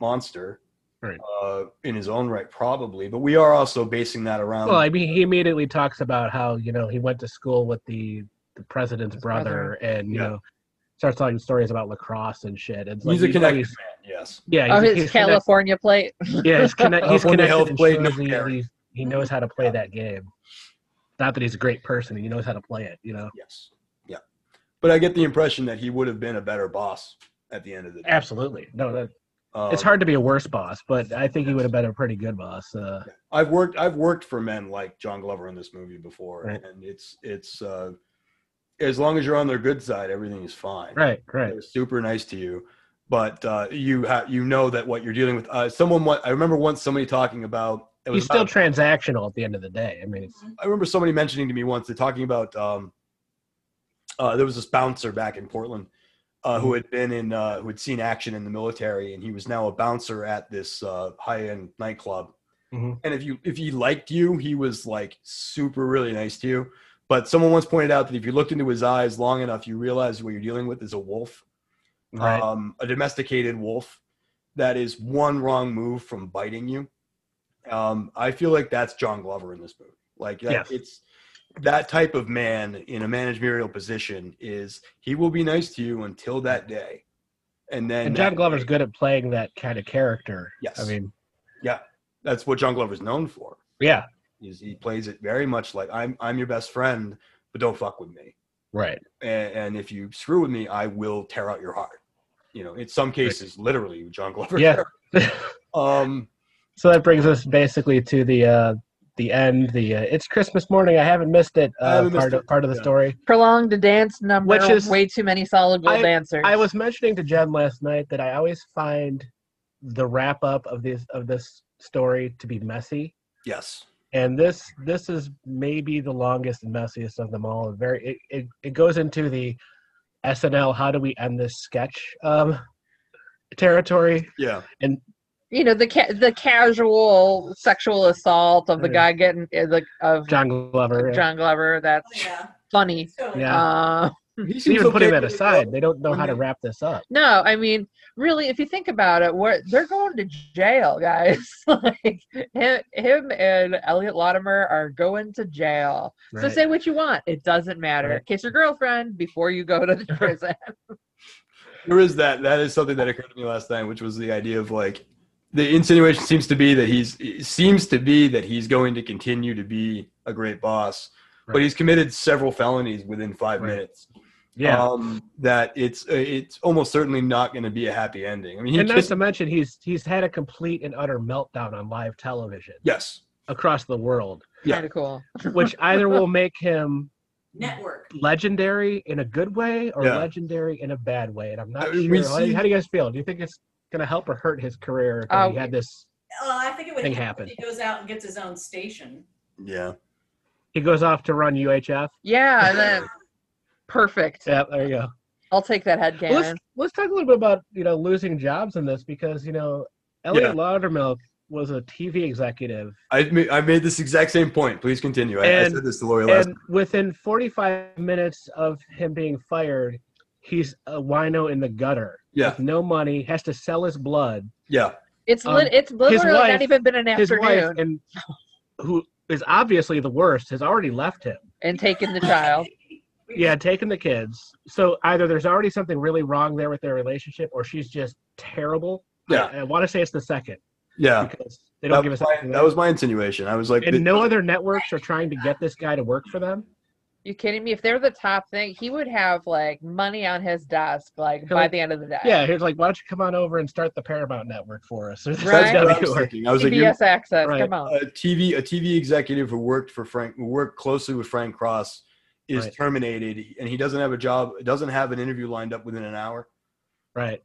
[SPEAKER 1] monster.
[SPEAKER 2] Right.
[SPEAKER 1] Uh, in his own right, probably, but we are also basing that around.
[SPEAKER 2] Well, I mean, he immediately talks about how you know he went to school with the the president's
[SPEAKER 4] His
[SPEAKER 2] brother,
[SPEAKER 4] brother.
[SPEAKER 2] and you
[SPEAKER 1] Yeah.
[SPEAKER 2] know starts telling stories about lacrosse and shit. It's
[SPEAKER 1] he's a
[SPEAKER 2] like you know
[SPEAKER 1] connected
[SPEAKER 2] he's-
[SPEAKER 1] man. Yes.
[SPEAKER 2] Yeah,
[SPEAKER 4] oh,
[SPEAKER 2] he's,
[SPEAKER 4] his
[SPEAKER 2] he's connect-
[SPEAKER 4] California plate.
[SPEAKER 2] yeah, he's, connect, he's
[SPEAKER 1] California
[SPEAKER 2] connected.
[SPEAKER 1] Health
[SPEAKER 2] and
[SPEAKER 1] Blade, no
[SPEAKER 2] shows he-
[SPEAKER 1] care.
[SPEAKER 2] he's- he knows how to play that game. Not that he's a great person, he knows how to play it. You know,
[SPEAKER 1] Yes. Yeah. But I get the impression that he would have been a better boss at the end of the day.
[SPEAKER 2] absolutely. No, that,
[SPEAKER 1] Um,
[SPEAKER 2] it's hard to be a worse boss, but I think he would have been a pretty good boss. Uh,
[SPEAKER 1] I've worked I've worked for men like John Glover in this movie before,
[SPEAKER 2] Right.
[SPEAKER 1] and it's it's uh, as long as you're on their good side, everything is fine.
[SPEAKER 2] right, right,
[SPEAKER 1] They're super nice to you, but uh, you ha- you know that what you're dealing with. Uh, someone wa- I remember once somebody talking about it was
[SPEAKER 2] he's still
[SPEAKER 1] about-
[SPEAKER 2] transactional at the end of the day. I mean, it's,
[SPEAKER 3] Mhm.
[SPEAKER 1] I remember somebody mentioning to me once they're talking about um, uh, there was this bouncer back in Portland uh, who had been in uh, who had seen action in the military and he was now a bouncer at this uh, high end nightclub.
[SPEAKER 2] Mhm.
[SPEAKER 1] And if you if he liked you, he was like super really nice to you. But someone once pointed out that if you looked into his eyes long enough, you realize what you're dealing with is a wolf,
[SPEAKER 2] right,
[SPEAKER 1] Uh, um, a domesticated wolf that is one wrong move from biting you Um, I feel like that's John Glover in this movie. Like that,
[SPEAKER 2] Yes.
[SPEAKER 1] it's that type of man in a managerial position is he will be nice to you until that day, and then
[SPEAKER 2] And
[SPEAKER 1] that
[SPEAKER 2] John Glover's
[SPEAKER 1] day-
[SPEAKER 2] good at playing that kind of character.
[SPEAKER 1] Yes.
[SPEAKER 2] I mean,
[SPEAKER 1] That's what John Glover's known for.
[SPEAKER 2] yeah,
[SPEAKER 1] Is he plays it very much like I'm I'm your best friend, but don't fuck with me.
[SPEAKER 2] right.
[SPEAKER 1] and, and if you screw with me, I will tear out your heart. You know, in some cases, literally, John Glover.
[SPEAKER 2] Yeah.
[SPEAKER 1] Um,
[SPEAKER 2] so that brings us basically to the uh, the end. The uh, it's Christmas morning. I haven't missed it.
[SPEAKER 1] I
[SPEAKER 2] Uh,
[SPEAKER 1] haven't missed
[SPEAKER 2] part of
[SPEAKER 1] it,
[SPEAKER 2] part of the
[SPEAKER 1] yeah.
[SPEAKER 2] story.
[SPEAKER 4] Prolonged the dance number.
[SPEAKER 2] Which is-
[SPEAKER 4] way too many solid gold dancers.
[SPEAKER 2] I was mentioning to Jen last night that I always find the wrap up of this of this story to be messy.
[SPEAKER 1] yes.
[SPEAKER 2] and this this is maybe the longest and messiest of them all very it, it, it goes into the snl how do we end this sketch um territory
[SPEAKER 1] Yeah.
[SPEAKER 4] you know the ca- the casual sexual assault of the
[SPEAKER 2] Yeah.
[SPEAKER 4] guy getting uh, the of
[SPEAKER 2] john glover yeah.
[SPEAKER 4] John Glover. That's
[SPEAKER 3] yeah.
[SPEAKER 4] funny.
[SPEAKER 3] So,
[SPEAKER 2] Yeah.
[SPEAKER 4] Uh,
[SPEAKER 1] Hmm, He seems
[SPEAKER 2] even putting
[SPEAKER 1] okay
[SPEAKER 2] that
[SPEAKER 1] with it,
[SPEAKER 2] aside they don't know
[SPEAKER 1] when
[SPEAKER 2] how to
[SPEAKER 1] they-
[SPEAKER 2] wrap this up
[SPEAKER 4] no, I mean, really, if you think about it, where they're going to jail, guys. like him, him and Elliot Latimer are going to jail. So
[SPEAKER 2] right?
[SPEAKER 4] say what you want; it doesn't matter.
[SPEAKER 2] Right.
[SPEAKER 4] Kiss your girlfriend before you go to the prison.
[SPEAKER 1] There is that. That is something that occurred to me last night, which was the idea of like the insinuation seems to be that he's it seems to be that he's going to continue to be a great boss, but
[SPEAKER 2] Right.
[SPEAKER 1] he's committed several felonies within five
[SPEAKER 2] Right.
[SPEAKER 1] minutes.
[SPEAKER 2] yeah
[SPEAKER 1] Um, that it's it's almost certainly not going to be a happy ending. I mean, he
[SPEAKER 2] and not
[SPEAKER 1] kissed-
[SPEAKER 2] to mention he's he's had a complete and utter meltdown on live television
[SPEAKER 1] yes.
[SPEAKER 2] across the world
[SPEAKER 1] Yeah.
[SPEAKER 4] Kind of cool.
[SPEAKER 2] which either will make him
[SPEAKER 3] network.
[SPEAKER 2] legendary in a good way or
[SPEAKER 1] Yeah.
[SPEAKER 2] legendary in a bad way and i'm not
[SPEAKER 1] I mean, we
[SPEAKER 2] sure how, do you-
[SPEAKER 1] see-
[SPEAKER 2] how do you guys feel do you think it's going to help or hurt his career that he
[SPEAKER 4] Uh,
[SPEAKER 2] had this
[SPEAKER 3] Uh, I think it would
[SPEAKER 2] Thing
[SPEAKER 3] help if
[SPEAKER 2] happened.
[SPEAKER 3] He goes out and gets his own station.
[SPEAKER 1] Yeah.
[SPEAKER 2] he goes off to run uhf
[SPEAKER 4] Yeah, and then perfect.
[SPEAKER 2] yeah there you go
[SPEAKER 4] I'll take that head
[SPEAKER 2] Well, let's,
[SPEAKER 4] cannon.
[SPEAKER 2] let's talk a little bit about you know losing jobs in this because you know elliot
[SPEAKER 1] Yeah.
[SPEAKER 2] laudermilk was a tv executive
[SPEAKER 1] I ma- I made this exact same point. Please continue. I, I
[SPEAKER 2] And-
[SPEAKER 1] said this to Lori last.
[SPEAKER 2] and within 45 minutes of him being fired he's a wino in the gutter
[SPEAKER 1] yeah,
[SPEAKER 2] with no money has to sell his blood
[SPEAKER 1] yeah,
[SPEAKER 4] It's
[SPEAKER 2] um,
[SPEAKER 4] lit. It's literally
[SPEAKER 2] wife-
[SPEAKER 4] not even been an
[SPEAKER 2] his wife
[SPEAKER 4] afternoon
[SPEAKER 2] and who is obviously the worst has already left him
[SPEAKER 4] and taking the child.
[SPEAKER 2] yeah taking the kids so either there's already something really wrong there with their relationship or she's just terrible
[SPEAKER 1] Yeah.
[SPEAKER 2] i, want to say it's the second
[SPEAKER 1] yeah.
[SPEAKER 2] because they don't
[SPEAKER 1] That
[SPEAKER 2] give
[SPEAKER 1] was,
[SPEAKER 2] us
[SPEAKER 1] my,
[SPEAKER 2] anything
[SPEAKER 1] that was my insinuation. I was like,
[SPEAKER 2] and
[SPEAKER 1] th-
[SPEAKER 2] no other networks are trying to get this guy to work for them
[SPEAKER 4] You kidding me? If they're the top thing, he would have like money on his desk like by
[SPEAKER 2] like,
[SPEAKER 4] the end of the day.
[SPEAKER 2] yeah he's like why don't you come on over and start the paramount network for us Or this
[SPEAKER 1] that's
[SPEAKER 4] Right.
[SPEAKER 1] what I
[SPEAKER 2] gotta be
[SPEAKER 1] was
[SPEAKER 2] work.
[SPEAKER 1] thinking. I was like, you
[SPEAKER 4] CBS access.
[SPEAKER 2] Right.
[SPEAKER 4] Come on.
[SPEAKER 1] a TV a TV executive who worked for Frank, who worked closely with Frank Cross, is
[SPEAKER 2] Right.
[SPEAKER 1] terminated, and he doesn't have a job, doesn't have an interview lined up within an hour.
[SPEAKER 2] right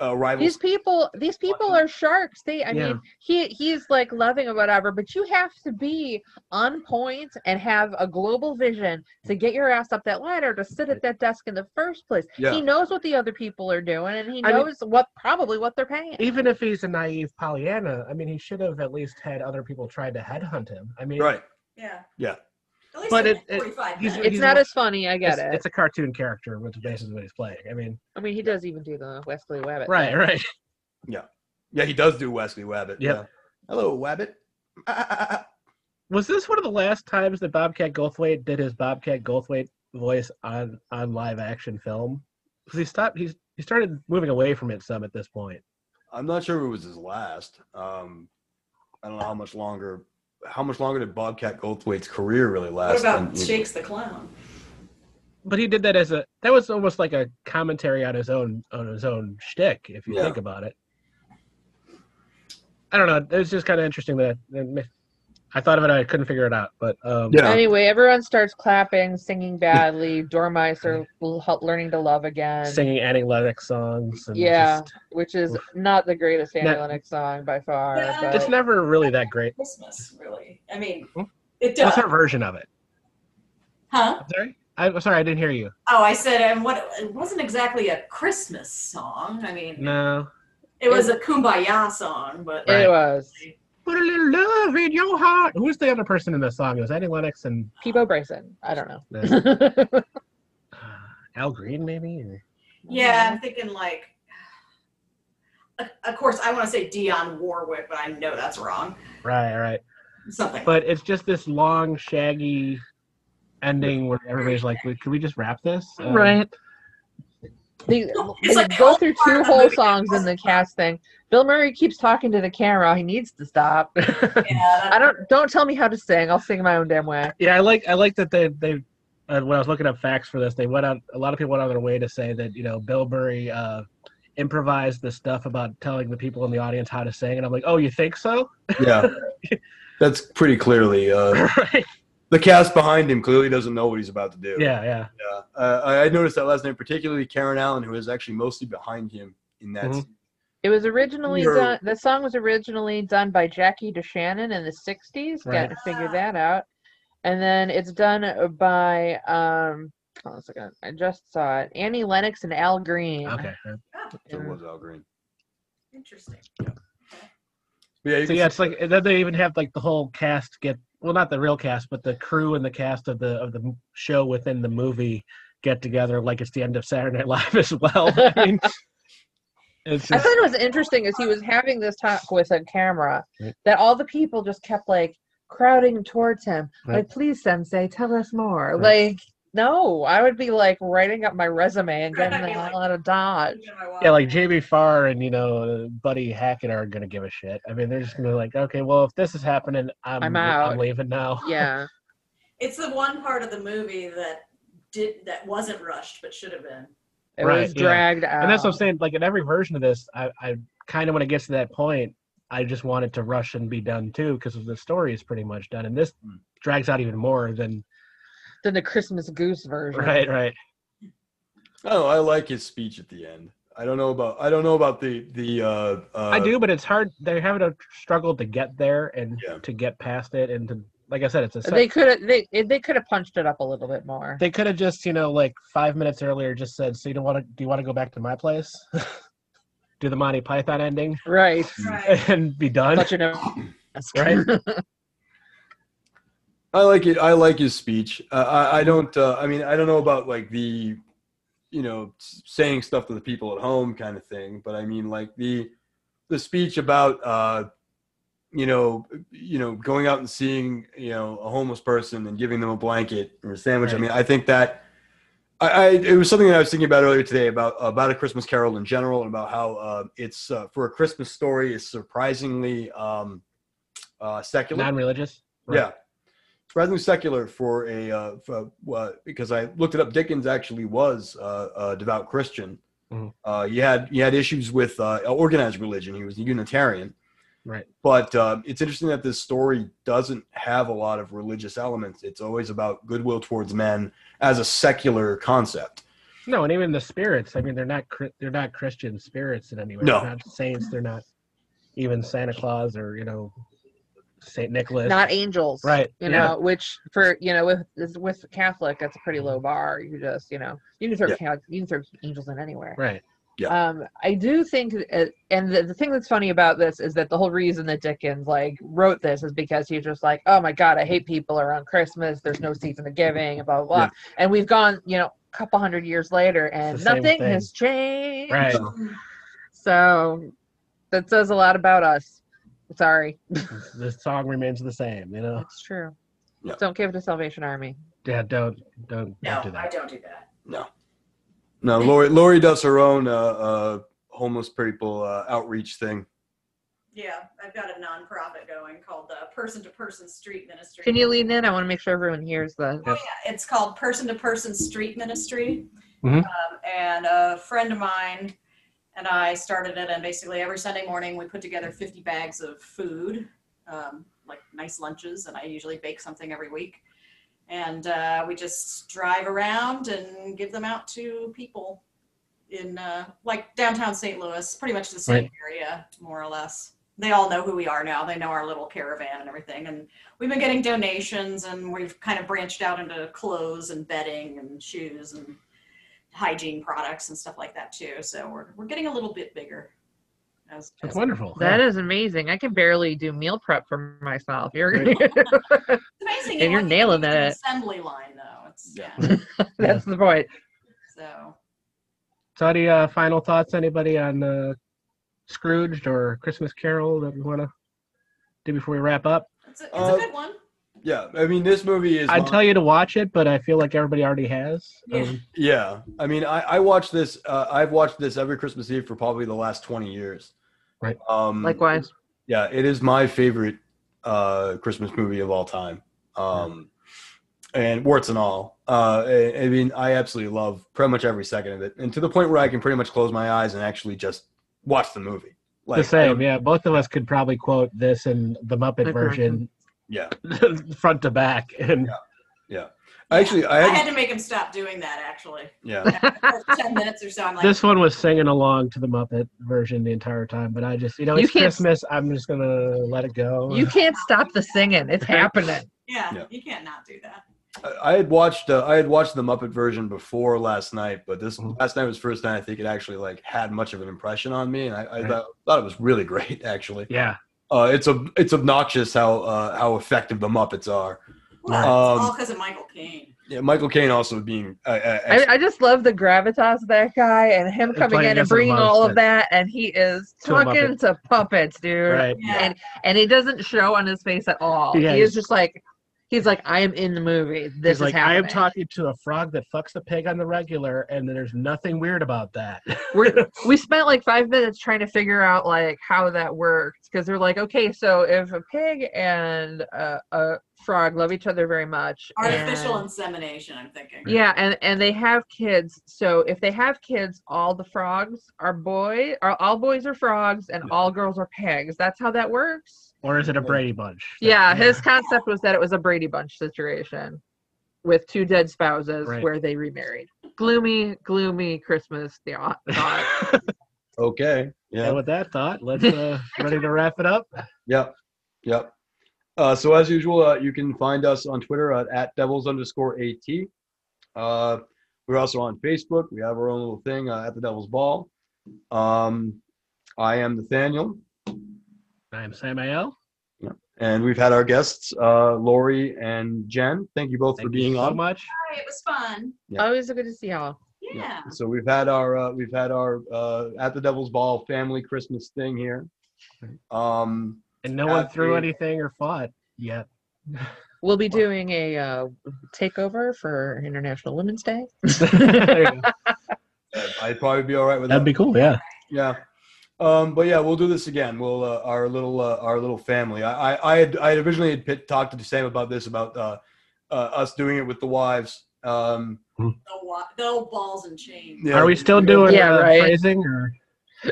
[SPEAKER 1] Uh, rivals,
[SPEAKER 4] These people, these people are sharks. They, I
[SPEAKER 2] Yeah.
[SPEAKER 4] mean, he he's like loving or whatever, but you have to be on point and have a global vision to get your ass up that ladder to sit at that desk in the first place.
[SPEAKER 1] Yeah.
[SPEAKER 4] He knows what the other people are doing, and he
[SPEAKER 2] I mean-
[SPEAKER 4] knows what probably what they're paying.
[SPEAKER 2] even if he's a naive pollyanna i mean he should have at least had other people try to headhunt him i mean
[SPEAKER 1] right?
[SPEAKER 3] Yeah.
[SPEAKER 1] Yeah.
[SPEAKER 3] At least
[SPEAKER 2] But
[SPEAKER 3] in
[SPEAKER 2] it- it-
[SPEAKER 3] 45
[SPEAKER 2] he's-
[SPEAKER 3] minutes.
[SPEAKER 4] it's not as funny. I get
[SPEAKER 2] it's,
[SPEAKER 4] it.
[SPEAKER 2] it's a cartoon character which is basically what he's playing i mean
[SPEAKER 4] I mean, he does even do the Wesley Wabbit.
[SPEAKER 2] right
[SPEAKER 4] thing.
[SPEAKER 2] right
[SPEAKER 1] Yeah, he does do Wesley Wabbit.
[SPEAKER 2] Yep.
[SPEAKER 1] Yeah. Hello, Wabbit. Ah, ah, ah, ah.
[SPEAKER 2] Was this one of the last times that Bobcat Goldthwait did his Bobcat Goldthwait voice on on live action film? Because he stopped. He's he started moving away from it some at this point.
[SPEAKER 1] I'm not sure if it was his last. Um, I don't know how much longer. How much longer did Bobcat Goldthwait's career really
[SPEAKER 3] What
[SPEAKER 1] last?
[SPEAKER 3] about
[SPEAKER 1] than-
[SPEAKER 3] Shakes the Clown?
[SPEAKER 2] But he did that as a that was almost like a commentary on his own on his own shtick, if you
[SPEAKER 1] Yeah.
[SPEAKER 2] think about it. I don't know. It was just kind of interesting that that- I thought of it. I couldn't figure it out, but um,
[SPEAKER 1] Yeah.
[SPEAKER 4] Anyway, everyone starts clapping, singing badly. Dormice are l- help- learning to love again,
[SPEAKER 2] singing Annie Lennox songs. And
[SPEAKER 4] Yeah.
[SPEAKER 2] just-
[SPEAKER 4] which is
[SPEAKER 2] Oof.
[SPEAKER 4] not the greatest Annie
[SPEAKER 2] No.
[SPEAKER 4] Lennox song by far.
[SPEAKER 3] Yeah.
[SPEAKER 4] But
[SPEAKER 2] it's never really that great.
[SPEAKER 3] Christmas, really. I mean,
[SPEAKER 2] Hmm?
[SPEAKER 3] it does.
[SPEAKER 2] What's her version of it?
[SPEAKER 3] Huh?
[SPEAKER 2] I'm sorry, I'm sorry, I didn't hear you.
[SPEAKER 3] Oh, I said, and what? It wasn't exactly a Christmas song. I mean,
[SPEAKER 2] No.
[SPEAKER 3] it was a Kumbaya song, but
[SPEAKER 2] Mm-hmm. Right.
[SPEAKER 4] it was
[SPEAKER 2] Put a little love in your heart. Who was the other person in the song? It was Annie Lennox and
[SPEAKER 4] Peebo Bryson. I don't know.
[SPEAKER 2] uh, Al Green, maybe. or-
[SPEAKER 3] yeah, I'm thinking like, of course, I want to say Dion Warwick, but I know that's wrong.
[SPEAKER 2] Right, right.
[SPEAKER 3] Something.
[SPEAKER 2] But it's just this long, shaggy ending where everybody's like, "Wait, "Can we just wrap this?" Um,
[SPEAKER 4] right. They,
[SPEAKER 3] It's
[SPEAKER 4] they
[SPEAKER 3] like the
[SPEAKER 4] go
[SPEAKER 3] only
[SPEAKER 4] through
[SPEAKER 3] part of
[SPEAKER 4] two
[SPEAKER 3] the
[SPEAKER 4] whole
[SPEAKER 3] movie that
[SPEAKER 4] songs in
[SPEAKER 3] wasn't
[SPEAKER 4] the cast thing. Bill Murray keeps talking to the camera. He needs to stop.
[SPEAKER 3] yeah, that-
[SPEAKER 4] I don't don't tell me how to sing. I'll sing my own damn way.
[SPEAKER 2] Yeah, I like I like that they they. Uh, when I was looking up facts for this, they went out. A lot of people went out of their way to say that you know Bill Murray uh, improvised the stuff about telling the people in the audience how to sing, and I'm like, "Oh, you think so?"
[SPEAKER 1] Yeah, that's pretty clearly. Uh,
[SPEAKER 2] right?
[SPEAKER 1] the cast behind him clearly doesn't know what he's about to do.
[SPEAKER 2] Yeah, yeah.
[SPEAKER 1] Yeah. Uh, I I noticed that last name, particularly Karen Allen, who is actually mostly behind him in that.
[SPEAKER 2] Mhm.
[SPEAKER 1] scene.
[SPEAKER 4] It was originally
[SPEAKER 1] You're-
[SPEAKER 4] done. The song was originally done by Jackie DeShannon in the '60s. Got
[SPEAKER 2] Right.
[SPEAKER 4] to figure that out. And then it's done by um. Hold on a second. I just saw it. Annie Lennox and Al Green.
[SPEAKER 2] Okay.
[SPEAKER 1] So it
[SPEAKER 4] And-
[SPEAKER 1] was Al Green.
[SPEAKER 3] oh, Interesting.
[SPEAKER 1] But yeah, you
[SPEAKER 2] So
[SPEAKER 1] can
[SPEAKER 2] yeah,
[SPEAKER 1] see-
[SPEAKER 2] it's like and then they even have like the whole cast get well, not the real cast, but the crew and the cast of the of the m- show within the movie get together like it's the end of Saturday Night Live as well. I mean, it's
[SPEAKER 4] I
[SPEAKER 2] just,
[SPEAKER 4] thought it was interesting as he was having this talk with a camera
[SPEAKER 2] Right.
[SPEAKER 4] that all the people just kept like crowding towards him,
[SPEAKER 2] Right.
[SPEAKER 4] like, "Please, Sensei, tell us more."
[SPEAKER 2] Right.
[SPEAKER 4] Like, no, I would be like writing up my resume and
[SPEAKER 3] Right,
[SPEAKER 4] getting the
[SPEAKER 3] I'd be like-
[SPEAKER 4] hell out of Dodge.
[SPEAKER 2] Uh, yeah, like Jamie Farr and you know Buddy Hackett aren't gonna give a shit. I mean, they're just gonna be like, okay, well, if this is happening, I'm
[SPEAKER 4] I'm out.
[SPEAKER 2] I'm leaving now.
[SPEAKER 4] Yeah,
[SPEAKER 3] It's the one part of the movie that did that wasn't rushed but should have been.
[SPEAKER 4] it
[SPEAKER 2] Right,
[SPEAKER 4] was
[SPEAKER 2] yeah.
[SPEAKER 4] dragged out.
[SPEAKER 2] And that's what I'm saying. Like in every version of this, I, I kind of when it gets to that point, I just want it to rush and be done too, because the story is pretty much done, and this
[SPEAKER 1] Hmm.
[SPEAKER 2] drags out even more than
[SPEAKER 4] than the Christmas Goose version.
[SPEAKER 2] right, right.
[SPEAKER 1] Oh, I like his speech at the end. I don't know about I don't know about the the. Uh, uh,
[SPEAKER 2] I do, but it's hard. They're having a struggle to get there and
[SPEAKER 1] Yeah.
[SPEAKER 2] to get past it, and to like I said, it's a. sec-
[SPEAKER 4] They could have they they could have punched it up a little bit more.
[SPEAKER 2] they could have just you know like five minutes earlier just said, "So you don't want to? Do you want to go back to my place? do the Monty Python ending
[SPEAKER 4] Right.
[SPEAKER 2] Mm.
[SPEAKER 3] Right.
[SPEAKER 2] and be done."
[SPEAKER 4] But you know,
[SPEAKER 2] Right?
[SPEAKER 1] I like it. I like his speech. Uh, I I don't. Uh, I mean, I don't know about like the, you know, s- saying stuff to the people at home kind of thing. But I mean, like the, the speech about, uh, you know, you know, going out and seeing you know a homeless person and giving them a blanket or a sandwich. I
[SPEAKER 2] Right.
[SPEAKER 1] mean, I think that. I, I, it was something that I was thinking about earlier today about about a Christmas Carol in general and about how uh, it's uh, for a Christmas story is surprisingly um, uh, secular.
[SPEAKER 2] Non-religious. Right.
[SPEAKER 1] Yeah. Surprisingly secular for a, uh, for, uh, because I looked it up. Dickens actually was uh, a devout Christian.
[SPEAKER 2] Mhm.
[SPEAKER 1] Uh, he had he had issues with uh, organized religion. He was a Unitarian,
[SPEAKER 2] Right.
[SPEAKER 1] but uh, it's interesting that this story doesn't have a lot of religious elements. It's always about goodwill towards men as a secular concept.
[SPEAKER 2] No, and even the spirits. I mean, they're not Chri- they're not Christian spirits in any way.
[SPEAKER 1] No.
[SPEAKER 2] They're not saints. They're not even Santa Claus or you know Saint Nicholas.
[SPEAKER 4] not angels.
[SPEAKER 2] right.
[SPEAKER 4] You
[SPEAKER 2] yeah.
[SPEAKER 4] know, which for you know with is- with Catholic, that's a pretty low bar. You just you know you can throw
[SPEAKER 1] Yeah.
[SPEAKER 4] Catholic, you can throw angels in anywhere.
[SPEAKER 2] Right.
[SPEAKER 4] Um, I do think, uh, and the, the thing that's funny about this is that the whole reason that Dickens like wrote this is because he's just like, oh my god, I hate people around Christmas. There's no season of giving, blah blah. blah.
[SPEAKER 1] Yeah.
[SPEAKER 4] And we've gone, you know, a couple hundred years later, and
[SPEAKER 2] the same
[SPEAKER 4] nothing
[SPEAKER 2] thing.
[SPEAKER 4] has changed.
[SPEAKER 2] Right.
[SPEAKER 1] So,
[SPEAKER 4] So that says a lot about us. Sorry,
[SPEAKER 2] the song remains the same. You know.
[SPEAKER 4] that's true.
[SPEAKER 1] Yeah.
[SPEAKER 4] Don't give it to Salvation Army.
[SPEAKER 2] Yeah. Don't don't,
[SPEAKER 3] No,
[SPEAKER 2] don't do
[SPEAKER 3] I
[SPEAKER 2] that.
[SPEAKER 3] don't do that.
[SPEAKER 1] no, Lori Lori does her own uh, uh, homeless people uh, outreach thing.
[SPEAKER 3] Yeah, I've got a nonprofit going called the Person to Person Street Ministry.
[SPEAKER 4] Can you lean in? I want to make sure everyone hears the.
[SPEAKER 3] Oh, yeah. It's called Person to Person Street Ministry.
[SPEAKER 2] Mhm.
[SPEAKER 3] Um, and a friend of mine and I started it, and basically every Sunday morning we put together 50 bags of food, um, like nice lunches, and I usually bake something every week. And uh, we just drive around and give them out to people in uh, like downtown St. Louis, pretty much the same
[SPEAKER 2] Right.
[SPEAKER 3] area, more or less. They all know who we are now. They know our little caravan and everything. And we've been getting donations and we've kind of branched out into clothes and bedding and shoes and hygiene products and stuff like that too. So we're, we're getting a little bit bigger. As,
[SPEAKER 2] That's
[SPEAKER 3] as-
[SPEAKER 2] wonderful.
[SPEAKER 4] That
[SPEAKER 2] yeah.
[SPEAKER 4] is amazing. I can barely do meal prep for myself. You're
[SPEAKER 3] It's amazing.
[SPEAKER 4] And you're
[SPEAKER 3] like,
[SPEAKER 4] nailing
[SPEAKER 3] it's an
[SPEAKER 4] it.
[SPEAKER 3] Assembly line though. It's,
[SPEAKER 1] Yeah.
[SPEAKER 3] yeah.
[SPEAKER 4] that's the point.
[SPEAKER 3] so
[SPEAKER 2] So any uh, final thoughts, anybody on uh, Scrooged or Christmas Carol that we want to do before we wrap up?
[SPEAKER 3] It's a, it's
[SPEAKER 1] Uh,
[SPEAKER 3] a good one.
[SPEAKER 1] Yeah, I mean, this movie is.
[SPEAKER 2] I'd
[SPEAKER 1] mine.
[SPEAKER 2] tell you to watch it, but I feel like everybody already has.
[SPEAKER 3] Yeah.
[SPEAKER 2] Um,
[SPEAKER 1] Yeah, I mean, I, I watch this. Uh, I've watched this every Christmas Eve for probably the last twenty years.
[SPEAKER 2] Right.
[SPEAKER 1] Um,
[SPEAKER 4] Likewise.
[SPEAKER 1] Yeah, it is my favorite uh, Christmas movie of all time, um, and warts and all. Uh, I, I mean, I absolutely love pretty much every second of it, and to the point where I can pretty much close my eyes and actually just watch the movie. Like, I
[SPEAKER 2] the same,
[SPEAKER 1] don't-
[SPEAKER 2] yeah. Both of us could probably quote this and the Muppet
[SPEAKER 4] Muppet
[SPEAKER 2] version,
[SPEAKER 1] yeah.
[SPEAKER 2] front to back, and
[SPEAKER 1] Actually, I
[SPEAKER 3] I
[SPEAKER 1] had,
[SPEAKER 3] had to make him stop doing that actually.
[SPEAKER 1] yeah.
[SPEAKER 3] After Ten minutes or so, I'm like,
[SPEAKER 2] this one was singing along to the Muppet version the entire time. But I just, you know,
[SPEAKER 4] You
[SPEAKER 2] it's
[SPEAKER 4] can't-
[SPEAKER 2] Christmas. I'm just gonna let it go.
[SPEAKER 4] You can't stop the singing. It's happening.
[SPEAKER 3] yeah,
[SPEAKER 1] Yeah.
[SPEAKER 3] you can't not do that.
[SPEAKER 1] I- I had watched uh, I had watched the Muppet version before last night, but this last night was the first time I think it actually like had much of an impression on me, and I, I
[SPEAKER 2] Right.
[SPEAKER 1] thought, thought it was really great actually.
[SPEAKER 2] yeah,
[SPEAKER 1] Uh, it's a it's obnoxious how uh, how effective the Muppets are.
[SPEAKER 3] Well,
[SPEAKER 1] Um,
[SPEAKER 3] it's all because of Michael Caine.
[SPEAKER 1] Yeah, Michael Caine also being uh, uh,
[SPEAKER 4] I, I just love the gravitas of that guy and him
[SPEAKER 2] And
[SPEAKER 4] coming
[SPEAKER 2] playing
[SPEAKER 4] in and
[SPEAKER 2] against the
[SPEAKER 4] bringing all of
[SPEAKER 2] monster.
[SPEAKER 4] that. And he is
[SPEAKER 2] To a
[SPEAKER 4] talking to puppets, dude.
[SPEAKER 2] right.
[SPEAKER 3] Yeah.
[SPEAKER 4] And he doesn't show on his face at all.
[SPEAKER 2] Yeah,
[SPEAKER 4] he is
[SPEAKER 2] he's-
[SPEAKER 4] just like, he's like, I am in the movie. This
[SPEAKER 2] He's
[SPEAKER 4] is
[SPEAKER 2] like I
[SPEAKER 4] happening.
[SPEAKER 2] am talking to a frog that fucks the pig on the regular, and there's nothing weird about that.
[SPEAKER 4] We're, we spent like five minutes trying to figure out like how that worked because they're like, okay, so if a pig and a, a frog love each other very much,
[SPEAKER 3] Artificial
[SPEAKER 4] and-
[SPEAKER 3] insemination, I'm thinking.
[SPEAKER 4] Yeah, and and they have kids. So if they have kids, all the frogs are boy, or all boys are frogs, and all girls are pigs. That's how that works.
[SPEAKER 2] or is it a Brady Bunch?
[SPEAKER 4] Yeah, his concept was that it was a Brady Bunch situation with two dead spouses
[SPEAKER 2] Right.
[SPEAKER 4] where they remarried. Gloomy, gloomy Christmas thought. thought.
[SPEAKER 1] okay.
[SPEAKER 2] And
[SPEAKER 1] Yeah.
[SPEAKER 2] with that thought, let's uh, ready to wrap it up.
[SPEAKER 1] Yep. Yep. Uh, so as usual, uh, you can find us on Twitter at, at devils underscore at. Uh, we're also on Facebook. We have our own little thing uh, at the Devil's Ball. Um, I am Nathaniel,
[SPEAKER 2] I'm Samael.
[SPEAKER 1] and we've had our guests uh, Lori and Jen. Thank you both
[SPEAKER 2] Thank
[SPEAKER 1] for
[SPEAKER 2] you
[SPEAKER 1] being
[SPEAKER 2] so
[SPEAKER 1] on.
[SPEAKER 2] much.
[SPEAKER 3] Sorry, it was fun.
[SPEAKER 4] Always good to see y'all.
[SPEAKER 3] Yeah.
[SPEAKER 1] So we've had our uh, we've had our uh, at the Devil's Ball family Christmas thing here. Um,
[SPEAKER 2] And no one threw
[SPEAKER 1] Happy-
[SPEAKER 2] anything or fought yet.
[SPEAKER 4] We'll be doing a uh, takeover for International Women's Day.
[SPEAKER 2] There you go.
[SPEAKER 1] I'd probably be all right with
[SPEAKER 2] That'd
[SPEAKER 1] that.
[SPEAKER 2] be cool. Yeah.
[SPEAKER 1] Yeah. Um, but yeah, we'll do this again. We'll uh, our little uh, our little family. I I, I had I had originally had pit, talked to Sam about this about uh, uh, us doing it with the wives. Um,
[SPEAKER 3] The, wa- the old balls and chains.
[SPEAKER 1] yeah,
[SPEAKER 2] Are we still doing
[SPEAKER 4] Yeah,
[SPEAKER 2] uh,
[SPEAKER 4] right.
[SPEAKER 2] phrasing or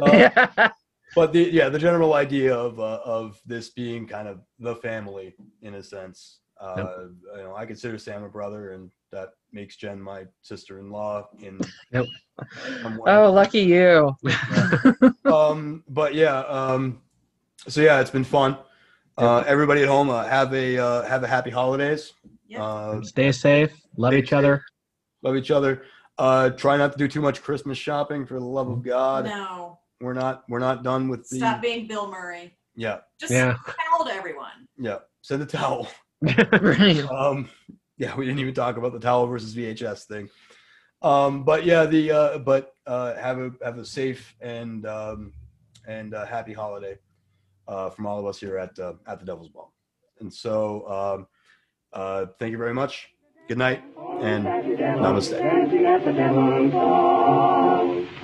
[SPEAKER 1] Uh,
[SPEAKER 4] Oh.
[SPEAKER 1] but the yeah, the general idea of uh, of this being kind of the family in a sense. Uh, You know, I consider Sam a brother, and that makes Jen my sister-in-law. In
[SPEAKER 2] Yep.
[SPEAKER 1] some way.
[SPEAKER 4] oh, lucky you.
[SPEAKER 1] um, but yeah, um, so yeah, it's been fun. Uh, everybody at home, uh, have a uh, have a happy holidays.
[SPEAKER 3] Yeah.
[SPEAKER 1] Uh,
[SPEAKER 2] stay safe, love
[SPEAKER 1] Stay
[SPEAKER 2] each other.
[SPEAKER 1] love each other. Uh, try not to do too much Christmas shopping, for the love of God.
[SPEAKER 3] No.
[SPEAKER 1] We're not we're not done with Uh, the
[SPEAKER 3] Stop being Bill Murray.
[SPEAKER 1] yeah
[SPEAKER 3] Just
[SPEAKER 2] Yeah.
[SPEAKER 3] tell to everyone.
[SPEAKER 1] yeah. Send a towel.
[SPEAKER 4] Right.
[SPEAKER 1] Um, yeah, we didn't even talk about the towel versus VHS thing. Um, but yeah, the uh, but uh, have a have a safe and um, and uh, happy holiday uh, from all of us here at uh, at the Devil's Ball. And so, um, uh, thank you very much. Good night and namaste.
[SPEAKER 6] Dancing at the devil's ball.